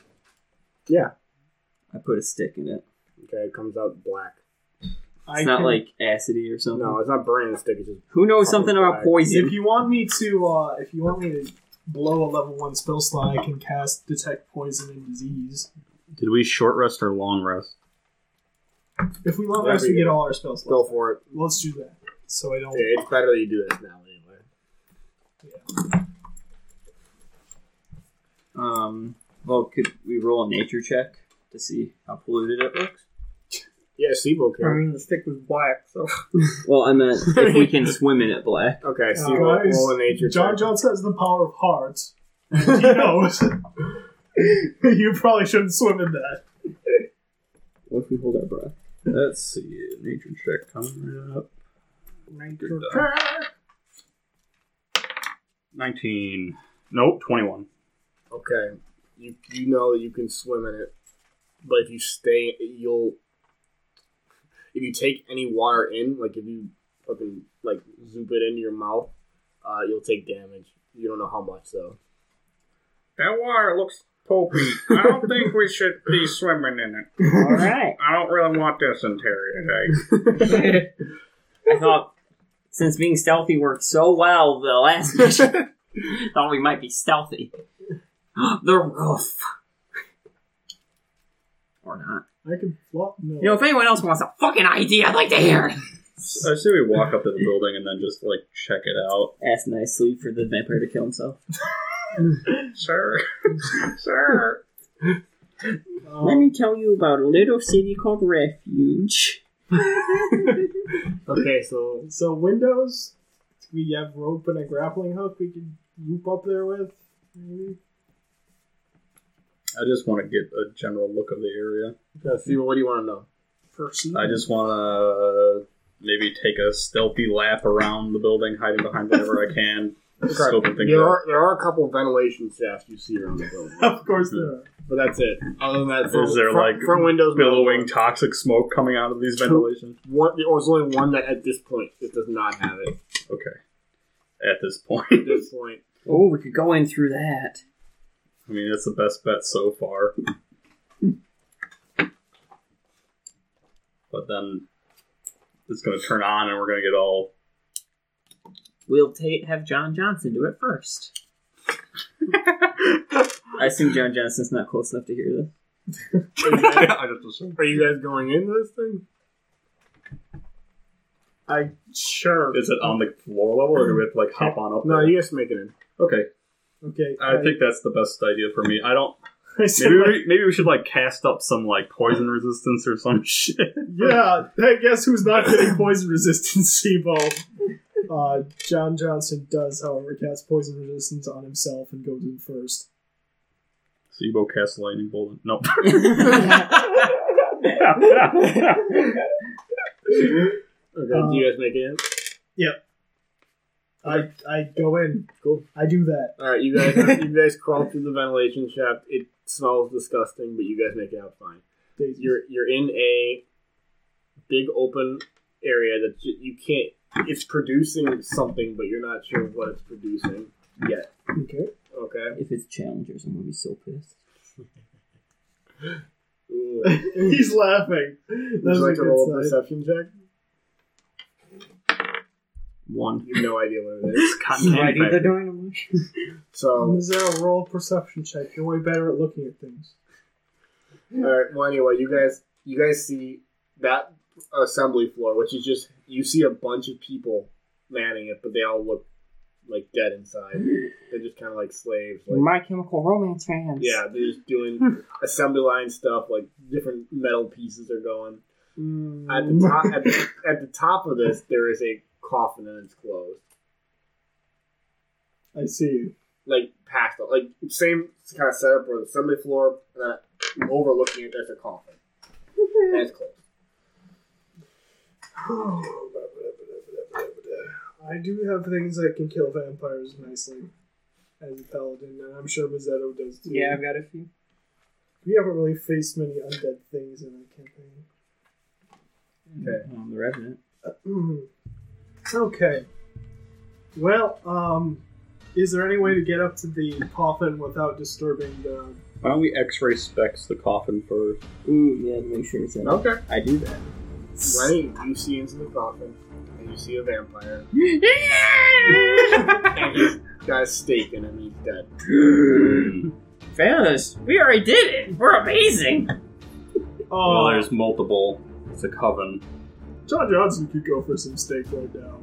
Speaker 2: Yeah.
Speaker 4: I put a stick in it.
Speaker 2: Okay, it comes out black.
Speaker 4: It's not like acidy or something.
Speaker 2: No, it's not burning the stick. It's just
Speaker 4: Who knows something about
Speaker 2: Alright.
Speaker 4: poison?
Speaker 3: If you want me to, uh, if you want me to blow a level one spell slot, I can cast detect poison and disease.
Speaker 11: Did we short rest or long rest?
Speaker 3: If we long
Speaker 2: Whatever
Speaker 3: rest, we
Speaker 2: you
Speaker 3: get
Speaker 2: do.
Speaker 3: all our spell slots.
Speaker 2: go for it.
Speaker 3: Let's do that. So I don't.
Speaker 2: Yeah, it's better that you do this now anyway.
Speaker 4: Um, well, could we roll a nature check to see how polluted it looks?
Speaker 2: Yeah, SIBO
Speaker 6: I
Speaker 3: Um,
Speaker 2: can.
Speaker 6: mean, the stick was black, so
Speaker 4: Well, I meant if we can swim in it black.
Speaker 2: Okay,
Speaker 3: Uh,
Speaker 2: SIBO,
Speaker 3: guys,
Speaker 2: roll a nature
Speaker 3: John
Speaker 2: check.
Speaker 3: Jones has the power of hearts. and He knows. [LAUGHS] you probably shouldn't swim in that.
Speaker 4: What if we hold our breath?
Speaker 5: Let's see. Nature check coming right up. Good die.
Speaker 11: 19. Nope, 21.
Speaker 2: Okay, you you know that you can swim in it, but if you stay, you'll. If you take any water in, like if you fucking like zoop it into your mouth, uh, you'll take damage. You don't know how much though.
Speaker 6: that water looks pokey. I
Speaker 5: [LAUGHS]
Speaker 6: don't think we should be swimming in
Speaker 4: [LAUGHS]
Speaker 6: it.
Speaker 4: All right.
Speaker 6: I don't really want dysentery today.
Speaker 4: I thought since being stealthy worked so well the [LAUGHS] last mission, thought we might be stealthy. [GASPS] the roof. Or not.
Speaker 3: I can flop. No.
Speaker 4: You know, if anyone else wants a fucking idea, I'd like to hear it.
Speaker 5: I say we walk up to the building and then just like check it out.
Speaker 4: Ask nicely for the vampire to kill himself.
Speaker 5: [LAUGHS]
Speaker 6: Sir, sir.
Speaker 3: Um,
Speaker 4: Let me tell you about a little city called Refuge.
Speaker 2: Okay, so
Speaker 3: So windows, we have rope and a grappling hook we could loop up there with. Maybe.
Speaker 5: I just want to get a general look of the area.
Speaker 2: uh, SIBO, what do you want to know?
Speaker 3: Perceive.
Speaker 5: I just want to maybe take a stealthy lap around the building, hiding behind whatever I can, scoping things
Speaker 2: There
Speaker 5: out.
Speaker 2: are there are a couple ventilation shafts you see around the building,
Speaker 3: [LAUGHS] Of course there are.
Speaker 2: but that's it. Other than that, front,
Speaker 5: Is there,
Speaker 2: front-
Speaker 5: like,
Speaker 2: front windows
Speaker 5: Billowing toxic smoke coming out of these ventilation.
Speaker 2: One, there was only one that at this point it does not have it.
Speaker 5: Okay. At this point, [LAUGHS]
Speaker 2: At this point,
Speaker 4: Oh, we could go in through that.
Speaker 5: I mean, it's the best bet so far. But then it's going to turn on and we're going to get all.
Speaker 4: We'll ta have John Johnson do it first. [LAUGHS] I assume John Johnson's not close enough to hear this.
Speaker 5: I just assume.
Speaker 2: are you guys going into this thing?
Speaker 3: I sure.
Speaker 5: Is it on the floor level or do we have to like hop on up?
Speaker 2: No,
Speaker 5: there?
Speaker 2: you guys make it in.
Speaker 5: Okay,
Speaker 3: Okay.
Speaker 5: I think that's the best idea for me. I don't.
Speaker 3: [LAUGHS] I said,
Speaker 11: Maybe
Speaker 3: like,
Speaker 11: we, maybe we should like cast up some like poison resistance or some shit.
Speaker 3: yeah. Hey, guess who's not getting poison resistant SIBO? Uh, John Johnson does, however, cast poison resistance on himself and goes in first.
Speaker 5: Sibo cast lightning bolt. Nope.
Speaker 4: [LAUGHS]
Speaker 2: Okay, do you guys make it in?
Speaker 3: I I go in. Cool. I do that.
Speaker 2: All right, you
Speaker 3: [LAUGHS]
Speaker 2: guys, you guys crawl through the ventilation shaft. It smells disgusting, but you guys make it out fine.
Speaker 3: Daisy.
Speaker 2: You're you're in a big open area that you, you can't. It's producing something, but you're not sure what it's producing yet.
Speaker 3: okay.
Speaker 2: Okay.
Speaker 4: if it's challengers, I'm gonna be so pissed.
Speaker 2: Ooh.
Speaker 3: [LAUGHS] He's laughing.
Speaker 2: Would
Speaker 3: That's
Speaker 2: you
Speaker 3: a
Speaker 2: like to roll a
Speaker 3: good sign.
Speaker 2: perception check?
Speaker 4: One.
Speaker 2: You have no idea what it is.
Speaker 11: Cotton candy
Speaker 6: Lighting the
Speaker 11: factory.
Speaker 6: dynamite.
Speaker 2: So,
Speaker 3: Is there a roll perception check? You're way better at looking at things.
Speaker 2: All right. Well, anyway, you guys, you guys see that assembly floor, which is just you see a bunch of people manning it, but they all look like dead inside. They're just kind of like slaves. Like,
Speaker 4: My Chemical Romance fans.
Speaker 2: yeah, they're just doing assembly line stuff. Like different metal pieces are going. At the top, at the, at the top of this, there is a coffin and it's closed.
Speaker 3: I see you.
Speaker 2: Like past, it. like same kind of setup where the assembly floor, and then overlooking it, there's a coffin. And it's closed.
Speaker 3: I I do have things that can kill vampires nicely as a paladin, and I'm sure Mazzetto does too.
Speaker 4: Yeah, I've got a few.
Speaker 3: We haven't really faced many undead things in our campaign.
Speaker 4: Um, the Revenant.
Speaker 3: Mm. Okay. Well, um, is there any way to get up to the coffin without disturbing the?
Speaker 5: Why don't we X-ray specs the coffin first?
Speaker 4: Ooh, yeah, to make sure it's in.
Speaker 2: Okay.
Speaker 4: I do that.
Speaker 2: Lenny, you see into the coffin, and you see a vampire.
Speaker 4: [LAUGHS]
Speaker 2: and he's got a stake in him, he's dead.
Speaker 12: Fellas, we already did it. We're amazing.
Speaker 3: Oh,
Speaker 5: Well, there's multiple. It's a coven.
Speaker 3: John Johnson could go for some steak right now.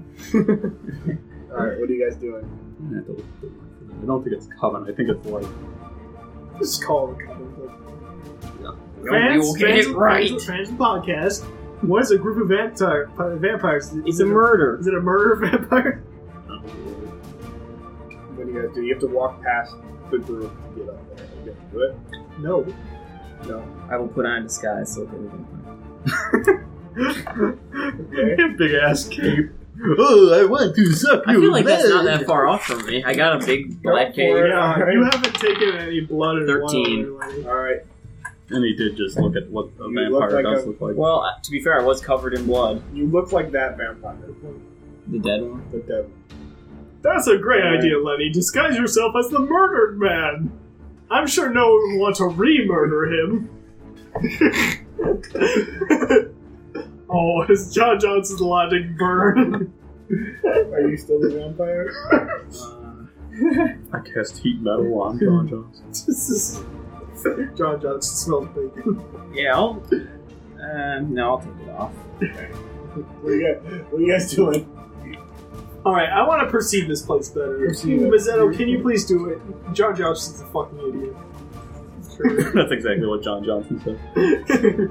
Speaker 2: Alright, what are you guys doing?
Speaker 5: I'm gonna have to look at the word for that. I don't think it's coven. I think it's like
Speaker 3: Just call it a coffin.
Speaker 12: No, we will get it right.
Speaker 3: Fans podcast. What is a group of vampire, vampires?
Speaker 4: It's a murder.
Speaker 3: Is it a murder [LAUGHS] vampire?
Speaker 2: What do you guys do? You have to walk past the group to get up there. Are You gonna do it?
Speaker 3: No.
Speaker 4: I will put on a disguise so it can be vampire.
Speaker 5: [LAUGHS] big ass cape.
Speaker 2: Oh, I want to suck
Speaker 12: I feel like that's not that far off from me. I got a big black
Speaker 2: for
Speaker 12: cape.
Speaker 2: it.
Speaker 3: Yeah,
Speaker 2: Alright.
Speaker 3: you haven't taken any blood or
Speaker 4: 13.
Speaker 3: Water, like-
Speaker 2: Alright,
Speaker 5: And he did just look at what a
Speaker 2: You
Speaker 5: vampire
Speaker 2: look like
Speaker 5: does
Speaker 2: a-
Speaker 5: look like.
Speaker 4: Well, uh, to be fair, I was covered in blood.
Speaker 2: you look like that vampire,
Speaker 4: The dead one.
Speaker 2: but
Speaker 5: [LAUGHS]
Speaker 2: then
Speaker 3: That's a great
Speaker 4: Alright.
Speaker 3: idea, Lenny. Disguise yourself as the murdered man. I'm sure no one will want to
Speaker 2: [LAUGHS]
Speaker 3: re-murder him. oh, is John Johnson's logic burn? [LAUGHS]
Speaker 2: are you still the vampire?
Speaker 5: I cast heat metal on John Jones.
Speaker 3: this is John Johnson smells bacon.
Speaker 4: Yeah. I'll, um, no, I'll take it off.
Speaker 2: What are you guys, what are you guys doing?
Speaker 3: All right, I want to perceive this place better.
Speaker 2: Perceive it.
Speaker 3: Mazzetto, can you please do it? John Johnson's a fucking idiot.
Speaker 5: [LAUGHS] That's exactly what John Johnson said.
Speaker 2: [LAUGHS]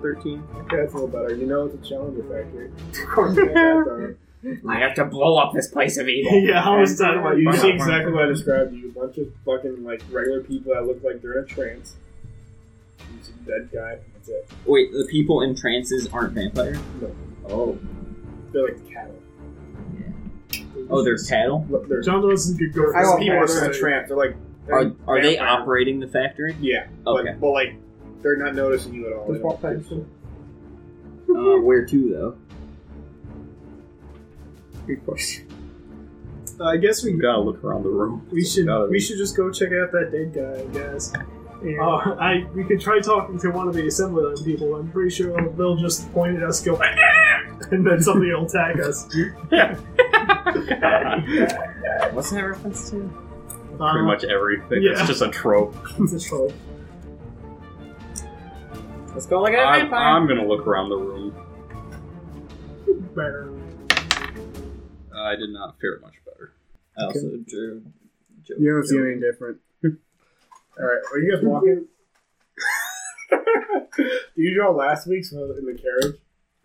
Speaker 4: Thirteen.
Speaker 2: Okay, that's a little better. You know it's a challenger factory. [LAUGHS]
Speaker 12: I have to blow up this place of evil.
Speaker 3: yeah, how is that? Like,
Speaker 2: you see exactly what I described to you. A bunch of fucking like regular people that look like they're in a trance. You see a dead guy, that's it.
Speaker 4: [LAUGHS] Wait, the people in trances aren't vampire.
Speaker 2: Oh. They're like cattle.
Speaker 4: Oh, they're cattle.
Speaker 2: Look, they're
Speaker 3: John Johnson could go
Speaker 2: I
Speaker 3: for
Speaker 2: don't people
Speaker 3: people.
Speaker 2: are in a trance. They're like they're
Speaker 4: Are are they
Speaker 2: vampire.
Speaker 4: operating the factory?
Speaker 2: Yeah.
Speaker 4: Okay.
Speaker 2: But, but like they're not noticing you at all. They don't-
Speaker 4: Uh, where to though?
Speaker 5: Good question.
Speaker 3: I guess we
Speaker 5: You gotta look around the room.
Speaker 3: We should
Speaker 5: Gotta
Speaker 3: we
Speaker 5: be.
Speaker 3: should just go check out that dead guy, I guess. Uh, I we could try talking to one of the assembly line people. I'm pretty sure they'll- they'll just point at us, go, "Ah!" and then somebody will tag us.
Speaker 4: What's that reference to?
Speaker 3: Uh,
Speaker 5: Pretty much everything.
Speaker 3: yeah.
Speaker 5: It's just a trope.
Speaker 3: [LAUGHS] it's a troll.
Speaker 4: Let's go look at a
Speaker 5: I'm,
Speaker 4: vampire.
Speaker 5: I'm gonna look around the room.
Speaker 3: Better.
Speaker 5: I did not fare much better.
Speaker 4: I also drew. Joe,
Speaker 2: You don't see anything [LAUGHS] different. Alright, are you guys [LAUGHS] walking? Did you draw last week's one in the carriage?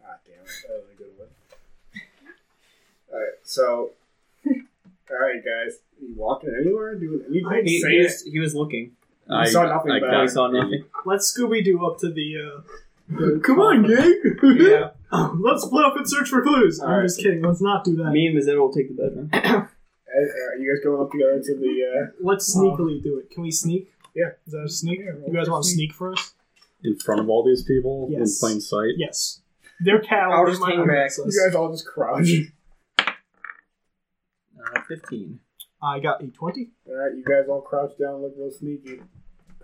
Speaker 2: Ah, damn it. That was a good one. Alright, so. [LAUGHS] Alright, guys. you walking anywhere? Doing anything?
Speaker 4: He, he was, he was looking.
Speaker 5: I
Speaker 2: saw nothing
Speaker 5: I
Speaker 2: bad.
Speaker 4: I
Speaker 5: got
Speaker 4: saw
Speaker 5: the-
Speaker 4: nothing.
Speaker 3: Let's Scooby Doo up to the.
Speaker 2: Come on, gang!
Speaker 5: [LAUGHS]
Speaker 3: Uh, [LAUGHS] yeah. Oh, let's split up and search for clues. I'm
Speaker 2: All right.
Speaker 3: just kidding. Let's not do that.
Speaker 4: [LAUGHS] Me and Mazzetto will take the bedroom.
Speaker 2: Are you guys going up together to [LAUGHS] the. Uh,
Speaker 3: Let's
Speaker 5: Uh-huh.
Speaker 3: sneakily do it. Can we sneak?
Speaker 2: Yeah.
Speaker 3: Is that a sneak? you guys want to sneak for us?
Speaker 5: in front of all these people
Speaker 3: Yes.
Speaker 5: in plain sight.
Speaker 3: Yes. They're cattle.
Speaker 4: I'll
Speaker 3: they
Speaker 4: just
Speaker 3: might
Speaker 4: hang
Speaker 3: not
Speaker 4: back.
Speaker 3: notice us.
Speaker 2: you guys all just crouch.
Speaker 4: Uh, [LAUGHS] Fifteen.
Speaker 3: I got a twenty.
Speaker 2: Alright, you guys all crouch down, look real sneaky.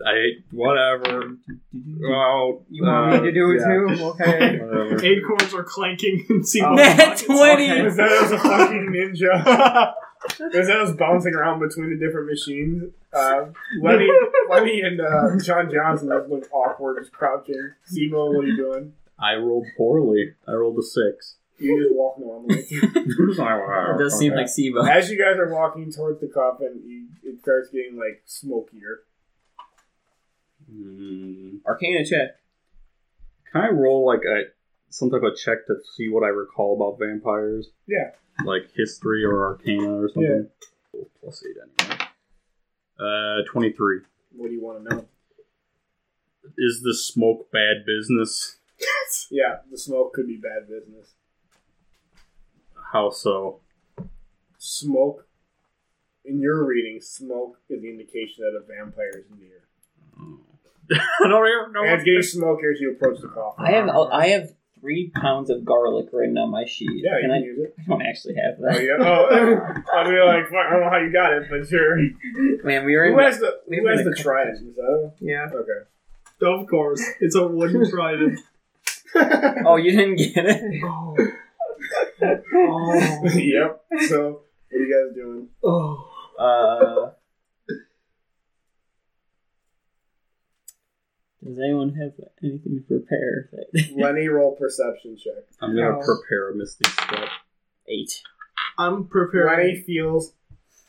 Speaker 5: I whatever. Well,
Speaker 4: You want me to do it too?
Speaker 5: [LAUGHS]
Speaker 4: Okay.
Speaker 3: [LAUGHS]
Speaker 5: whatever.
Speaker 3: Acorns are clanking and see
Speaker 2: Oh,
Speaker 4: Nat twenty.
Speaker 2: Because that was a fucking ninja. [LAUGHS] Because that was bouncing around between the different machines. Uh, Lenny, Lenny and uh, John Johnson just looked awkward, just crouching. Simo, what are you doing?
Speaker 5: I rolled poorly. I rolled a six.
Speaker 2: You just walk normally.
Speaker 5: it
Speaker 4: It does seem like Siva.
Speaker 2: As you guys are walking towards the coffin, you, it starts getting like smokier.
Speaker 5: Can
Speaker 4: Arcana check.
Speaker 5: Hmm. I roll like a some type of check to see what I recall about vampires?
Speaker 2: Yeah.
Speaker 5: Like history or arcana or something. Plus eight anyway. Uh, twenty-three.
Speaker 2: What do you want to know?
Speaker 5: Is this smoke bad business?
Speaker 2: Yeah, the smoke could be bad business.
Speaker 5: [LAUGHS]
Speaker 11: How so?
Speaker 2: Smoke. In your reading, smoke is the indication that a vampire is near.
Speaker 11: no, here,
Speaker 2: And it's getting smokier as you approach the coffin.
Speaker 4: I have I have three pounds of garlic written on my sheet.
Speaker 2: Yeah, you can
Speaker 4: and I,
Speaker 2: use it.
Speaker 4: I don't actually have
Speaker 2: Oh, [LAUGHS]
Speaker 4: that.
Speaker 2: yeah. Oh, I mean, like, fuck, I don't know how you got it, but sure.
Speaker 4: Man, we were in
Speaker 2: Who has the
Speaker 4: we
Speaker 2: Who
Speaker 4: were
Speaker 2: has
Speaker 4: in
Speaker 2: the
Speaker 4: a-
Speaker 2: trident? Is that
Speaker 6: Yeah.
Speaker 2: okay?
Speaker 3: Of course, it's a wooden
Speaker 11: [LAUGHS]
Speaker 3: trident.
Speaker 4: Oh, you didn't get it.
Speaker 3: Oh. oh.
Speaker 2: [LAUGHS] yep. So, what are you guys doing?
Speaker 3: Oh.
Speaker 4: Uh, does anyone have anything to prepare?
Speaker 2: Lenny, roll perception check.
Speaker 11: I'm
Speaker 6: No.
Speaker 11: gonna prepare a mystic step.
Speaker 4: Eight.
Speaker 3: I'm preparing.
Speaker 2: Lenny feels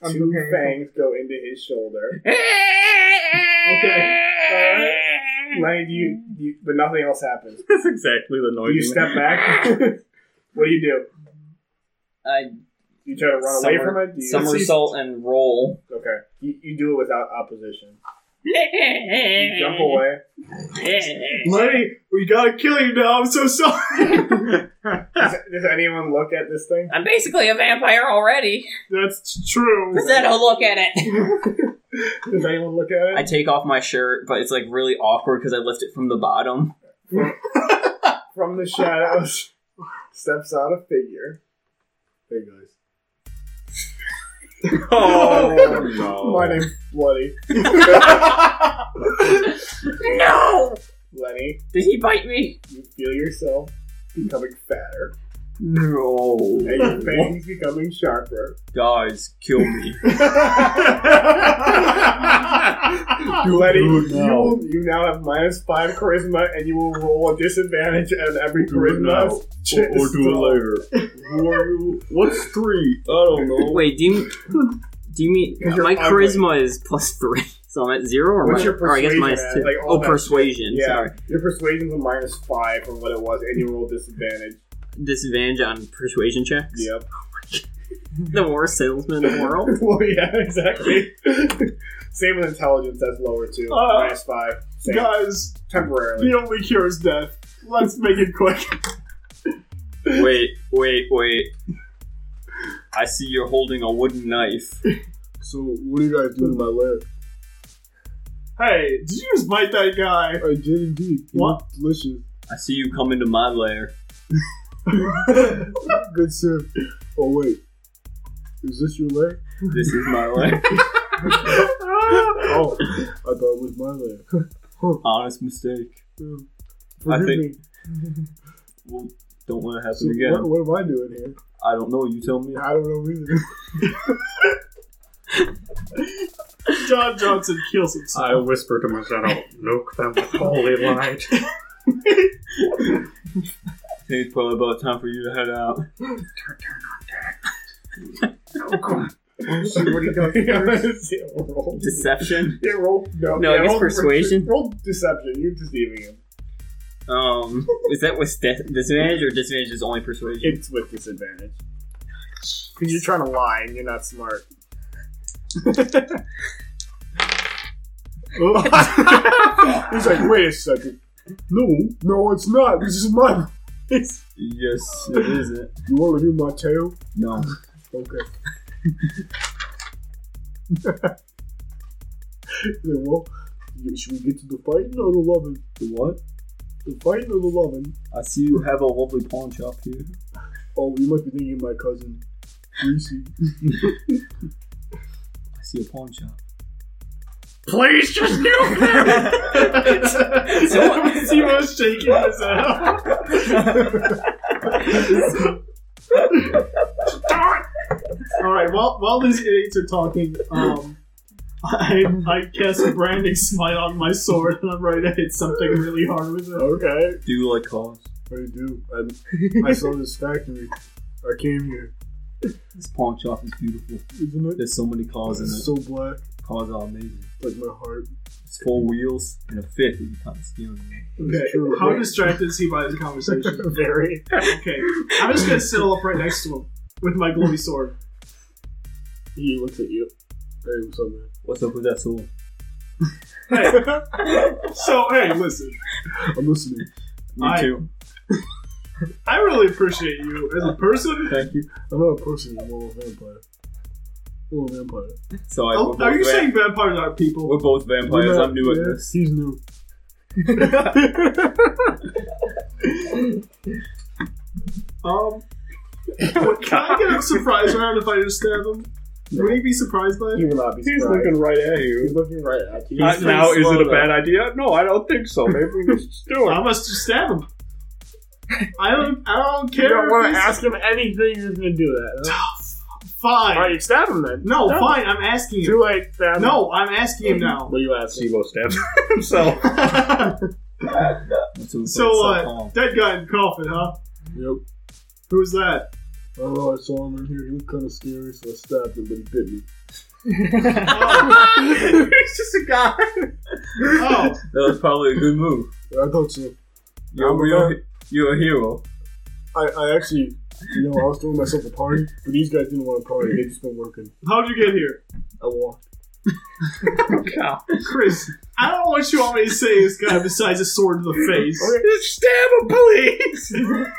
Speaker 6: I'm
Speaker 2: two
Speaker 6: preparing.
Speaker 2: fangs go into his shoulder.
Speaker 3: Okay.
Speaker 2: Lenny, do you, do you? But nothing else happens.
Speaker 11: That's exactly the noise.
Speaker 2: Do you
Speaker 11: you
Speaker 2: step back? [LAUGHS] what do you do?
Speaker 4: I
Speaker 2: You try to run away from it? Do you,
Speaker 4: somersault and roll.
Speaker 2: Okay. You, you do it without opposition. You jump
Speaker 4: Eh. [LAUGHS]
Speaker 2: away.
Speaker 3: Lenny, we gotta kill you now. I'm so sorry.
Speaker 2: Does, does anyone look at this thing?
Speaker 4: I'm basically a vampire already.
Speaker 3: That's true.
Speaker 4: Presento, look at it.
Speaker 2: Does anyone look at
Speaker 4: I
Speaker 2: it?
Speaker 4: take off my shirt, but it's like really awkward because I lift it from the bottom.
Speaker 2: From the shadows, [LAUGHS] steps out a figure. Hey [LAUGHS] guys.
Speaker 11: Oh no!
Speaker 2: My name's Bloody.
Speaker 4: No!
Speaker 2: Lenny,
Speaker 4: Did he bite me?
Speaker 2: you feel yourself becoming fatter,
Speaker 4: No.
Speaker 2: and
Speaker 11: [LAUGHS]
Speaker 2: your fangs becoming sharper.
Speaker 4: Guys, kill me.
Speaker 11: Ah.
Speaker 2: Lenny,
Speaker 11: do
Speaker 2: you,
Speaker 11: now.
Speaker 2: will- you now have minus five charisma, and you will roll a disadvantage on every
Speaker 11: Do it now,
Speaker 2: [LAUGHS] charisma.
Speaker 11: or, or do it later. Who are you? What's three? I don't know.
Speaker 4: [LAUGHS] Wait, do you do you mean
Speaker 2: 'Cause you're
Speaker 4: my
Speaker 2: ugly.
Speaker 4: charisma is plus three, [LAUGHS] so I'm at zero or
Speaker 2: What's
Speaker 4: my,
Speaker 2: your
Speaker 4: or I guess
Speaker 2: persuasion
Speaker 4: minus
Speaker 2: at?
Speaker 4: two.
Speaker 2: Like, all
Speaker 4: oh,
Speaker 2: that-
Speaker 4: persuasion.
Speaker 2: Yeah,
Speaker 4: Sorry,
Speaker 2: your persuasion's a minus five from what it was, and you roll disadvantage.
Speaker 4: disadvantage on persuasion checks.
Speaker 2: Yep.
Speaker 4: [LAUGHS] The worst salesman in the
Speaker 2: [LAUGHS]
Speaker 4: world.
Speaker 2: well, yeah, exactly. Same with intelligence, that's lower too.
Speaker 3: Uh,
Speaker 2: minus five. Same.
Speaker 3: Guys,
Speaker 2: Temporarily.
Speaker 3: the only cure is death. Let's make it quick.
Speaker 11: Wait, wait, wait.
Speaker 4: I see you're holding a wooden knife.
Speaker 11: So what do you guys do in my lab?
Speaker 3: Hey, did you just bite that guy?
Speaker 11: I did indeed.
Speaker 3: What?
Speaker 11: Delicious.
Speaker 3: [LAUGHS]
Speaker 4: I see you come into my lair.
Speaker 11: Good sir. Oh wait. Is this your leg?
Speaker 4: This is my [LAUGHS] lair.
Speaker 11: Oh, I thought it was my leg.
Speaker 4: Honest mistake. I
Speaker 11: Forgive
Speaker 4: think-
Speaker 11: me.
Speaker 4: Well, don't let it
Speaker 11: So
Speaker 4: happen again.
Speaker 11: What, what am I doing here?
Speaker 4: I don't know. You tell me.
Speaker 11: I don't know either. [LAUGHS]
Speaker 3: John Johnson kills himself.
Speaker 11: I whisper to myself, "Look them with holy light."
Speaker 4: I think it's probably about time for you to head out.
Speaker 2: See what he does first. [LAUGHS] Yeah, roll.
Speaker 4: Deception.
Speaker 2: Yeah, roll. No,
Speaker 4: No,
Speaker 2: yeah,
Speaker 4: I guess
Speaker 2: roll
Speaker 4: persuasion.
Speaker 2: Roll deception. You're deceiving him.
Speaker 4: Um, is that with de- disadvantage or disadvantage is only persuasion?
Speaker 2: It's with disadvantage. Because you're trying to lie and you're not smart. [LAUGHS] He's like, wait a second.
Speaker 11: No, no, it's not. This is my.
Speaker 4: yes, it isn't.
Speaker 11: You want to do my tail?
Speaker 4: No.
Speaker 2: [LAUGHS]
Speaker 11: Okay. then, well, you- should we get to the fighting or the loving?
Speaker 4: The what?
Speaker 11: The fighting or the loving?
Speaker 4: I see you have a lovely pawn shop here.
Speaker 11: Oh, you must be thinking of my cousin, Reese.
Speaker 4: I see a pawn shop.
Speaker 2: Please just do it!
Speaker 4: Someone-
Speaker 2: Zero's shaking his head.
Speaker 3: All right. While while these idiots are talking, um, I I cast a branding smite on my sword, and I'm ready to hit something really hard with it.
Speaker 11: Okay.
Speaker 4: Do you like cars?
Speaker 11: What do you do? I, I saw this factory. I came here.
Speaker 4: This pawn shop is beautiful.
Speaker 11: Isn't it?
Speaker 4: There's so many cars in
Speaker 11: It's
Speaker 4: it.
Speaker 11: so black,
Speaker 4: Cars are amazing.
Speaker 11: like my heart.
Speaker 4: It's four wheels and a fifth if you count the steering wheel.
Speaker 3: Okay.
Speaker 11: true.
Speaker 3: How distracted is he by this conversation?
Speaker 2: Very.
Speaker 3: Okay. I'm just gonna settle up right next to him with my glowy sword.
Speaker 11: He looks at you. Hey, what's up, man?
Speaker 4: What's up with that soul?
Speaker 3: So hey, listen.
Speaker 11: I'm listening.
Speaker 4: Me
Speaker 3: I-
Speaker 4: too.
Speaker 3: I really appreciate you as a person.
Speaker 11: Thank you.
Speaker 2: I'm not a person, I'm a vampire. I'm a vampire.
Speaker 11: So I,
Speaker 3: Oh,
Speaker 11: we're both
Speaker 3: are you
Speaker 11: va-
Speaker 3: saying vampires are people?
Speaker 11: we're both vampires? I'm new
Speaker 2: Yeah,
Speaker 11: at this.
Speaker 2: He's new.
Speaker 3: Um, can I get a surprise round if I just stab him? Would he be surprised by it?
Speaker 2: will not be
Speaker 6: He's
Speaker 2: surprised.
Speaker 6: looking right at you.
Speaker 2: He's looking right at you.
Speaker 6: Uh,
Speaker 2: He's
Speaker 6: now, is
Speaker 2: slow,
Speaker 6: it a
Speaker 2: though.
Speaker 6: bad idea? No, I don't think so. Maybe we should just do it.
Speaker 3: I must just stab him. I don't. I don't care.
Speaker 2: You don't
Speaker 3: if
Speaker 2: want to
Speaker 3: he's-
Speaker 2: ask him anything, you're just gonna do that. huh?
Speaker 3: Fine.
Speaker 2: Alright, you stab him then.
Speaker 3: No,
Speaker 2: Stab him.
Speaker 3: fine. I'm asking him.
Speaker 2: Too late, stab him.
Speaker 3: No, I'm asking him now.
Speaker 2: What are you asking?
Speaker 6: Sibo stabs himself.
Speaker 3: so, uh, dead guy in coffin, huh?
Speaker 2: Yep.
Speaker 3: Who's that?
Speaker 2: I don't know, I saw him in here. He looked kind of scary, so I stabbed him, but he bit me.
Speaker 6: It's just a guy.
Speaker 3: Oh,
Speaker 11: That was probably a good move.
Speaker 2: I thought so.
Speaker 11: You're,
Speaker 2: I'm a
Speaker 11: you're, you're a hero.
Speaker 2: I, I actually, you know, I was throwing myself a party, but these guys didn't want a party. They just been working.
Speaker 3: how'd you get here,
Speaker 2: I
Speaker 3: [LAUGHS]
Speaker 2: walked.
Speaker 3: Chris? I don't know what you want me to say. to This guy besides a sword to the face.
Speaker 6: Just stab him, please.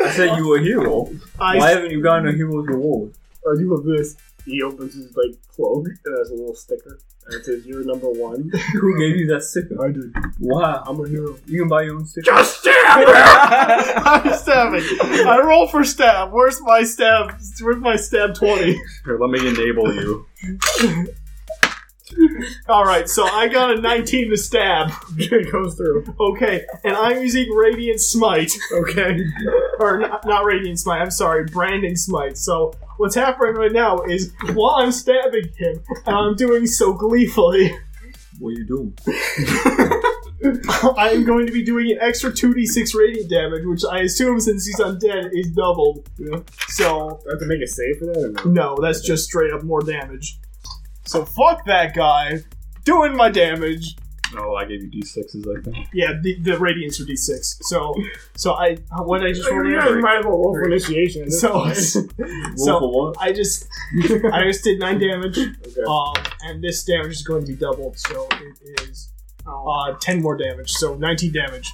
Speaker 11: I said you were a hero.
Speaker 3: I
Speaker 11: Why haven't you gotten a hero's reward?
Speaker 2: I do love this. He opens his like cloak and has a little sticker, and it says, "You're number one."
Speaker 11: Who gave you that sticker?
Speaker 2: I did.
Speaker 11: Wow.
Speaker 2: I'm a hero.
Speaker 11: You can buy your own sticker.
Speaker 6: Just stab
Speaker 3: I'm stabbing. I roll for stab. Where's my stab? Where's my stab twenty?
Speaker 5: Here, let me enable
Speaker 3: [LAUGHS]
Speaker 5: you.
Speaker 3: All right, so I got a nineteen to stab.
Speaker 2: it goes through.
Speaker 3: Okay, and I'm using Radiant Smite.
Speaker 11: [LAUGHS]
Speaker 2: Okay.
Speaker 3: or not, not radiant smite. I'm sorry, branding smite. So what's happening right now is while I'm stabbing him, and I'm doing so gleefully,
Speaker 11: What are you doing?
Speaker 3: [LAUGHS] I am going to be doing an extra two d six radiant damage, which I assume since he's undead is doubled. So
Speaker 2: Do I have to make a save for that or no?
Speaker 3: no, that's just straight up more damage. So fuck that guy. Doing my damage.
Speaker 5: Oh, I gave you d6s, I think.
Speaker 3: Yeah, the, the radiants are d6. So, so I uh, what did I
Speaker 4: Oh,
Speaker 3: just roll
Speaker 2: Oh, You
Speaker 3: there?
Speaker 2: guys might as well roll for initiation.
Speaker 3: So,
Speaker 11: Roll
Speaker 3: so
Speaker 11: for what?
Speaker 3: I just, [LAUGHS] I just did nine damage.
Speaker 2: okay.
Speaker 3: Um, and this damage is going to be doubled, so it is
Speaker 4: Oh.
Speaker 3: uh, 10 more damage, so 19 damage.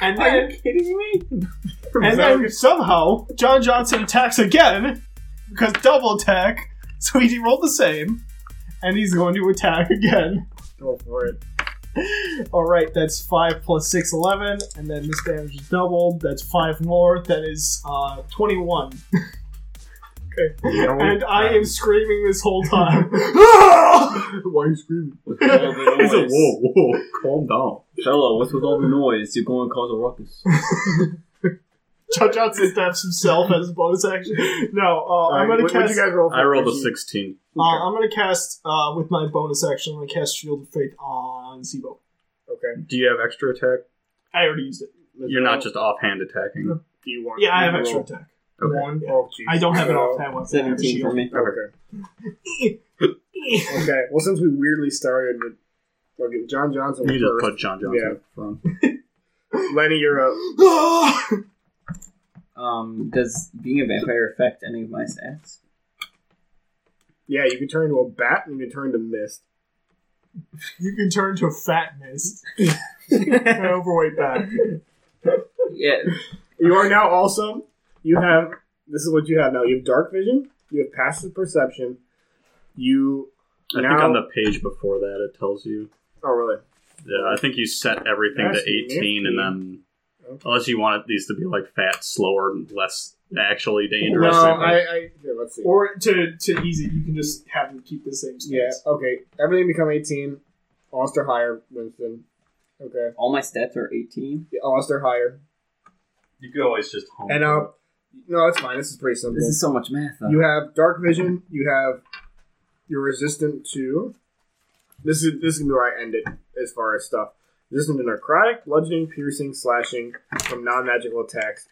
Speaker 3: And
Speaker 4: Are you
Speaker 3: then,
Speaker 4: kidding me?
Speaker 3: and then somehow, John Johnson attacks again, because double attack, [LAUGHS] so he rolled the same, and he's going to attack again.
Speaker 2: Go for it.
Speaker 3: Alright, that's 5 plus 6, 11, and then this damage is doubled, that's 5 more, that is uh, [LAUGHS] 21. And I am screaming this whole time.
Speaker 2: [LAUGHS]
Speaker 3: [LAUGHS]
Speaker 2: Why are you screaming?
Speaker 11: What's with all
Speaker 2: [LAUGHS]
Speaker 11: the
Speaker 5: He said,
Speaker 11: noise?
Speaker 5: whoa, whoa, calm down.
Speaker 11: Fella, what's with all the noise? You're going to cause
Speaker 3: [LAUGHS]
Speaker 11: a ruckus.
Speaker 3: John Johnson stabs himself as a bonus action. No, uh, I'm gonna
Speaker 2: What- what'd
Speaker 3: cast.
Speaker 2: you guys roll for
Speaker 5: I rolled a
Speaker 2: initiation?
Speaker 5: 16.
Speaker 3: uh, I'm gonna cast uh, with my bonus action. I'm gonna cast Shield of Faith on Sibo.
Speaker 2: Okay.
Speaker 5: Do you have extra attack?
Speaker 3: I already used it.
Speaker 5: You're not just offhand attacking.
Speaker 2: Do you want?
Speaker 3: Yeah, I have
Speaker 2: roll?
Speaker 3: extra attack.
Speaker 5: Okay.
Speaker 3: One.
Speaker 2: Oh, geez.
Speaker 3: I don't have it off that one. I have a
Speaker 4: 17
Speaker 3: shield.
Speaker 4: for me.
Speaker 2: Okay. okay. Well, since we weirdly started with okay, John Johnson
Speaker 5: You
Speaker 2: was
Speaker 5: need to
Speaker 2: first.
Speaker 5: put John Johnson from.
Speaker 2: Lenny, you're up.
Speaker 4: Um, does being a vampire affect any of my stats?
Speaker 2: Yeah, you can turn into a bat and you can turn into mist.
Speaker 3: [LAUGHS] You can turn to a fat mist. An overweight bat.
Speaker 4: Yeah.
Speaker 2: You are now also you have this is what you have now. You have dark vision. You have passive perception. You
Speaker 5: I
Speaker 2: now
Speaker 5: think on the page before that it tells you.
Speaker 2: oh really
Speaker 5: Yeah, I think you set everything
Speaker 2: That's
Speaker 5: to 18 and then.
Speaker 2: Okay.
Speaker 5: Unless you want these to be like fat, slower, and less actually
Speaker 2: no
Speaker 5: dangerous.
Speaker 2: I, I here, let's see
Speaker 3: Or to to easy, you can just have them keep the same stats.
Speaker 2: yeah okay everything become eighteen. Oster higher Winston. Okay,
Speaker 4: All my stats are 18.
Speaker 2: yeah, Oster higher
Speaker 5: you could always just. Home
Speaker 2: and uh no that's fine. This is pretty simple.
Speaker 4: This is so much math, though.
Speaker 2: You have dark vision. You have you're resistant to. This is this is gonna be where I end it as far as stuff. Resistant to necrotic, bludgeoning, piercing, slashing from non-magical attacks,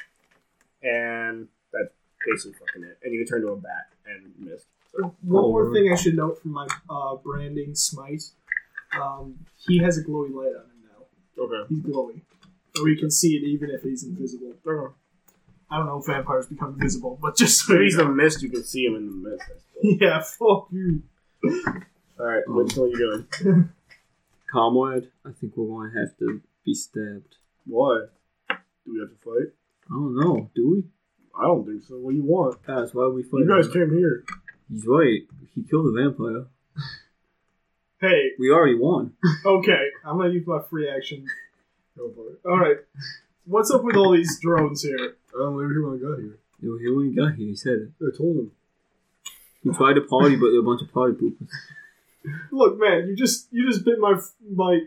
Speaker 2: and that's basically fucking it. And you can turn to a bat and miss.
Speaker 3: Uh, One more thing I should note from my uh, branding smite. Um, he has a glowy light on him now.
Speaker 2: Okay.
Speaker 3: He's glowing. Or you can see it even if he's invisible. Uh, I don't know if vampires become invisible, but just
Speaker 2: If he's in the mist, you can see him in the mist. I suppose.
Speaker 3: [LAUGHS] Yeah, fuck you.
Speaker 2: All right, what's what you doing?
Speaker 11: Comrade, I think we're going to have to be stabbed.
Speaker 2: Why? Do we have to fight?
Speaker 4: I don't know. Do we?
Speaker 1: I don't think so. What do you want?
Speaker 4: That's why we fight.
Speaker 1: You guys came here.
Speaker 4: He's right. He killed a vampire.
Speaker 3: Hey,
Speaker 4: We already won.
Speaker 3: [LAUGHS] okay, I'm gonna use my free action. Go for it. All right, what's up with all these drones here?
Speaker 1: I don't live here when I got here.
Speaker 4: Yo, he only got here. He said it.
Speaker 1: I told him.
Speaker 4: He tried to party, but there were a bunch of party poopers.
Speaker 3: Look, man, you just you just bit my my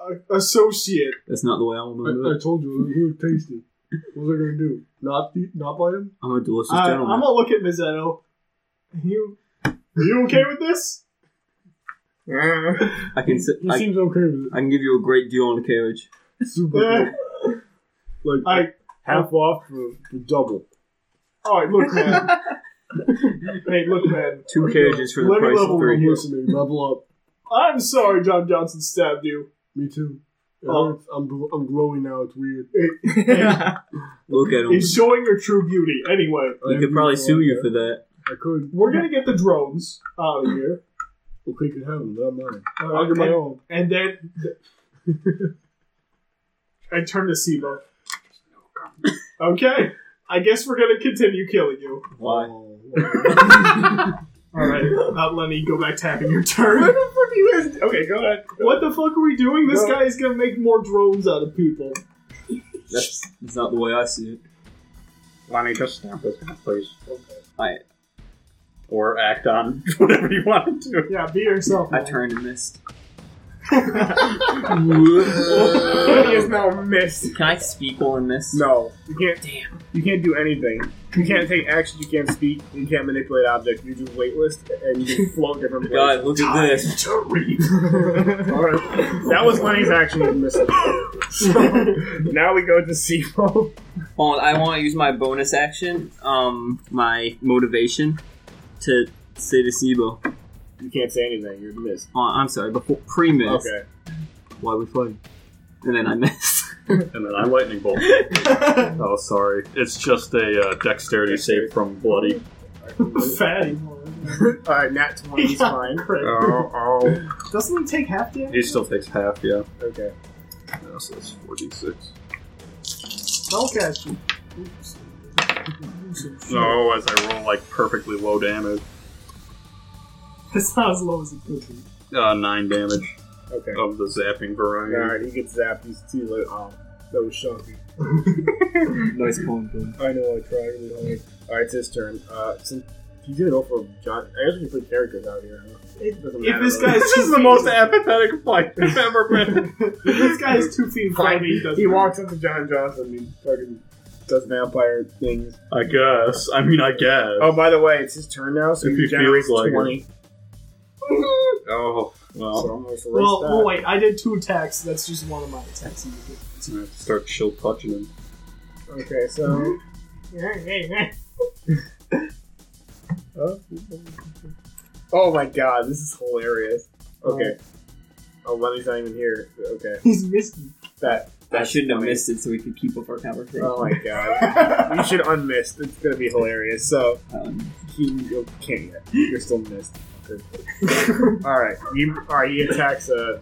Speaker 3: uh, associate.
Speaker 4: That's not the way I remember
Speaker 1: I, I
Speaker 4: it.
Speaker 1: told you he was tasty. What was I gonna do? Not eat, not buy him?
Speaker 4: I'm a delicious
Speaker 3: I, I'm
Speaker 4: gentleman.
Speaker 3: gonna look at Mizzetto. You, are you okay with this?
Speaker 4: I can sit,
Speaker 1: He
Speaker 4: I,
Speaker 1: seems okay with
Speaker 4: I can give you a great deal on the carriage.
Speaker 1: it. Super.
Speaker 3: Eh,
Speaker 1: cool. Like
Speaker 3: I
Speaker 1: half off for, for double.
Speaker 3: all right, look, man. [LAUGHS] hey, look, man.
Speaker 4: Two carriages for the
Speaker 3: Let me
Speaker 4: price
Speaker 3: level
Speaker 4: of
Speaker 1: I'm
Speaker 4: three.
Speaker 1: listening. Level up.
Speaker 3: I'm sorry, John Johnson stabbed you.
Speaker 1: Me too. It
Speaker 3: Oh.
Speaker 1: hurts. I'm gl- I'm glowing now. It's weird.
Speaker 4: Look at him.
Speaker 3: He's showing your true beauty. Anyway,
Speaker 4: He could probably sue you for that.
Speaker 1: I could.
Speaker 3: we're gonna get the drones out of here.
Speaker 1: Okay, could have him. Not mine.
Speaker 3: Uh,
Speaker 1: I'll get my
Speaker 3: and-
Speaker 1: own.
Speaker 3: And then I turn to Sibo. Okay, I guess we're gonna continue killing you.
Speaker 4: Why?
Speaker 1: Oh, wow.
Speaker 3: All
Speaker 4: [LAUGHS]
Speaker 3: right, uh, Lenny, go back to having your turn. What the fuck are you guys? Okay, go ahead. What the fuck are we doing? This
Speaker 1: Go.
Speaker 3: guy is gonna make more drones out of people.
Speaker 4: That's, that's not the way I see it.
Speaker 5: Why don't you just snap this guy, please?
Speaker 4: Alright.
Speaker 5: Or act on [LAUGHS] whatever you want to do.
Speaker 3: Yeah, be yourself.
Speaker 4: I
Speaker 3: man.
Speaker 4: turned and missed.
Speaker 1: he
Speaker 2: is now missed.
Speaker 4: Can I speak while in this?
Speaker 1: No,
Speaker 2: You can't. Damn. You can't do anything. You can't take actions. You can't speak. You can't manipulate objects. You just waitlist and you just float different places.
Speaker 4: [LAUGHS] God, look at this.
Speaker 2: That was Lenny's action. You missed it. So [LAUGHS] now we go to Sebo.
Speaker 4: Hold on, I want to use my bonus action, um, my motivation, to say to Sibo. Hold
Speaker 2: You can't say anything. You're missed.
Speaker 4: on, I'm sorry, before pre-miss.
Speaker 2: Okay.
Speaker 4: Why we fighting? And then I missed.
Speaker 5: And then I lightning bolt. oh, sorry. It's just a uh, dexterity save from bloody.
Speaker 3: fatty.
Speaker 2: All right, Nat 20 is fine.
Speaker 5: Oh, oh.
Speaker 3: Doesn't he take half damage?
Speaker 5: He still takes half, yeah.
Speaker 2: Okay.
Speaker 5: Yeah, so that's 4d6.
Speaker 3: I'll catch you.
Speaker 5: Oh, as I roll like perfectly low damage.
Speaker 3: That's not as low as it could be.
Speaker 5: Uh, 9 damage
Speaker 2: Okay.
Speaker 5: of the zapping
Speaker 2: All
Speaker 5: variety.
Speaker 2: right, he gets zapped. He's, he's like, oh, that was
Speaker 5: [LAUGHS]
Speaker 2: shocking.
Speaker 4: nice
Speaker 2: [LAUGHS]
Speaker 4: poem, dude.
Speaker 2: I know, I tried really hard. All right, it's his turn. Uh, since he's gonna go for John, I guess we can put characters out here. Huh?
Speaker 3: If-
Speaker 2: Doesn't
Speaker 3: If
Speaker 2: matter,
Speaker 3: this
Speaker 2: really.
Speaker 3: guy's
Speaker 5: This is the most apathetic fight I've ever been.
Speaker 3: if this guy's two feet in front of me, he doesn't.
Speaker 2: [LAUGHS] he walks up to John Johnson and he fucking does vampire things.
Speaker 5: I guess. I mean, I guess.
Speaker 2: Oh, by the way, it's his turn now, so
Speaker 5: If
Speaker 2: he
Speaker 5: he
Speaker 2: generates
Speaker 5: feels like it.
Speaker 2: twenty.
Speaker 5: Oh,
Speaker 2: So
Speaker 5: well.
Speaker 2: I'm gonna erase
Speaker 3: Well,
Speaker 2: that.
Speaker 3: well, wait, I did two attacks. That's just one of my attacks.
Speaker 5: I have to start chill touching him.
Speaker 2: Okay, so [LAUGHS] oh my god, this is hilarious. Okay. Oh, Lenny's not even here. Okay,
Speaker 3: He's missing.
Speaker 2: that.
Speaker 4: I shouldn't have
Speaker 2: funny.
Speaker 4: missed it so we could keep up our conversation.
Speaker 2: Oh my [LAUGHS] god. you should unmiss. It's gonna be hilarious. So,
Speaker 4: Um,
Speaker 2: he, you can't yet. You're still [LAUGHS] missed. Good. alright. He, alright, he attacks a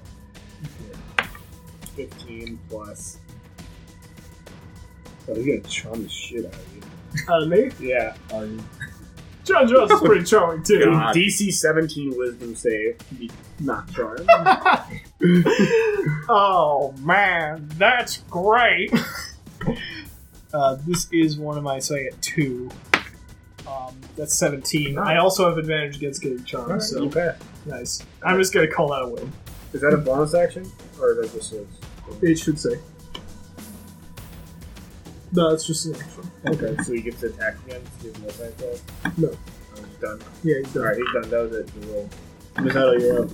Speaker 2: 15 plus. Oh, he's gonna charm the shit out of
Speaker 3: Out of me?
Speaker 2: you. Yeah.
Speaker 3: Uh, John Johnson's pretty charming, too.
Speaker 2: A DC 17 wisdom save. Be Not
Speaker 3: [LAUGHS]
Speaker 2: charmed.
Speaker 3: oh man, that's great. uh, this is one of my, so I get two. Um, that's 17. I also have advantage against getting charmed, so
Speaker 2: You bet.
Speaker 3: nice. I'm just gonna call that a win.
Speaker 2: Is that a bonus action? Or is that just a.
Speaker 3: It should say. No, it's just an extra.
Speaker 2: Okay, so he gets to attack again? Give him a attack roll?
Speaker 3: No.
Speaker 2: Oh, he's done.
Speaker 3: Yeah, he's done.
Speaker 2: Alright, he's done. That was it. The roll. Misato, you're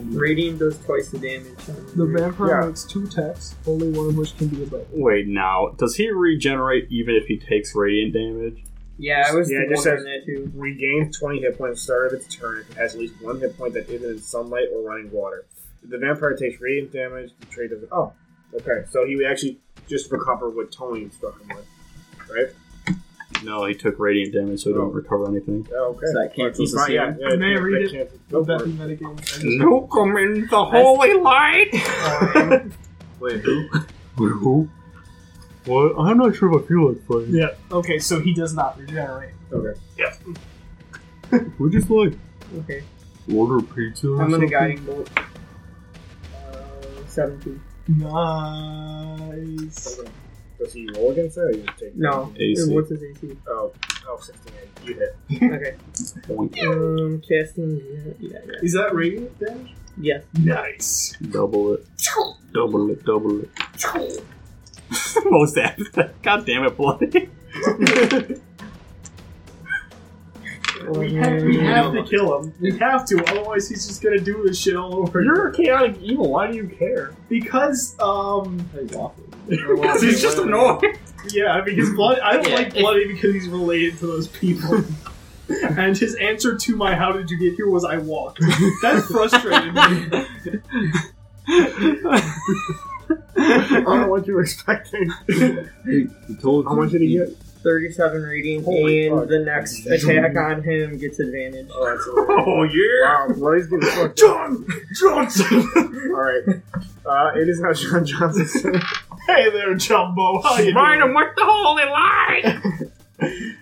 Speaker 2: up.
Speaker 4: Radiant does twice the damage. on
Speaker 3: The
Speaker 4: radiant.
Speaker 3: vampire
Speaker 2: Yeah.
Speaker 3: makes two attacks, only one of which can be a bite.
Speaker 5: Wait, now, does he regenerate even if he takes radiant damage?
Speaker 4: Yeah, I was
Speaker 2: Yeah,
Speaker 4: yeah,
Speaker 2: it just says-
Speaker 4: that too.
Speaker 2: regains 20 hit points at the start of its turn if it has at least one hit point that isn't in sunlight or running water. If the vampire takes radiant damage, the trait doesn't. Oh, okay. So he would actually just recover what Tony struck him with.
Speaker 5: No, he took radiant damage, so he
Speaker 2: Oh.
Speaker 5: don't recover anything.
Speaker 2: Oh, okay.
Speaker 4: So that cancels
Speaker 2: He's
Speaker 4: the
Speaker 2: fine, yeah,
Speaker 4: save.
Speaker 2: yeah,
Speaker 3: May I
Speaker 2: yeah,
Speaker 3: read
Speaker 2: that
Speaker 3: it?
Speaker 2: cancels- Go
Speaker 3: Would
Speaker 2: for
Speaker 3: that
Speaker 2: it.
Speaker 3: be metagame?
Speaker 5: No, come in the
Speaker 4: holy
Speaker 5: light!
Speaker 4: Wait, who?
Speaker 5: What? I'm not sure if I feel like playing.
Speaker 3: Yeah. [LAUGHS] Okay, so he does not regenerate.
Speaker 5: We're just like
Speaker 2: Okay.
Speaker 5: order pizza. Or
Speaker 2: I'm gonna
Speaker 5: something.
Speaker 2: guiding bolt. Uh, Seventeen.
Speaker 3: Nice.
Speaker 6: Does he roll against that or you take
Speaker 2: No.
Speaker 5: AC.
Speaker 2: What's his AC?
Speaker 6: Oh, oh, 16. You hit.
Speaker 2: Okay. um, casting. Yeah, yeah.
Speaker 3: Is that radiant damage?
Speaker 2: Yeah.
Speaker 3: Nice.
Speaker 11: Double it. Double it. Double it. Most apt. God damn it, Bloody.
Speaker 3: We
Speaker 2: Oh,
Speaker 3: have, we
Speaker 4: Um,
Speaker 3: have to kill him. We have to, otherwise he's just gonna do this shit all over.
Speaker 2: You're
Speaker 3: again.
Speaker 2: a chaotic evil. Why do you care?
Speaker 3: Because um,
Speaker 2: Because
Speaker 11: He's just annoyed.
Speaker 3: yeah, because blood. I don't
Speaker 4: Yeah.
Speaker 3: like bloody because he's related to
Speaker 2: [LAUGHS]
Speaker 3: those people. and his answer to my "How did you get here?" was "I walked." That frustrated me.
Speaker 2: [LAUGHS] [LAUGHS] I don't know what you were expecting.
Speaker 11: He told
Speaker 2: How much did he get?
Speaker 4: 37 radiant,
Speaker 2: Holy
Speaker 4: and
Speaker 2: fuck.
Speaker 4: the next attack on him gets advantage.
Speaker 2: Oh, that's
Speaker 11: Oh, yeah.
Speaker 2: Wow, Bloody's getting fucked.
Speaker 11: John Johnson.
Speaker 2: Alright. Uh, it is now John Johnson.
Speaker 3: Hey there, Jumbo. How you doing?
Speaker 11: him with the holy light.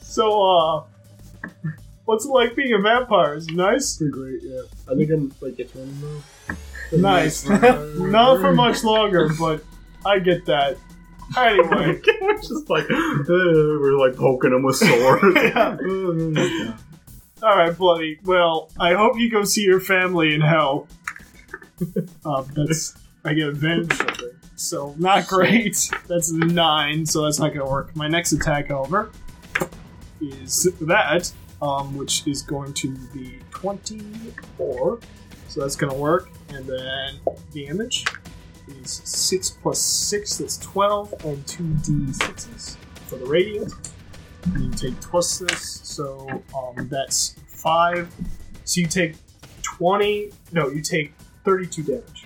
Speaker 3: So uh, what's it like being a vampire? Is it nice?
Speaker 2: Pretty great, yeah. I think I'm like it's running now.
Speaker 3: Nice. [LAUGHS] Not for much longer, but I get that. Anyway,
Speaker 11: We're just [LAUGHS] like, uh, we're like poking him
Speaker 2: [LAUGHS]
Speaker 11: with swords. [LAUGHS] Oh,
Speaker 3: Yeah. all right, bloody. Well, I hope you go see your family in hell. Um, that's I get advantage. of it. So not great. That's a nine, so that's not gonna work. My next attack, however, is that, um, which is going to be twenty-four. So that's gonna work, and then damage is six plus six. That's twelve, and two d sixes for the radiant. You take plus this, so um, that's five. So you take twenty. No, you take thirty-two damage.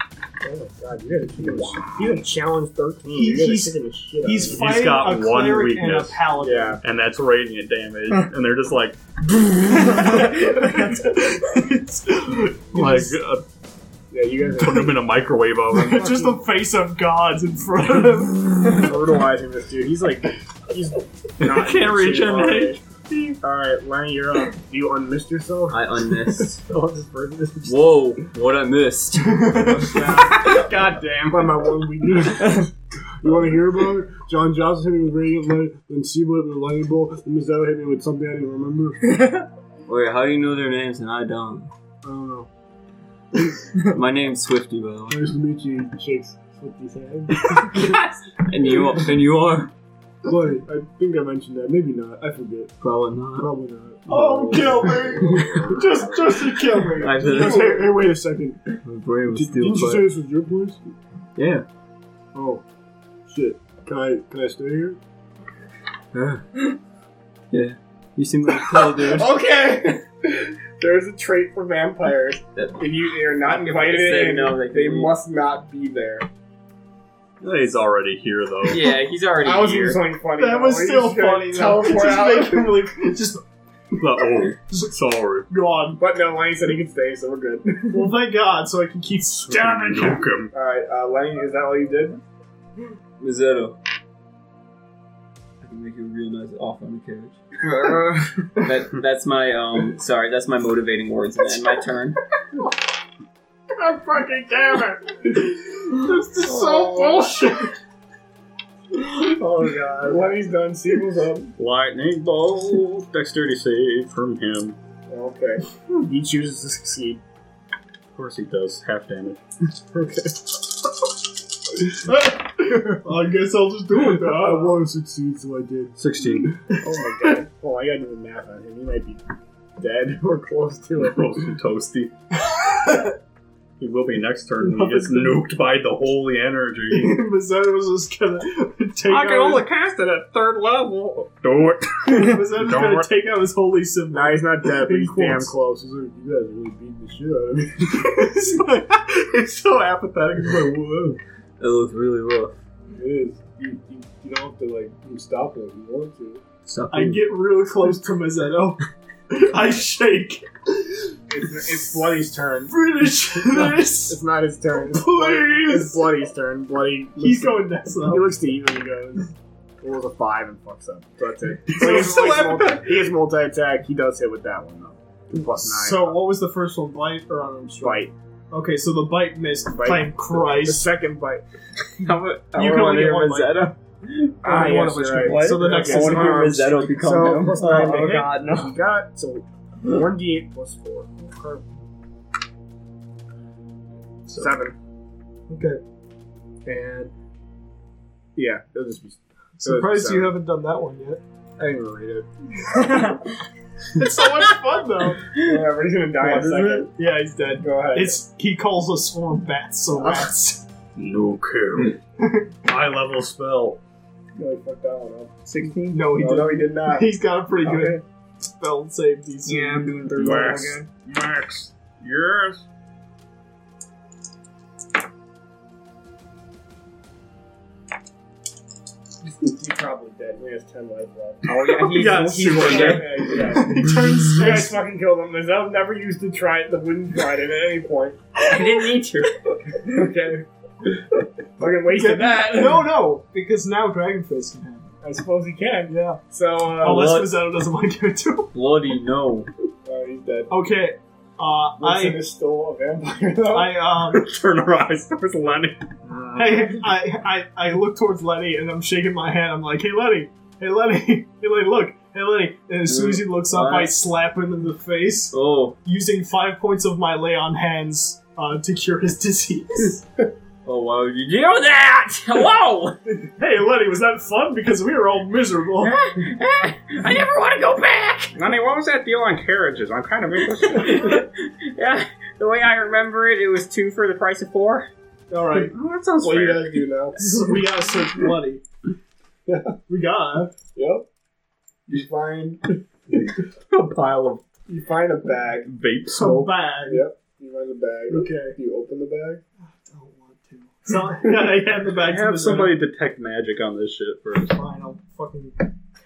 Speaker 2: Oh my god, you're gonna, you're gonna, you're gonna challenge 13. You're gonna
Speaker 3: He's-
Speaker 2: kick the shit out
Speaker 3: He's
Speaker 2: of
Speaker 3: fighting
Speaker 11: got
Speaker 3: a
Speaker 11: one
Speaker 3: cleric and
Speaker 11: weakness.
Speaker 3: a paladin. [LAUGHS]
Speaker 2: Yeah.
Speaker 11: and that's radiant damage. and they're just like, like uh,
Speaker 2: Yeah, you guys
Speaker 11: putting him in a microwave
Speaker 3: [LAUGHS]
Speaker 11: oven.
Speaker 3: Just the face of gods in front of him.
Speaker 2: [LAUGHS] are brutalizing this dude. He's like, he's not.
Speaker 11: [LAUGHS] Can't regenerate.
Speaker 2: Alright, Lenny, you're up. Do you unmist yourself? [LAUGHS]
Speaker 4: I [LAUGHS] unmissed.
Speaker 2: Oh, this person is
Speaker 4: Whoa, what I [LAUGHS] missed. [LAUGHS]
Speaker 2: God damn. By my one weakness. You want to hear about it? John Johnson hit me with radiant light, then Seba hit me with lightning bolt, then Mizzou hit me with something I didn't
Speaker 4: [LAUGHS]
Speaker 2: remember. I
Speaker 4: Wait, how do you know their names and I don't?
Speaker 2: don't know.
Speaker 4: My name's Swifty, by the way.
Speaker 2: Nice to meet you, shakes Swifty's hand.
Speaker 4: And you are, and you are?
Speaker 2: But I think I mentioned that. Maybe not. I forget.
Speaker 4: Probably not.
Speaker 2: Probably not. Um,
Speaker 3: Oh, kill me! Just, just to kill me.
Speaker 4: I
Speaker 2: Hey, hey, hey, wait a second. Did,
Speaker 4: my brain was still
Speaker 2: didn't you say
Speaker 4: fired.
Speaker 2: this was your place?
Speaker 4: Yeah.
Speaker 2: Oh, shit. Can I can I stay here?
Speaker 4: You seem like a cool [LAUGHS] dude.
Speaker 2: Okay. There's a trait for vampires.
Speaker 4: That-
Speaker 2: if you are not
Speaker 4: invited They in, know they can they leave.
Speaker 2: must not be there.
Speaker 11: He's already here though. [LAUGHS]
Speaker 4: Yeah, he's already here.
Speaker 2: something funny.
Speaker 3: That was still funny. Though. [LAUGHS] Just make him really, just [LAUGHS]
Speaker 11: But, oh, sorry.
Speaker 3: gone.
Speaker 2: [LAUGHS] But no, Lenny said he could stay, so we're good.
Speaker 3: Well, thank God, so I can keep stabbing him.
Speaker 11: Nuke him.
Speaker 2: All right, uh, Lenny, is that all you did?
Speaker 4: Mazzetto. I can make you a real nice off on the carriage. that, that's my um. Sorry, that's my motivating words. Man, [LAUGHS] my turn.
Speaker 2: God fucking damn it!
Speaker 3: This is so bullshit.
Speaker 2: [LAUGHS] Oh god, Lenny's done. Siegel's up.
Speaker 11: Lightning bolt. Dexterity save from him.
Speaker 2: Okay, he chooses to succeed.
Speaker 11: Of course he does. Half damage.
Speaker 3: I guess I'll just do it.
Speaker 2: I
Speaker 3: Though.
Speaker 2: want to succeed, so I did.
Speaker 11: 16.
Speaker 2: Oh my god. Well, I gotta do the math on him. He might be dead [LAUGHS] or close to it.
Speaker 11: Roasty toasty. He will be next turn when he gets nuked by the
Speaker 3: [LAUGHS]
Speaker 11: holy energy.
Speaker 3: Mazzetto was just gonna take out. his-
Speaker 11: cast it at third level. Do
Speaker 3: [LAUGHS]
Speaker 11: it.
Speaker 3: Mazzetto's
Speaker 11: Don't
Speaker 3: gonna
Speaker 11: worry.
Speaker 3: take out his holy symbol. [LAUGHS]
Speaker 2: Nah, he's not dead, but he's
Speaker 3: Of
Speaker 2: damn
Speaker 3: course.
Speaker 2: close. He's like, you guys really beat the shit out of me.
Speaker 11: it's, like, it's so apathetic. It's like, whoa.
Speaker 4: It looks really rough.
Speaker 2: It is. You, you, you don't have to, like, you stop it if you want to.
Speaker 4: Stop
Speaker 3: I get real close to Mazzetto. I shake.
Speaker 2: It's, it's Bloody's turn.
Speaker 3: Finish this,
Speaker 2: It's not his
Speaker 3: [LAUGHS]
Speaker 2: turn. It's, Bloody, it's
Speaker 3: please.
Speaker 2: Bloody's turn. Bloody.
Speaker 3: He's
Speaker 2: looks-
Speaker 3: going next
Speaker 2: He
Speaker 3: though.
Speaker 2: looks to you and he goes. He rolls a five and fucks up. So that's it. So he, has,
Speaker 3: [LAUGHS]
Speaker 2: he has multi, he has multi attack. He does hit with that one though. Plus nine.
Speaker 3: So what was the first one? Bite or unarmed strike?
Speaker 2: bite.
Speaker 3: Okay, so the bite missed.
Speaker 2: Bite.
Speaker 3: Thank
Speaker 2: The
Speaker 3: Christ.
Speaker 2: second bite.
Speaker 3: [LAUGHS] You can only get one bite.
Speaker 2: Ah,
Speaker 3: Only
Speaker 2: yes,
Speaker 3: which
Speaker 2: you're right.
Speaker 3: So the next
Speaker 2: Okay,
Speaker 4: I
Speaker 3: is uh,
Speaker 4: want to hear
Speaker 2: arms.
Speaker 4: Rosetto become
Speaker 2: So,
Speaker 4: him.
Speaker 2: plus nine to
Speaker 4: Oh,
Speaker 2: hit.
Speaker 4: God, [LAUGHS] no.
Speaker 2: You got so one d eight plus four. Okay. Seven
Speaker 3: Okay.
Speaker 2: and yeah, it'll just be.
Speaker 3: Surprised
Speaker 2: seven.
Speaker 3: you haven't done that one yet.
Speaker 2: I didn't even read it. [LAUGHS]
Speaker 3: It's so much fun though.
Speaker 2: Whatever, he's gonna die in a second.
Speaker 3: Yeah, he's dead.
Speaker 2: Go ahead.
Speaker 3: [LAUGHS] It's he calls us swarm bats, so rats.
Speaker 11: No care.
Speaker 5: High level spell.
Speaker 2: really fucked that one up.
Speaker 4: Sixteen.
Speaker 3: No, he
Speaker 2: Oh, No, no,
Speaker 3: didn't.
Speaker 2: he did [LAUGHS] not.
Speaker 3: He's got a pretty good
Speaker 2: Okay.
Speaker 3: spell save uh, DC.
Speaker 4: doing
Speaker 2: third level again.
Speaker 5: Max. Yes.
Speaker 2: He's probably dead. He has ten life left.
Speaker 4: Oh yeah, he,
Speaker 3: Yeah,
Speaker 4: he's
Speaker 3: super
Speaker 4: one
Speaker 3: dead.
Speaker 4: dead.
Speaker 2: [LAUGHS] Okay, [LAUGHS] yeah.
Speaker 3: He turns.
Speaker 2: You guys fucking killed him. I've never used the trident, the wooden trident at any point.
Speaker 4: [LAUGHS] I didn't need to.
Speaker 2: [LAUGHS] Okay. fucking wasted that.
Speaker 3: no, no, because now Dragonfist can have
Speaker 2: I suppose he can.
Speaker 3: it. Yeah.
Speaker 2: So, uh,
Speaker 3: Unless
Speaker 5: what?
Speaker 3: Rosetto doesn't want to give it to him.
Speaker 5: Bloody no.
Speaker 2: oh, he's dead.
Speaker 3: Okay. Uh,
Speaker 2: Winston
Speaker 3: I,
Speaker 2: is still a vampire, though.
Speaker 3: I, um,
Speaker 11: Turn her eyes towards Lenny.
Speaker 3: [LAUGHS] I, I, I, I look towards Lenny and I'm shaking my hand. I'm like, hey, Lenny, hey, Lenny, [LAUGHS] hey, Lenny, look, hey, Lenny. And as soon as he looks up, I slap him in the face
Speaker 5: Oh.
Speaker 3: using five points of my lay on hands uh, to cure his [LAUGHS] disease.
Speaker 5: Oh wow. You
Speaker 4: Do that. Hello.
Speaker 3: hey, Lenny, was that fun? Because we were all miserable.
Speaker 4: I never want to go back.
Speaker 11: Lenny, what was that deal on carriages? I'm kind of interested.
Speaker 5: [LAUGHS]
Speaker 4: yeah, the way I remember it, it was two for the price of four.
Speaker 3: all
Speaker 11: [LAUGHS]
Speaker 3: right.
Speaker 11: oh, that sounds
Speaker 2: what do you
Speaker 11: fair.
Speaker 2: guys do now?
Speaker 3: So we gotta search Lenny.
Speaker 2: Yeah.
Speaker 3: We gotta.
Speaker 2: Yep. You find
Speaker 11: A pile of
Speaker 2: you find a bag.
Speaker 11: vape
Speaker 3: Come
Speaker 11: smoke.
Speaker 3: back.
Speaker 2: Yep. You find a bag.
Speaker 3: Okay.
Speaker 2: You open the bag.
Speaker 3: Don't want to. So, [LAUGHS] yeah, I had the
Speaker 11: I
Speaker 3: back to
Speaker 11: have
Speaker 3: the
Speaker 11: somebody detect magic on this shit first.
Speaker 3: Fine, I'll fucking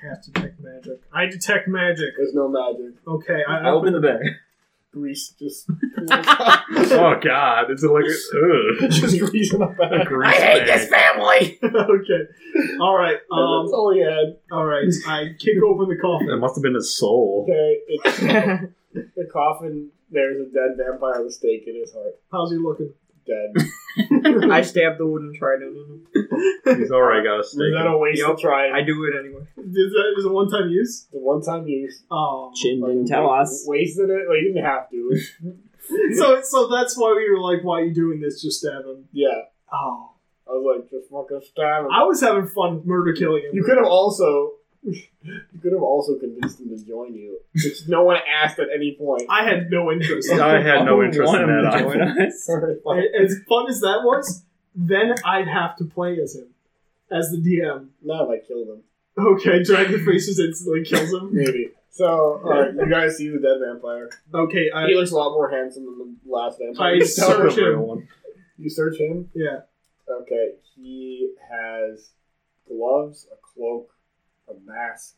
Speaker 3: cast detect magic. I detect magic.
Speaker 2: There's no magic.
Speaker 3: Okay, I,
Speaker 4: I open the bag.
Speaker 2: Grease just
Speaker 11: oh god, it's like [LAUGHS] a,
Speaker 2: [LAUGHS]
Speaker 11: ugh,
Speaker 2: just grease in the
Speaker 11: a
Speaker 2: bag.
Speaker 11: grease bag.
Speaker 4: family.
Speaker 3: [LAUGHS] okay. All right.
Speaker 2: That's
Speaker 11: [LAUGHS]
Speaker 3: Um.
Speaker 2: all he had.
Speaker 3: All right. I kick open the
Speaker 11: That
Speaker 3: coffin.
Speaker 11: must have been his soul.
Speaker 2: Okay. It's, the coffin. There's a dead vampire with a stake in his heart.
Speaker 3: How's he looking?
Speaker 2: Dead.
Speaker 4: [LAUGHS] I stabbed the wooden trident. in him.
Speaker 11: He's already got a
Speaker 2: Is that
Speaker 11: stake.
Speaker 2: a waste
Speaker 4: Yep.
Speaker 2: of trying?
Speaker 4: I do it anyway.
Speaker 3: Is that is it one time use?
Speaker 2: the one time use.
Speaker 3: Oh.
Speaker 4: Chin
Speaker 2: fucking
Speaker 4: didn't tell
Speaker 2: wa-
Speaker 4: us.
Speaker 2: Wasted it. Well, you didn't have to.
Speaker 3: [LAUGHS] So so that's why we were like, why are you doing this? Just stab him.
Speaker 2: yeah.
Speaker 3: Oh.
Speaker 2: I was like, just fucking stab him.
Speaker 3: I was having fun murder killing him.
Speaker 2: You could have also, you could have also convinced him to join you, which no one asked at any point. [LAUGHS]
Speaker 3: I had no interest.
Speaker 11: I had no
Speaker 4: Who
Speaker 11: interest in
Speaker 4: wanted
Speaker 11: that
Speaker 4: him to
Speaker 11: either.
Speaker 4: join us?
Speaker 2: no,
Speaker 3: A- as fun as that was, then I'd have to play as him, as the DM.
Speaker 2: I killed him.
Speaker 3: Okay, Dragon Face just instantly kills him.
Speaker 2: Maybe. So, alright, you guys see the dead vampire.
Speaker 3: Okay, I
Speaker 2: He looks a lot more handsome than the last vampire.
Speaker 3: I
Speaker 2: [LAUGHS] You
Speaker 3: search
Speaker 2: search-
Speaker 3: him.
Speaker 2: you search him.
Speaker 3: Yeah.
Speaker 2: Okay, he has gloves, a cloak, a mask.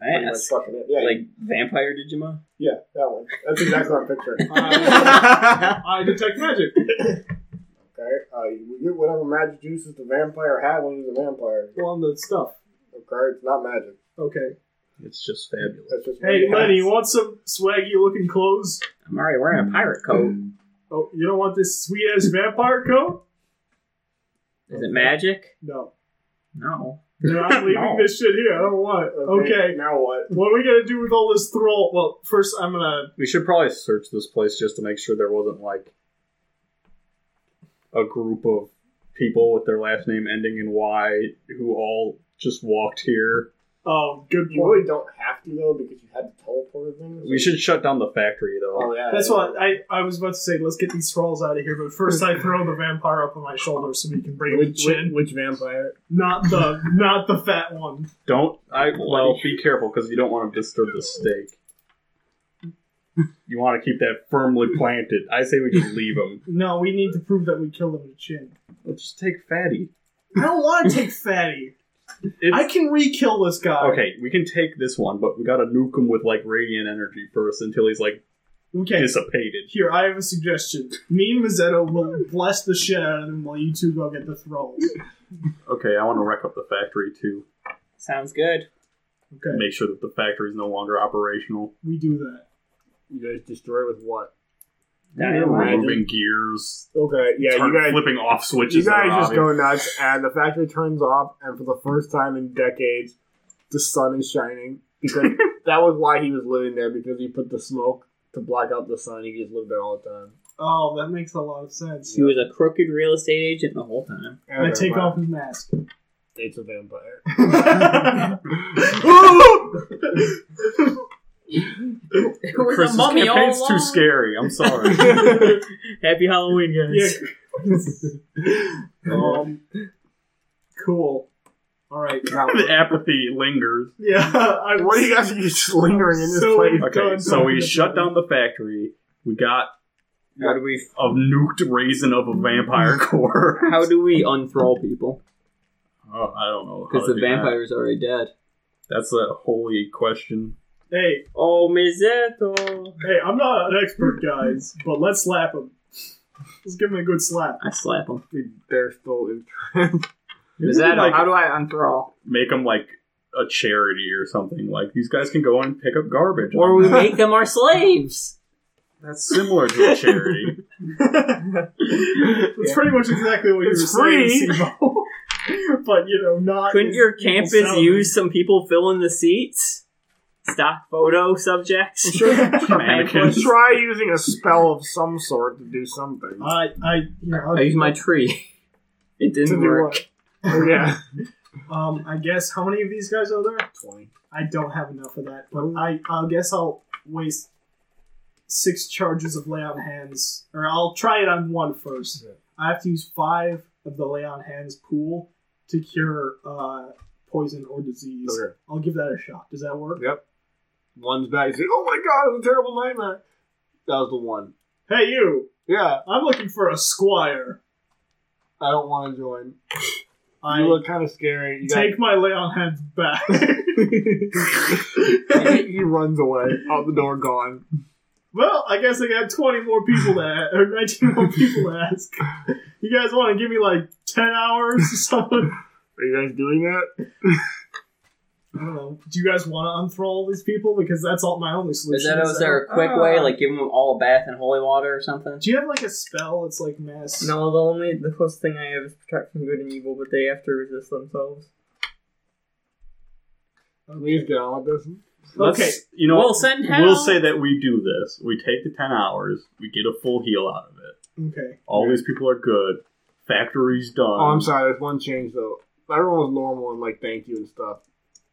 Speaker 2: Pretty much
Speaker 4: Ass.
Speaker 2: fucking it. Yeah,
Speaker 4: [LAUGHS] Like vampire Digimon.
Speaker 2: yeah, that one. That's exactly what I'm
Speaker 3: [LAUGHS]
Speaker 2: picturing.
Speaker 3: Uh, I detect magic.
Speaker 2: Okay, uh, you get whatever magic juices the vampire had when he was a vampire.
Speaker 3: Well, on the stuff.
Speaker 2: Okay, it's not magic.
Speaker 3: Okay.
Speaker 11: It's just fabulous.
Speaker 2: That's just
Speaker 3: Hey, Lenny, you want some swaggy looking clothes?
Speaker 4: I'm already wearing a pirate coat.
Speaker 3: Oh, you don't want this sweet ass vampire coat?
Speaker 4: Is it magic?
Speaker 3: No.
Speaker 4: No.
Speaker 3: You're not leaving
Speaker 11: No.
Speaker 3: this shit here. I don't want it. Okay.
Speaker 2: Now what?
Speaker 3: What are we gonna do with all this thrall? Well, first I'm gonna.
Speaker 11: We should probably search this place just to make sure there wasn't like a group of people with their last name ending in Y who all just walked here.
Speaker 3: Oh, good
Speaker 2: You
Speaker 3: point.
Speaker 2: really don't have to though because you had to teleport things.
Speaker 11: We should shut down the factory though.
Speaker 2: Oh yeah.
Speaker 3: That's what I, I was about to say. Let's get these thralls out of here, but first I throw the vampire up on my shoulder so we can bring him to chin.
Speaker 2: vampire?
Speaker 3: Not the not the fat one.
Speaker 11: Don't I well be careful because you don't want to disturb the stake. You want to keep that firmly planted. I say we just leave them.
Speaker 3: No, we need to prove that we killed him to chin.
Speaker 11: Let's just take Fatty.
Speaker 3: I don't want to take fatty.
Speaker 11: It's,
Speaker 3: I can re-kill this guy.
Speaker 11: okay, we can take this one, but we gotta nuke him with like radiant energy first until he's like
Speaker 3: Okay.
Speaker 11: dissipated.
Speaker 3: Here, I have a suggestion. Me and Mazzetto will bless the shit out of him while you two go get the throne.
Speaker 11: Okay, I want to wreck up the factory too.
Speaker 4: Sounds good.
Speaker 3: Okay,
Speaker 11: Make sure that the factory is no longer operational.
Speaker 3: we do that.
Speaker 2: You guys destroy with what?
Speaker 4: Dynamite.
Speaker 11: Moving gears,
Speaker 2: Okay, yeah,
Speaker 11: turn-
Speaker 2: you guys.
Speaker 11: flipping off switches.
Speaker 2: You guys
Speaker 11: that are
Speaker 2: just
Speaker 11: obvious.
Speaker 2: go nuts, and the factory turns off, and for the first time in decades, the sun is shining because
Speaker 3: [LAUGHS]
Speaker 2: that was why he was living there because he put the smoke to block out the sun. He just lived there all the time.
Speaker 3: Oh, that makes a lot of sense.
Speaker 4: He was a crooked real estate agent the whole time.
Speaker 3: And I take off his mask.
Speaker 2: It's a
Speaker 3: [LAUGHS]
Speaker 2: vampire.
Speaker 4: [LAUGHS] It
Speaker 11: Chris's campaign's too scary.
Speaker 2: [LAUGHS]
Speaker 11: I'm sorry.
Speaker 4: Happy Halloween, [LAUGHS] guys.
Speaker 3: Um, cool. All right.
Speaker 4: [LAUGHS]
Speaker 11: the apathy lingers.
Speaker 3: Yeah. I,
Speaker 2: What do you guys are just lingering in this
Speaker 3: So-
Speaker 2: place?
Speaker 11: Okay,
Speaker 3: Done.
Speaker 11: so we shut down the factory. We got
Speaker 4: How do we
Speaker 11: a nuked raisin of a vampire core.
Speaker 4: how do we unthrall people?
Speaker 11: Oh, I don't know. how
Speaker 4: Because
Speaker 11: to
Speaker 4: the
Speaker 11: do that.
Speaker 4: vampire's already dead.
Speaker 11: That's a holy question.
Speaker 3: Hey,
Speaker 4: Oh, Mizetto.
Speaker 3: hey, I'm not an expert, guys, but let's slap him. Let's give him a good
Speaker 4: [LAUGHS]
Speaker 3: slap.
Speaker 4: I slap him.
Speaker 2: They're still
Speaker 3: [LAUGHS]
Speaker 2: in.
Speaker 4: Mizetto,
Speaker 11: like-
Speaker 4: how do I unthrall?
Speaker 11: Make them like a charity or something. Like these guys can go and pick up garbage.
Speaker 4: Or we make them our slaves.
Speaker 11: That's similar to a charity.
Speaker 2: [LAUGHS]
Speaker 3: It's pretty much exactly what you
Speaker 2: It's
Speaker 3: were
Speaker 2: free.
Speaker 3: saying, Sebo. [LAUGHS] but you know, not.
Speaker 4: Couldn't
Speaker 3: as
Speaker 4: your
Speaker 3: evil
Speaker 4: campus
Speaker 3: sounding.
Speaker 4: use some people filling the seats? Stock photo subjects.
Speaker 11: Mannequins.
Speaker 2: Try using a spell of some sort to do something.
Speaker 3: I, I, yeah, I'll-
Speaker 4: I used Oh, my tree. [LAUGHS] It
Speaker 2: To
Speaker 4: didn't
Speaker 2: do
Speaker 4: work.
Speaker 2: what? Oh, yeah.
Speaker 3: Um, I guess how many of these guys are there?
Speaker 2: Twenty.
Speaker 3: I don't have enough of that, but I, I guess I'll waste six charges of lay on hands, or I'll try it on one first. I have to use five of the lay on hands pool to cure uh, poison or disease.
Speaker 2: Okay.
Speaker 3: I'll give that a shot. Does that work?
Speaker 2: Yep. One's back. He's like, oh my god, it was a terrible nightmare. That was the one.
Speaker 3: Hey, you!
Speaker 2: Yeah,
Speaker 3: I'm looking for a squire.
Speaker 2: I don't want to join.
Speaker 3: I
Speaker 2: You look kind of scary. You
Speaker 3: take my lay on hands back. [LAUGHS]
Speaker 2: got, [LAUGHS] he runs away out the door, gone.
Speaker 3: well, I guess I got 20 more people to ask, or 19 more people to ask. You guys want to give me like 10 hours or something?
Speaker 2: Are you guys doing that?
Speaker 3: I don't know. Do you guys want to unthrottle all these people? Because that's all my only solution.
Speaker 4: Mizetto, is there a quick way, like giving them all a bath in holy water or something?
Speaker 3: Do you have like a spell that's like mass?
Speaker 13: No, the only the closest thing I have is protect from good and evil, but they have to resist themselves.
Speaker 2: We just get on with this.
Speaker 11: Let's-
Speaker 3: Okay.
Speaker 11: you know,
Speaker 4: We'll
Speaker 11: what?
Speaker 4: send
Speaker 11: We'll
Speaker 4: help.
Speaker 11: say that we do this. We take the ten hours. We get a full heal out of it.
Speaker 3: Okay.
Speaker 11: All these people are good. Factory's done.
Speaker 2: Oh, I'm sorry. There's one change though. Everyone was normal and like thank you and stuff,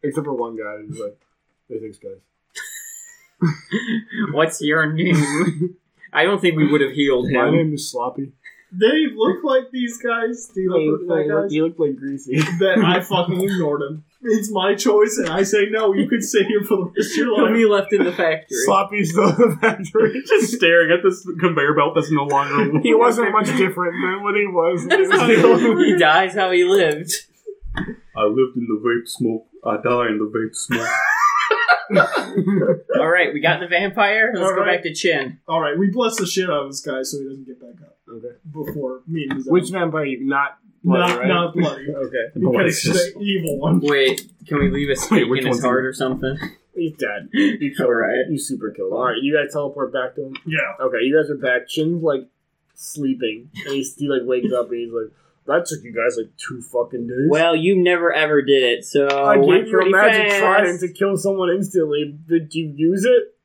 Speaker 2: except for one guy who's like, "Hey, thanks, guys." [LAUGHS]
Speaker 4: What's your name? [LAUGHS] I don't think we would have healed
Speaker 2: My
Speaker 4: him.
Speaker 2: name is Sloppy.
Speaker 3: They look like these guys. Do you look like that guys?
Speaker 2: You look like Greasy.
Speaker 3: Then I fucking ignored him. It's my choice, and I say no. You could sit here for the rest of your
Speaker 4: Who
Speaker 3: life.
Speaker 4: we left in the factory. [LAUGHS]
Speaker 2: Sloppy's still in the factory.
Speaker 11: just staring at this conveyor belt that's no longer.
Speaker 2: He wasn't much different than what he was.
Speaker 4: he dies how he lived.
Speaker 11: I lived in the vape smoke. I die in the
Speaker 4: [LAUGHS]
Speaker 11: vape smoke.
Speaker 4: All right, we got the vampire. Let's
Speaker 3: All
Speaker 4: go
Speaker 3: right.
Speaker 4: back to Chin.
Speaker 3: All right, we bless the shit out of this guy so he doesn't get back up
Speaker 2: okay.
Speaker 3: before me and his
Speaker 2: Which vampire? You not blood,
Speaker 3: not
Speaker 2: right?
Speaker 3: not
Speaker 2: [LAUGHS]
Speaker 3: bloody
Speaker 2: Okay.
Speaker 3: because the evil one.
Speaker 4: Wait, can we leave a stake
Speaker 11: which
Speaker 4: in his
Speaker 11: one's
Speaker 4: heart or something?
Speaker 2: He's dead.
Speaker 4: You All right.
Speaker 2: You super killed. him. All right. You guys teleport back to him.
Speaker 3: Yeah.
Speaker 2: Okay, you guys are back. Chin's like sleeping, and he's, he like wakes up and he's like, "That took you guys like two fucking days."
Speaker 4: Well, you never ever did it, so
Speaker 2: I
Speaker 4: went
Speaker 2: gave you a
Speaker 4: pretty
Speaker 2: magic
Speaker 4: fast.
Speaker 2: trident to kill someone instantly. Did you use it?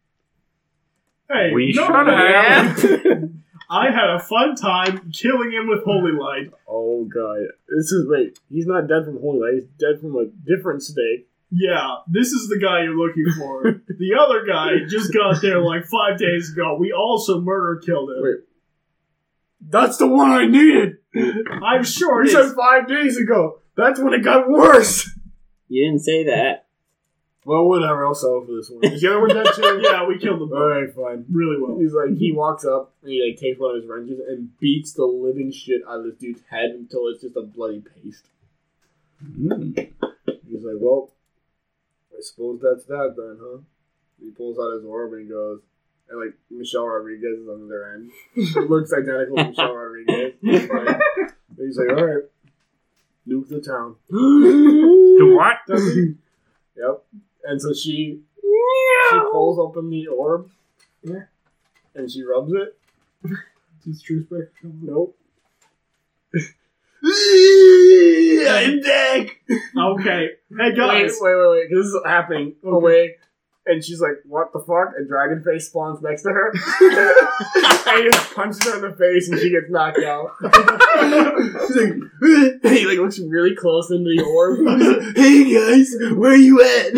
Speaker 3: Hey,
Speaker 11: We
Speaker 3: no,
Speaker 11: should
Speaker 4: Yeah.
Speaker 3: I had a fun time killing him with holy light.
Speaker 2: Oh god, this is wait. He's not dead from holy light. He's dead from a different snake.
Speaker 3: Yeah, this is the guy you're looking
Speaker 2: [LAUGHS]
Speaker 3: for. the other guy just got there like five days ago. We also murder killed him.
Speaker 2: Wait. That's the one I needed.
Speaker 3: I'm sure
Speaker 2: You
Speaker 3: it
Speaker 2: said
Speaker 3: is.
Speaker 2: five days ago. That's when it got worse.
Speaker 4: [LAUGHS] You didn't say that.
Speaker 2: Well, whatever. I'll settle for this one. Is the other one dead [LAUGHS] too?
Speaker 3: yeah, we killed him
Speaker 2: All right, fine.
Speaker 3: really well. Mhm.
Speaker 2: He's like, he walks up and he like takes one of his wrenches and beats the
Speaker 3: Mm.
Speaker 2: living shit out of this dude's head until it's just a bloody paste. He's like, well, I suppose that's that then, huh? He pulls out his orb and goes, and like Michelle Rodriguez is on the other end. He
Speaker 3: [LAUGHS]
Speaker 2: looks identical to Michelle Rodriguez. He's like, he's like, all right, nuke the
Speaker 3: [GASPS]
Speaker 2: town.
Speaker 5: Do what?
Speaker 2: Yep. And so she she pulls open the orb. And she rubs [LAUGHS] it. Does true spec? Nope. I'm dead.
Speaker 3: Okay. Hey
Speaker 2: Wait,
Speaker 3: guys.
Speaker 2: wait, wait, wait. 'cause This is happening. Away. And she's like, what the fuck? And Dragonface spawns next to her. and he just punches her in the face and she gets knocked out.
Speaker 4: [LAUGHS]
Speaker 2: [LAUGHS] She's like, and he like looks really close into the orb. [LAUGHS]
Speaker 4: [LAUGHS] hey guys, where you at?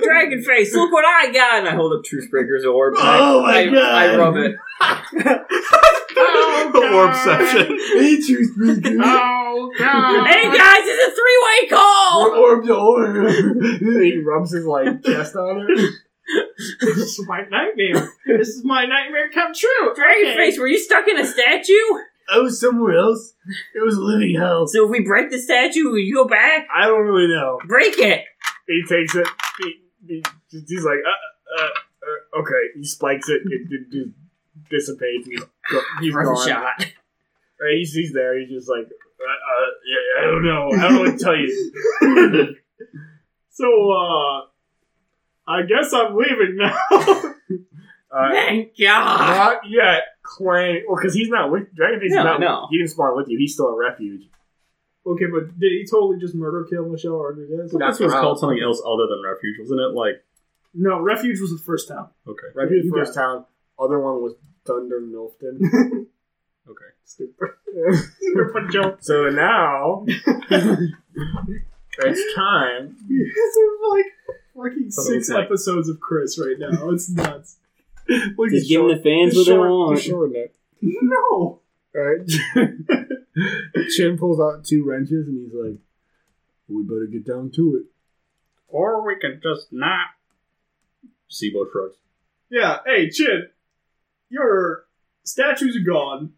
Speaker 4: Dragon face, look what I got! And I hold up Truthbreaker's orb. and I-
Speaker 5: Oh my
Speaker 4: I,
Speaker 5: God.
Speaker 4: I rub [LAUGHS] it.
Speaker 5: Orbception.
Speaker 2: hey, Truthbreaker.
Speaker 14: Oh god!
Speaker 4: hey guys, it's a three-way call.
Speaker 2: Orb to orb. [LAUGHS] and he rubs his like chest on her.
Speaker 3: This is my nightmare. This is my nightmare come true.
Speaker 4: Dragon face, were you stuck in a statue?
Speaker 2: I was somewhere else. It was a living hell.
Speaker 4: So if we break the statue, will you go back?
Speaker 2: I don't really know.
Speaker 4: Break it.
Speaker 2: He takes it. He, he, he's like, uh, uh, uh, okay. He spikes it. It, it, just dissipates. He's, go- he's
Speaker 4: Run
Speaker 2: gone.
Speaker 4: shot.
Speaker 2: Right, he's, he's there. He's just like, uh, uh, yeah, I don't know. I don't know what to tell you. [LAUGHS]
Speaker 3: So, uh, I guess I'm leaving now.
Speaker 2: [LAUGHS] Uh,
Speaker 4: Thank God.
Speaker 2: not yet. Clang. Well, because he's not with Dragonface. is
Speaker 4: No,
Speaker 2: not,
Speaker 4: no.
Speaker 2: He didn't spawn with you. He's still a refuge.
Speaker 3: okay, but did he totally just murder kill Michelle Rodriguez? [LAUGHS]
Speaker 2: Not
Speaker 5: This was
Speaker 2: around.
Speaker 5: called something else other than refuge, wasn't it? Like,
Speaker 3: No, Refuge was the first town.
Speaker 5: okay,
Speaker 2: Refuge
Speaker 3: You
Speaker 2: first town. Other one was Thunder Milton.
Speaker 3: [LAUGHS]
Speaker 5: okay.
Speaker 3: But Joe,
Speaker 2: [LAUGHS] So now it's time.
Speaker 3: you guys are like fucking
Speaker 5: That's what it
Speaker 3: six
Speaker 5: looks like.
Speaker 3: episodes of Chris right now.
Speaker 2: [LAUGHS]
Speaker 3: It's nuts.
Speaker 2: Look,
Speaker 4: Just giving the fans what they want.
Speaker 3: No.
Speaker 2: Alright. [LAUGHS] Chin pulls out two wrenches and he's like, we better get down to it.
Speaker 5: Or we could just not. Sibo shrugs.
Speaker 3: Yeah. Hey, Chin, your statues are gone.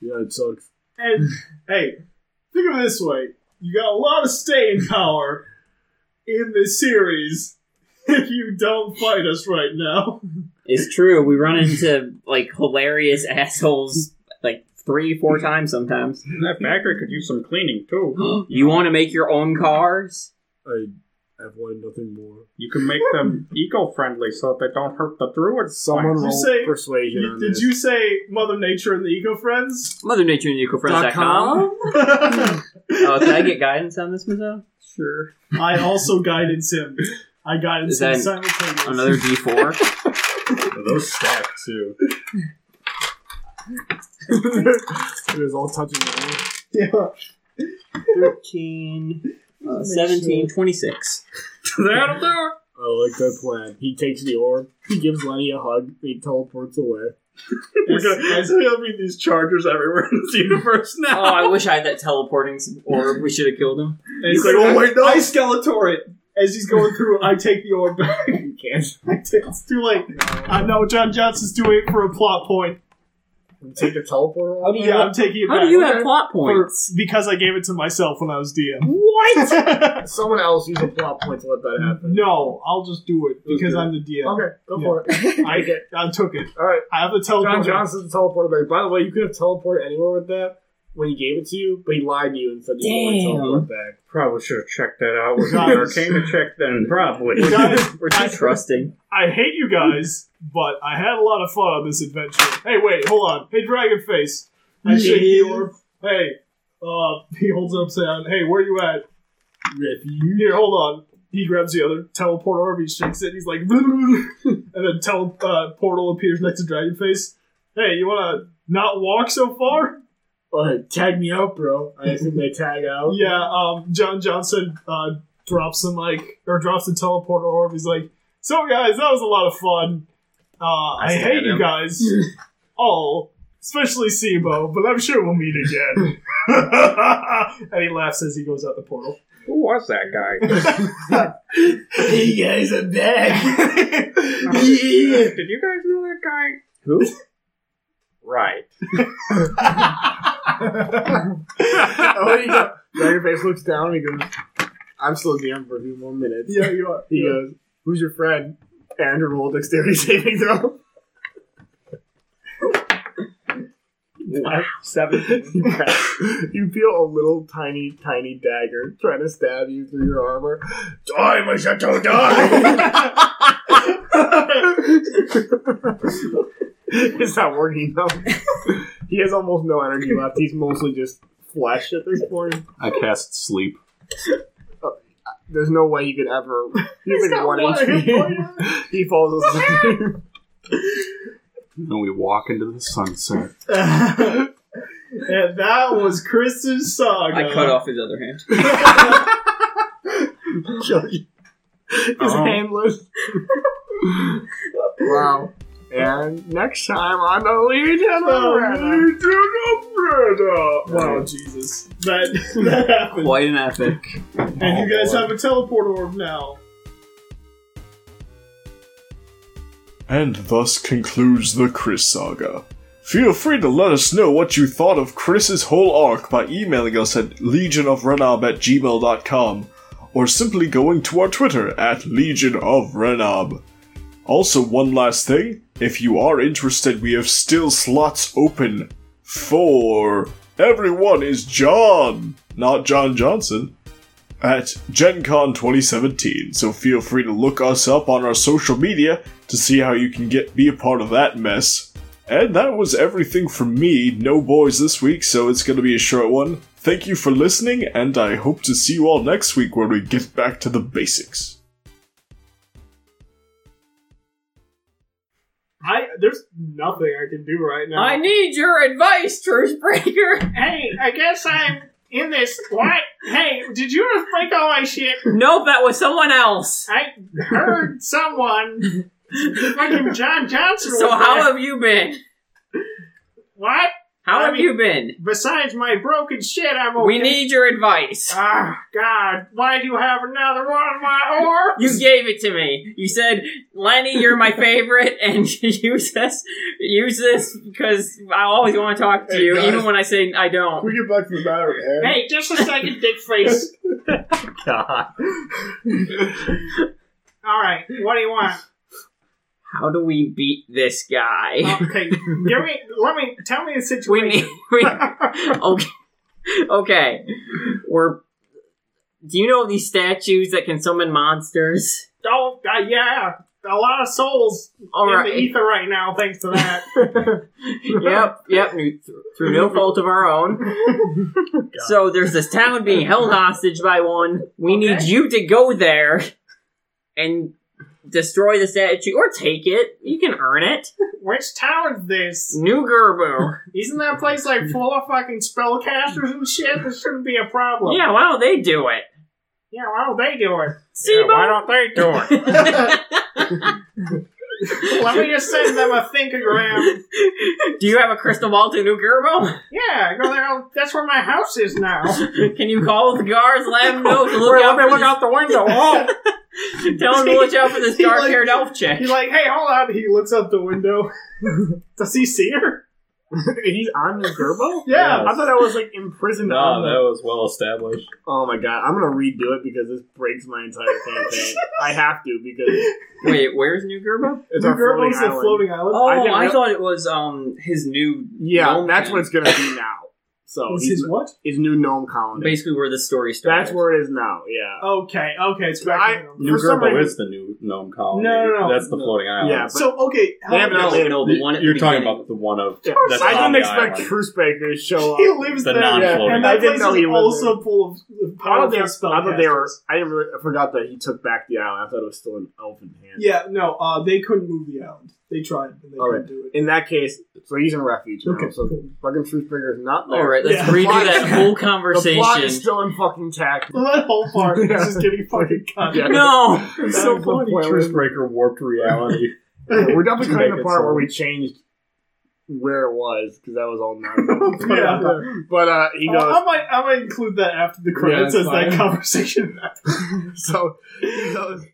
Speaker 2: Yeah, it sucks.
Speaker 3: And hey, think of it this way: you got a lot of staying power in this series [LAUGHS] if you don't fight us right now.
Speaker 4: It's true. We run into like hilarious assholes like three, four times [GASPS] sometimes.
Speaker 5: That factory could use some cleaning too.
Speaker 4: you want to make your own cars?
Speaker 2: I have wanted nothing more.
Speaker 5: You can make them eco-friendly so that they don't hurt the druids.
Speaker 2: Someone
Speaker 3: you
Speaker 2: roll
Speaker 3: say-
Speaker 2: persuasion
Speaker 3: You-
Speaker 2: on
Speaker 3: Did
Speaker 2: this.
Speaker 3: you say Mother Nature and the Eco Friends?
Speaker 4: [LAUGHS] Mother Nature and EcoFriends.com. Oh, can I get guidance on this, Mizzou?
Speaker 3: Sure. I also guided him. I guided
Speaker 4: Is
Speaker 3: him
Speaker 4: that
Speaker 3: simultaneously.
Speaker 4: [LAUGHS] Another D four.
Speaker 5: Those stack too.
Speaker 2: It was all touching the wall.
Speaker 3: Yeah.
Speaker 4: 13, uh, 17, 26.
Speaker 5: That'll do it.
Speaker 2: I like that plan. He takes the orb, he gives Lenny a hug, he teleports away.
Speaker 5: We're gonna, I still mean these chargers everywhere in
Speaker 3: [LAUGHS]
Speaker 5: this universe
Speaker 4: Oh,
Speaker 3: Uh,
Speaker 5: now.
Speaker 4: I wish I had that teleporting s- orb. We should have killed him.
Speaker 3: And he's like, oh wait, no. I Skeletor it. As he's going through, I take the orb back. you can't. I take, [LAUGHS] it's too late. I know John Johnson's too late for a plot point.
Speaker 2: You take the teleporter
Speaker 4: How
Speaker 2: off.
Speaker 4: do you
Speaker 3: Yeah, I'm
Speaker 4: have,
Speaker 3: taking it
Speaker 4: how
Speaker 3: back.
Speaker 4: do you have plot
Speaker 3: For-
Speaker 4: points?
Speaker 3: [LAUGHS] because I gave it to myself when I was DM. [LAUGHS]
Speaker 4: What?
Speaker 2: Someone else use a plot point to let that happen.
Speaker 3: No, I'll just do it because
Speaker 2: do
Speaker 3: I'm the DM.
Speaker 2: Okay, go
Speaker 3: Yeah.
Speaker 2: for it.
Speaker 3: I I took it.
Speaker 2: All right,
Speaker 3: I have the
Speaker 2: John
Speaker 3: teleporter.
Speaker 2: Johnson's teleporter back. By the way, you could have teleported anywhere with that when he gave it to you, but he lied to you and said you
Speaker 4: Damn.
Speaker 2: could only teleport back.
Speaker 5: Probably should have checked that
Speaker 2: [LAUGHS]
Speaker 5: out with an
Speaker 3: Guys.
Speaker 5: arcana check then, probably.
Speaker 3: Guys,
Speaker 4: We're too
Speaker 3: I-
Speaker 4: trusting.
Speaker 3: I hate you guys, but I had a lot of fun on this adventure. Hey, wait, hold on. Hey, Dragonface. I shake the orb. Hey, uh, [LAUGHS] he holds it upside down. Hey, where you at? Here, hold on. He grabs the other teleport orb, he shakes it, and he's like, [LAUGHS] and then tele- uh, portal appears next to Dragonface. Hey, you wanna not walk so far?
Speaker 2: Uh, tag me out, bro. I assume they tag out.
Speaker 3: Yeah, um, John Johnson uh, drops him like or drops the teleporter orb. He's like, "So guys, that was a lot of fun. Uh, I
Speaker 5: stab
Speaker 3: hate you
Speaker 4: [LAUGHS]
Speaker 5: him.
Speaker 3: guys all, especially Sibo, but I'm sure we'll meet again."
Speaker 4: [LAUGHS]
Speaker 3: and he laughs as he goes out the portal.
Speaker 5: Who was that guy?
Speaker 2: Hey guys, I'm
Speaker 3: [LAUGHS]
Speaker 2: back.
Speaker 5: Did you guys know that guy?
Speaker 4: Who?
Speaker 3: [LAUGHS]
Speaker 2: [LAUGHS]
Speaker 5: Right.
Speaker 2: oh, you go. Dragonface looks down and he goes, I'm still DM for a few more minutes.
Speaker 3: Yeah, you are.
Speaker 2: He goes, Who's your friend? And roll a dexterity saving throw.
Speaker 4: Seven.
Speaker 2: [LAUGHS] you pass. [LAUGHS] You feel a little tiny, tiny dagger trying to stab you through your armor. Die, my chateau, [LAUGHS] die! it's not working though. He has almost no energy left. He's mostly just flesh at this point. Uh,
Speaker 11: I cast sleep.
Speaker 2: There's no way you could ever. He has
Speaker 7: He's
Speaker 2: like
Speaker 7: got
Speaker 2: one
Speaker 7: water
Speaker 2: HP.
Speaker 7: going on.
Speaker 2: [LAUGHS] He
Speaker 7: [LAUGHS]
Speaker 2: falls asleep. [LAUGHS]
Speaker 11: And we walk into the sunset.
Speaker 3: and that was Chris's saga.
Speaker 7: Uh,
Speaker 4: I cut off his other hand.
Speaker 2: His handless. wow. And next time on the Legion of Rana.
Speaker 3: Wow, Jesus. That, that happened.
Speaker 4: Quite an epic.
Speaker 3: And you guys have a teleport orb now.
Speaker 1: And thus concludes the Chris saga. Feel free to let us know what you thought of Chris's whole arc by emailing us at legionofrenab at gmail.com or simply going to our Twitter at Legion of Renab. Also, one last thing if you are interested, we have still slots open for everyone is John, not John Johnson at Gen Con 2017, so feel free to look us up on our social media to see how you can get be a part of that mess. And that was everything from me. No boys this week, so it's going to be a short one. Thank you for listening, and I hope to see you all next week where we get back to the basics.
Speaker 3: I there's nothing I can do right now.
Speaker 7: I need your advice, Truce
Speaker 13: [LAUGHS]
Speaker 7: Breaker.
Speaker 3: hey, I guess I'm in this. What? Hey, did you just break all my shit?
Speaker 7: Nope, that was someone else.
Speaker 3: I heard someone. Fucking John Johnson.
Speaker 7: So how have you been?
Speaker 3: what?
Speaker 7: How
Speaker 3: I
Speaker 7: have
Speaker 3: mean-
Speaker 7: you been?
Speaker 3: Besides my broken shit, I'm
Speaker 7: We need your advice.
Speaker 3: Ah, God, why do you have another one of my orbs?
Speaker 7: You gave it to me. You said, Lenny, you're my favorite, [LAUGHS] and use this, use this because I always want to talk to
Speaker 2: Hey,
Speaker 7: you,
Speaker 2: guys.
Speaker 7: even when I say I don't.
Speaker 2: We get back to the battle, Aaron.
Speaker 3: Hey, just a second, dick face. All right, what do you want?
Speaker 7: How do we beat this guy?
Speaker 3: Okay, give me, let me, tell me
Speaker 7: [LAUGHS]
Speaker 3: the
Speaker 7: we
Speaker 3: situation.
Speaker 7: need. We, okay, okay. We're. Do you know these statues that can summon monsters?
Speaker 3: [LAUGHS] oh, uh, yeah, a lot of souls
Speaker 7: All
Speaker 3: in
Speaker 7: right.
Speaker 3: the ether right now, thanks to that.
Speaker 7: yep,
Speaker 3: [LAUGHS]
Speaker 7: yep, through, through no fault of our own. so there's this town being held hostage by one. We need
Speaker 3: Okay.
Speaker 7: you to go there and destroy the statue or take it. You can earn it.
Speaker 3: Which town's this?
Speaker 7: New Gerbu.
Speaker 3: [LAUGHS] Isn't that place like full of fucking spellcasters and shit? This shouldn't be a problem.
Speaker 7: yeah, why don't they do it?
Speaker 3: Yeah, why don't they do it?
Speaker 7: Sebo?
Speaker 5: don't they do it?
Speaker 3: Let me just send them a thinkogram.
Speaker 7: [LAUGHS] do you have a crystal ball to New Gerbo?
Speaker 3: [LAUGHS] Yeah, go there. That's where my house is now.
Speaker 7: Can you call the guards, let them know to look
Speaker 3: Wait,
Speaker 7: out
Speaker 3: let me
Speaker 7: for
Speaker 3: look out
Speaker 7: [LAUGHS]
Speaker 3: the window. Oh.
Speaker 7: this, Tell them to look out for this
Speaker 3: [LAUGHS] He, like-
Speaker 7: dark-haired elf chick.
Speaker 3: He's like, hey, hold on. He looks out the window. Does he see her?
Speaker 2: [LAUGHS] He's on the Gerbo?
Speaker 3: Yeah.
Speaker 2: I thought I was like imprisoned
Speaker 5: No,
Speaker 2: on the-
Speaker 5: that was well established.
Speaker 2: Oh my god, I'm gonna redo it because this breaks my entire campaign. I have to because
Speaker 4: Wait, where's New Gerbo?
Speaker 2: it's
Speaker 3: The
Speaker 2: our
Speaker 3: girl
Speaker 2: floating
Speaker 3: owns the
Speaker 2: island.
Speaker 3: floating island.
Speaker 4: Oh,
Speaker 2: I
Speaker 4: I,
Speaker 2: didn't real-
Speaker 4: thought it was um his new
Speaker 2: yeah,
Speaker 4: gnome
Speaker 2: that's
Speaker 4: town.
Speaker 2: what it's gonna be now. So
Speaker 3: This
Speaker 2: he's,
Speaker 3: is what?
Speaker 2: his new gnome colony.
Speaker 4: basically where the story started.
Speaker 2: That's where it is now. Yeah.
Speaker 3: Uh, Okay, okay, it's back.
Speaker 2: I-
Speaker 3: in the room.
Speaker 5: New
Speaker 2: For some
Speaker 5: Gerbo
Speaker 2: reason-
Speaker 5: is the new gnome colony.
Speaker 3: No, no, no.
Speaker 5: That's the
Speaker 2: No.
Speaker 5: floating island.
Speaker 2: Yeah, but
Speaker 3: so okay, how
Speaker 2: They haven't
Speaker 3: about-
Speaker 4: no, no, the one at
Speaker 5: You're
Speaker 4: the
Speaker 5: talking
Speaker 4: beginning.
Speaker 5: about the one of.
Speaker 2: Yeah.
Speaker 5: that's
Speaker 2: I didn't
Speaker 5: on the
Speaker 2: expect
Speaker 5: island.
Speaker 2: Truce Baker to
Speaker 3: [LAUGHS]
Speaker 2: show up.
Speaker 3: he lives
Speaker 5: The
Speaker 3: there,
Speaker 5: non-floating
Speaker 3: and
Speaker 2: I
Speaker 3: that
Speaker 2: didn't
Speaker 3: place
Speaker 2: know
Speaker 3: is
Speaker 2: he was
Speaker 3: also full of
Speaker 2: I
Speaker 3: powerful
Speaker 2: thought, they, I thought they were.
Speaker 3: spellcasters.
Speaker 2: I didn't. Really, I forgot that he took back the island. I thought it was still an elven hand.
Speaker 3: Yeah, no, uh, they couldn't move the island. They tried, and they
Speaker 2: All
Speaker 3: couldn't do it.
Speaker 2: In that case, so he's in refuge. now,
Speaker 3: Okay,
Speaker 2: so
Speaker 3: cool. [LAUGHS]
Speaker 2: fucking Truthbringer is not there.
Speaker 4: All right, let's
Speaker 3: Yeah.
Speaker 4: redo
Speaker 2: Why-
Speaker 4: that whole
Speaker 2: The plot is
Speaker 4: [LAUGHS] conversation.
Speaker 2: still in fucking tact.
Speaker 3: [LAUGHS] That whole part
Speaker 2: [LAUGHS]
Speaker 3: is just getting fucking cut.
Speaker 2: Yeah.
Speaker 4: No,
Speaker 2: That
Speaker 5: [LAUGHS]
Speaker 3: so
Speaker 2: is the
Speaker 3: funny,
Speaker 2: point.
Speaker 5: Truce Breaker warped reality.
Speaker 2: Yeah, We're definitely
Speaker 5: Make
Speaker 2: cutting the
Speaker 5: it
Speaker 2: part
Speaker 5: so.
Speaker 2: where we changed where it was because that was
Speaker 3: [LAUGHS]
Speaker 2: all nonsense. but,
Speaker 3: [LAUGHS] Yeah.
Speaker 2: uh, but uh, he
Speaker 3: Uh,
Speaker 2: goes.
Speaker 3: I might, I might include that after the credits
Speaker 2: Yeah, [LAUGHS]
Speaker 3: [LAUGHS] as
Speaker 2: it's
Speaker 3: that
Speaker 2: fine.
Speaker 3: conversation
Speaker 2: so he goes.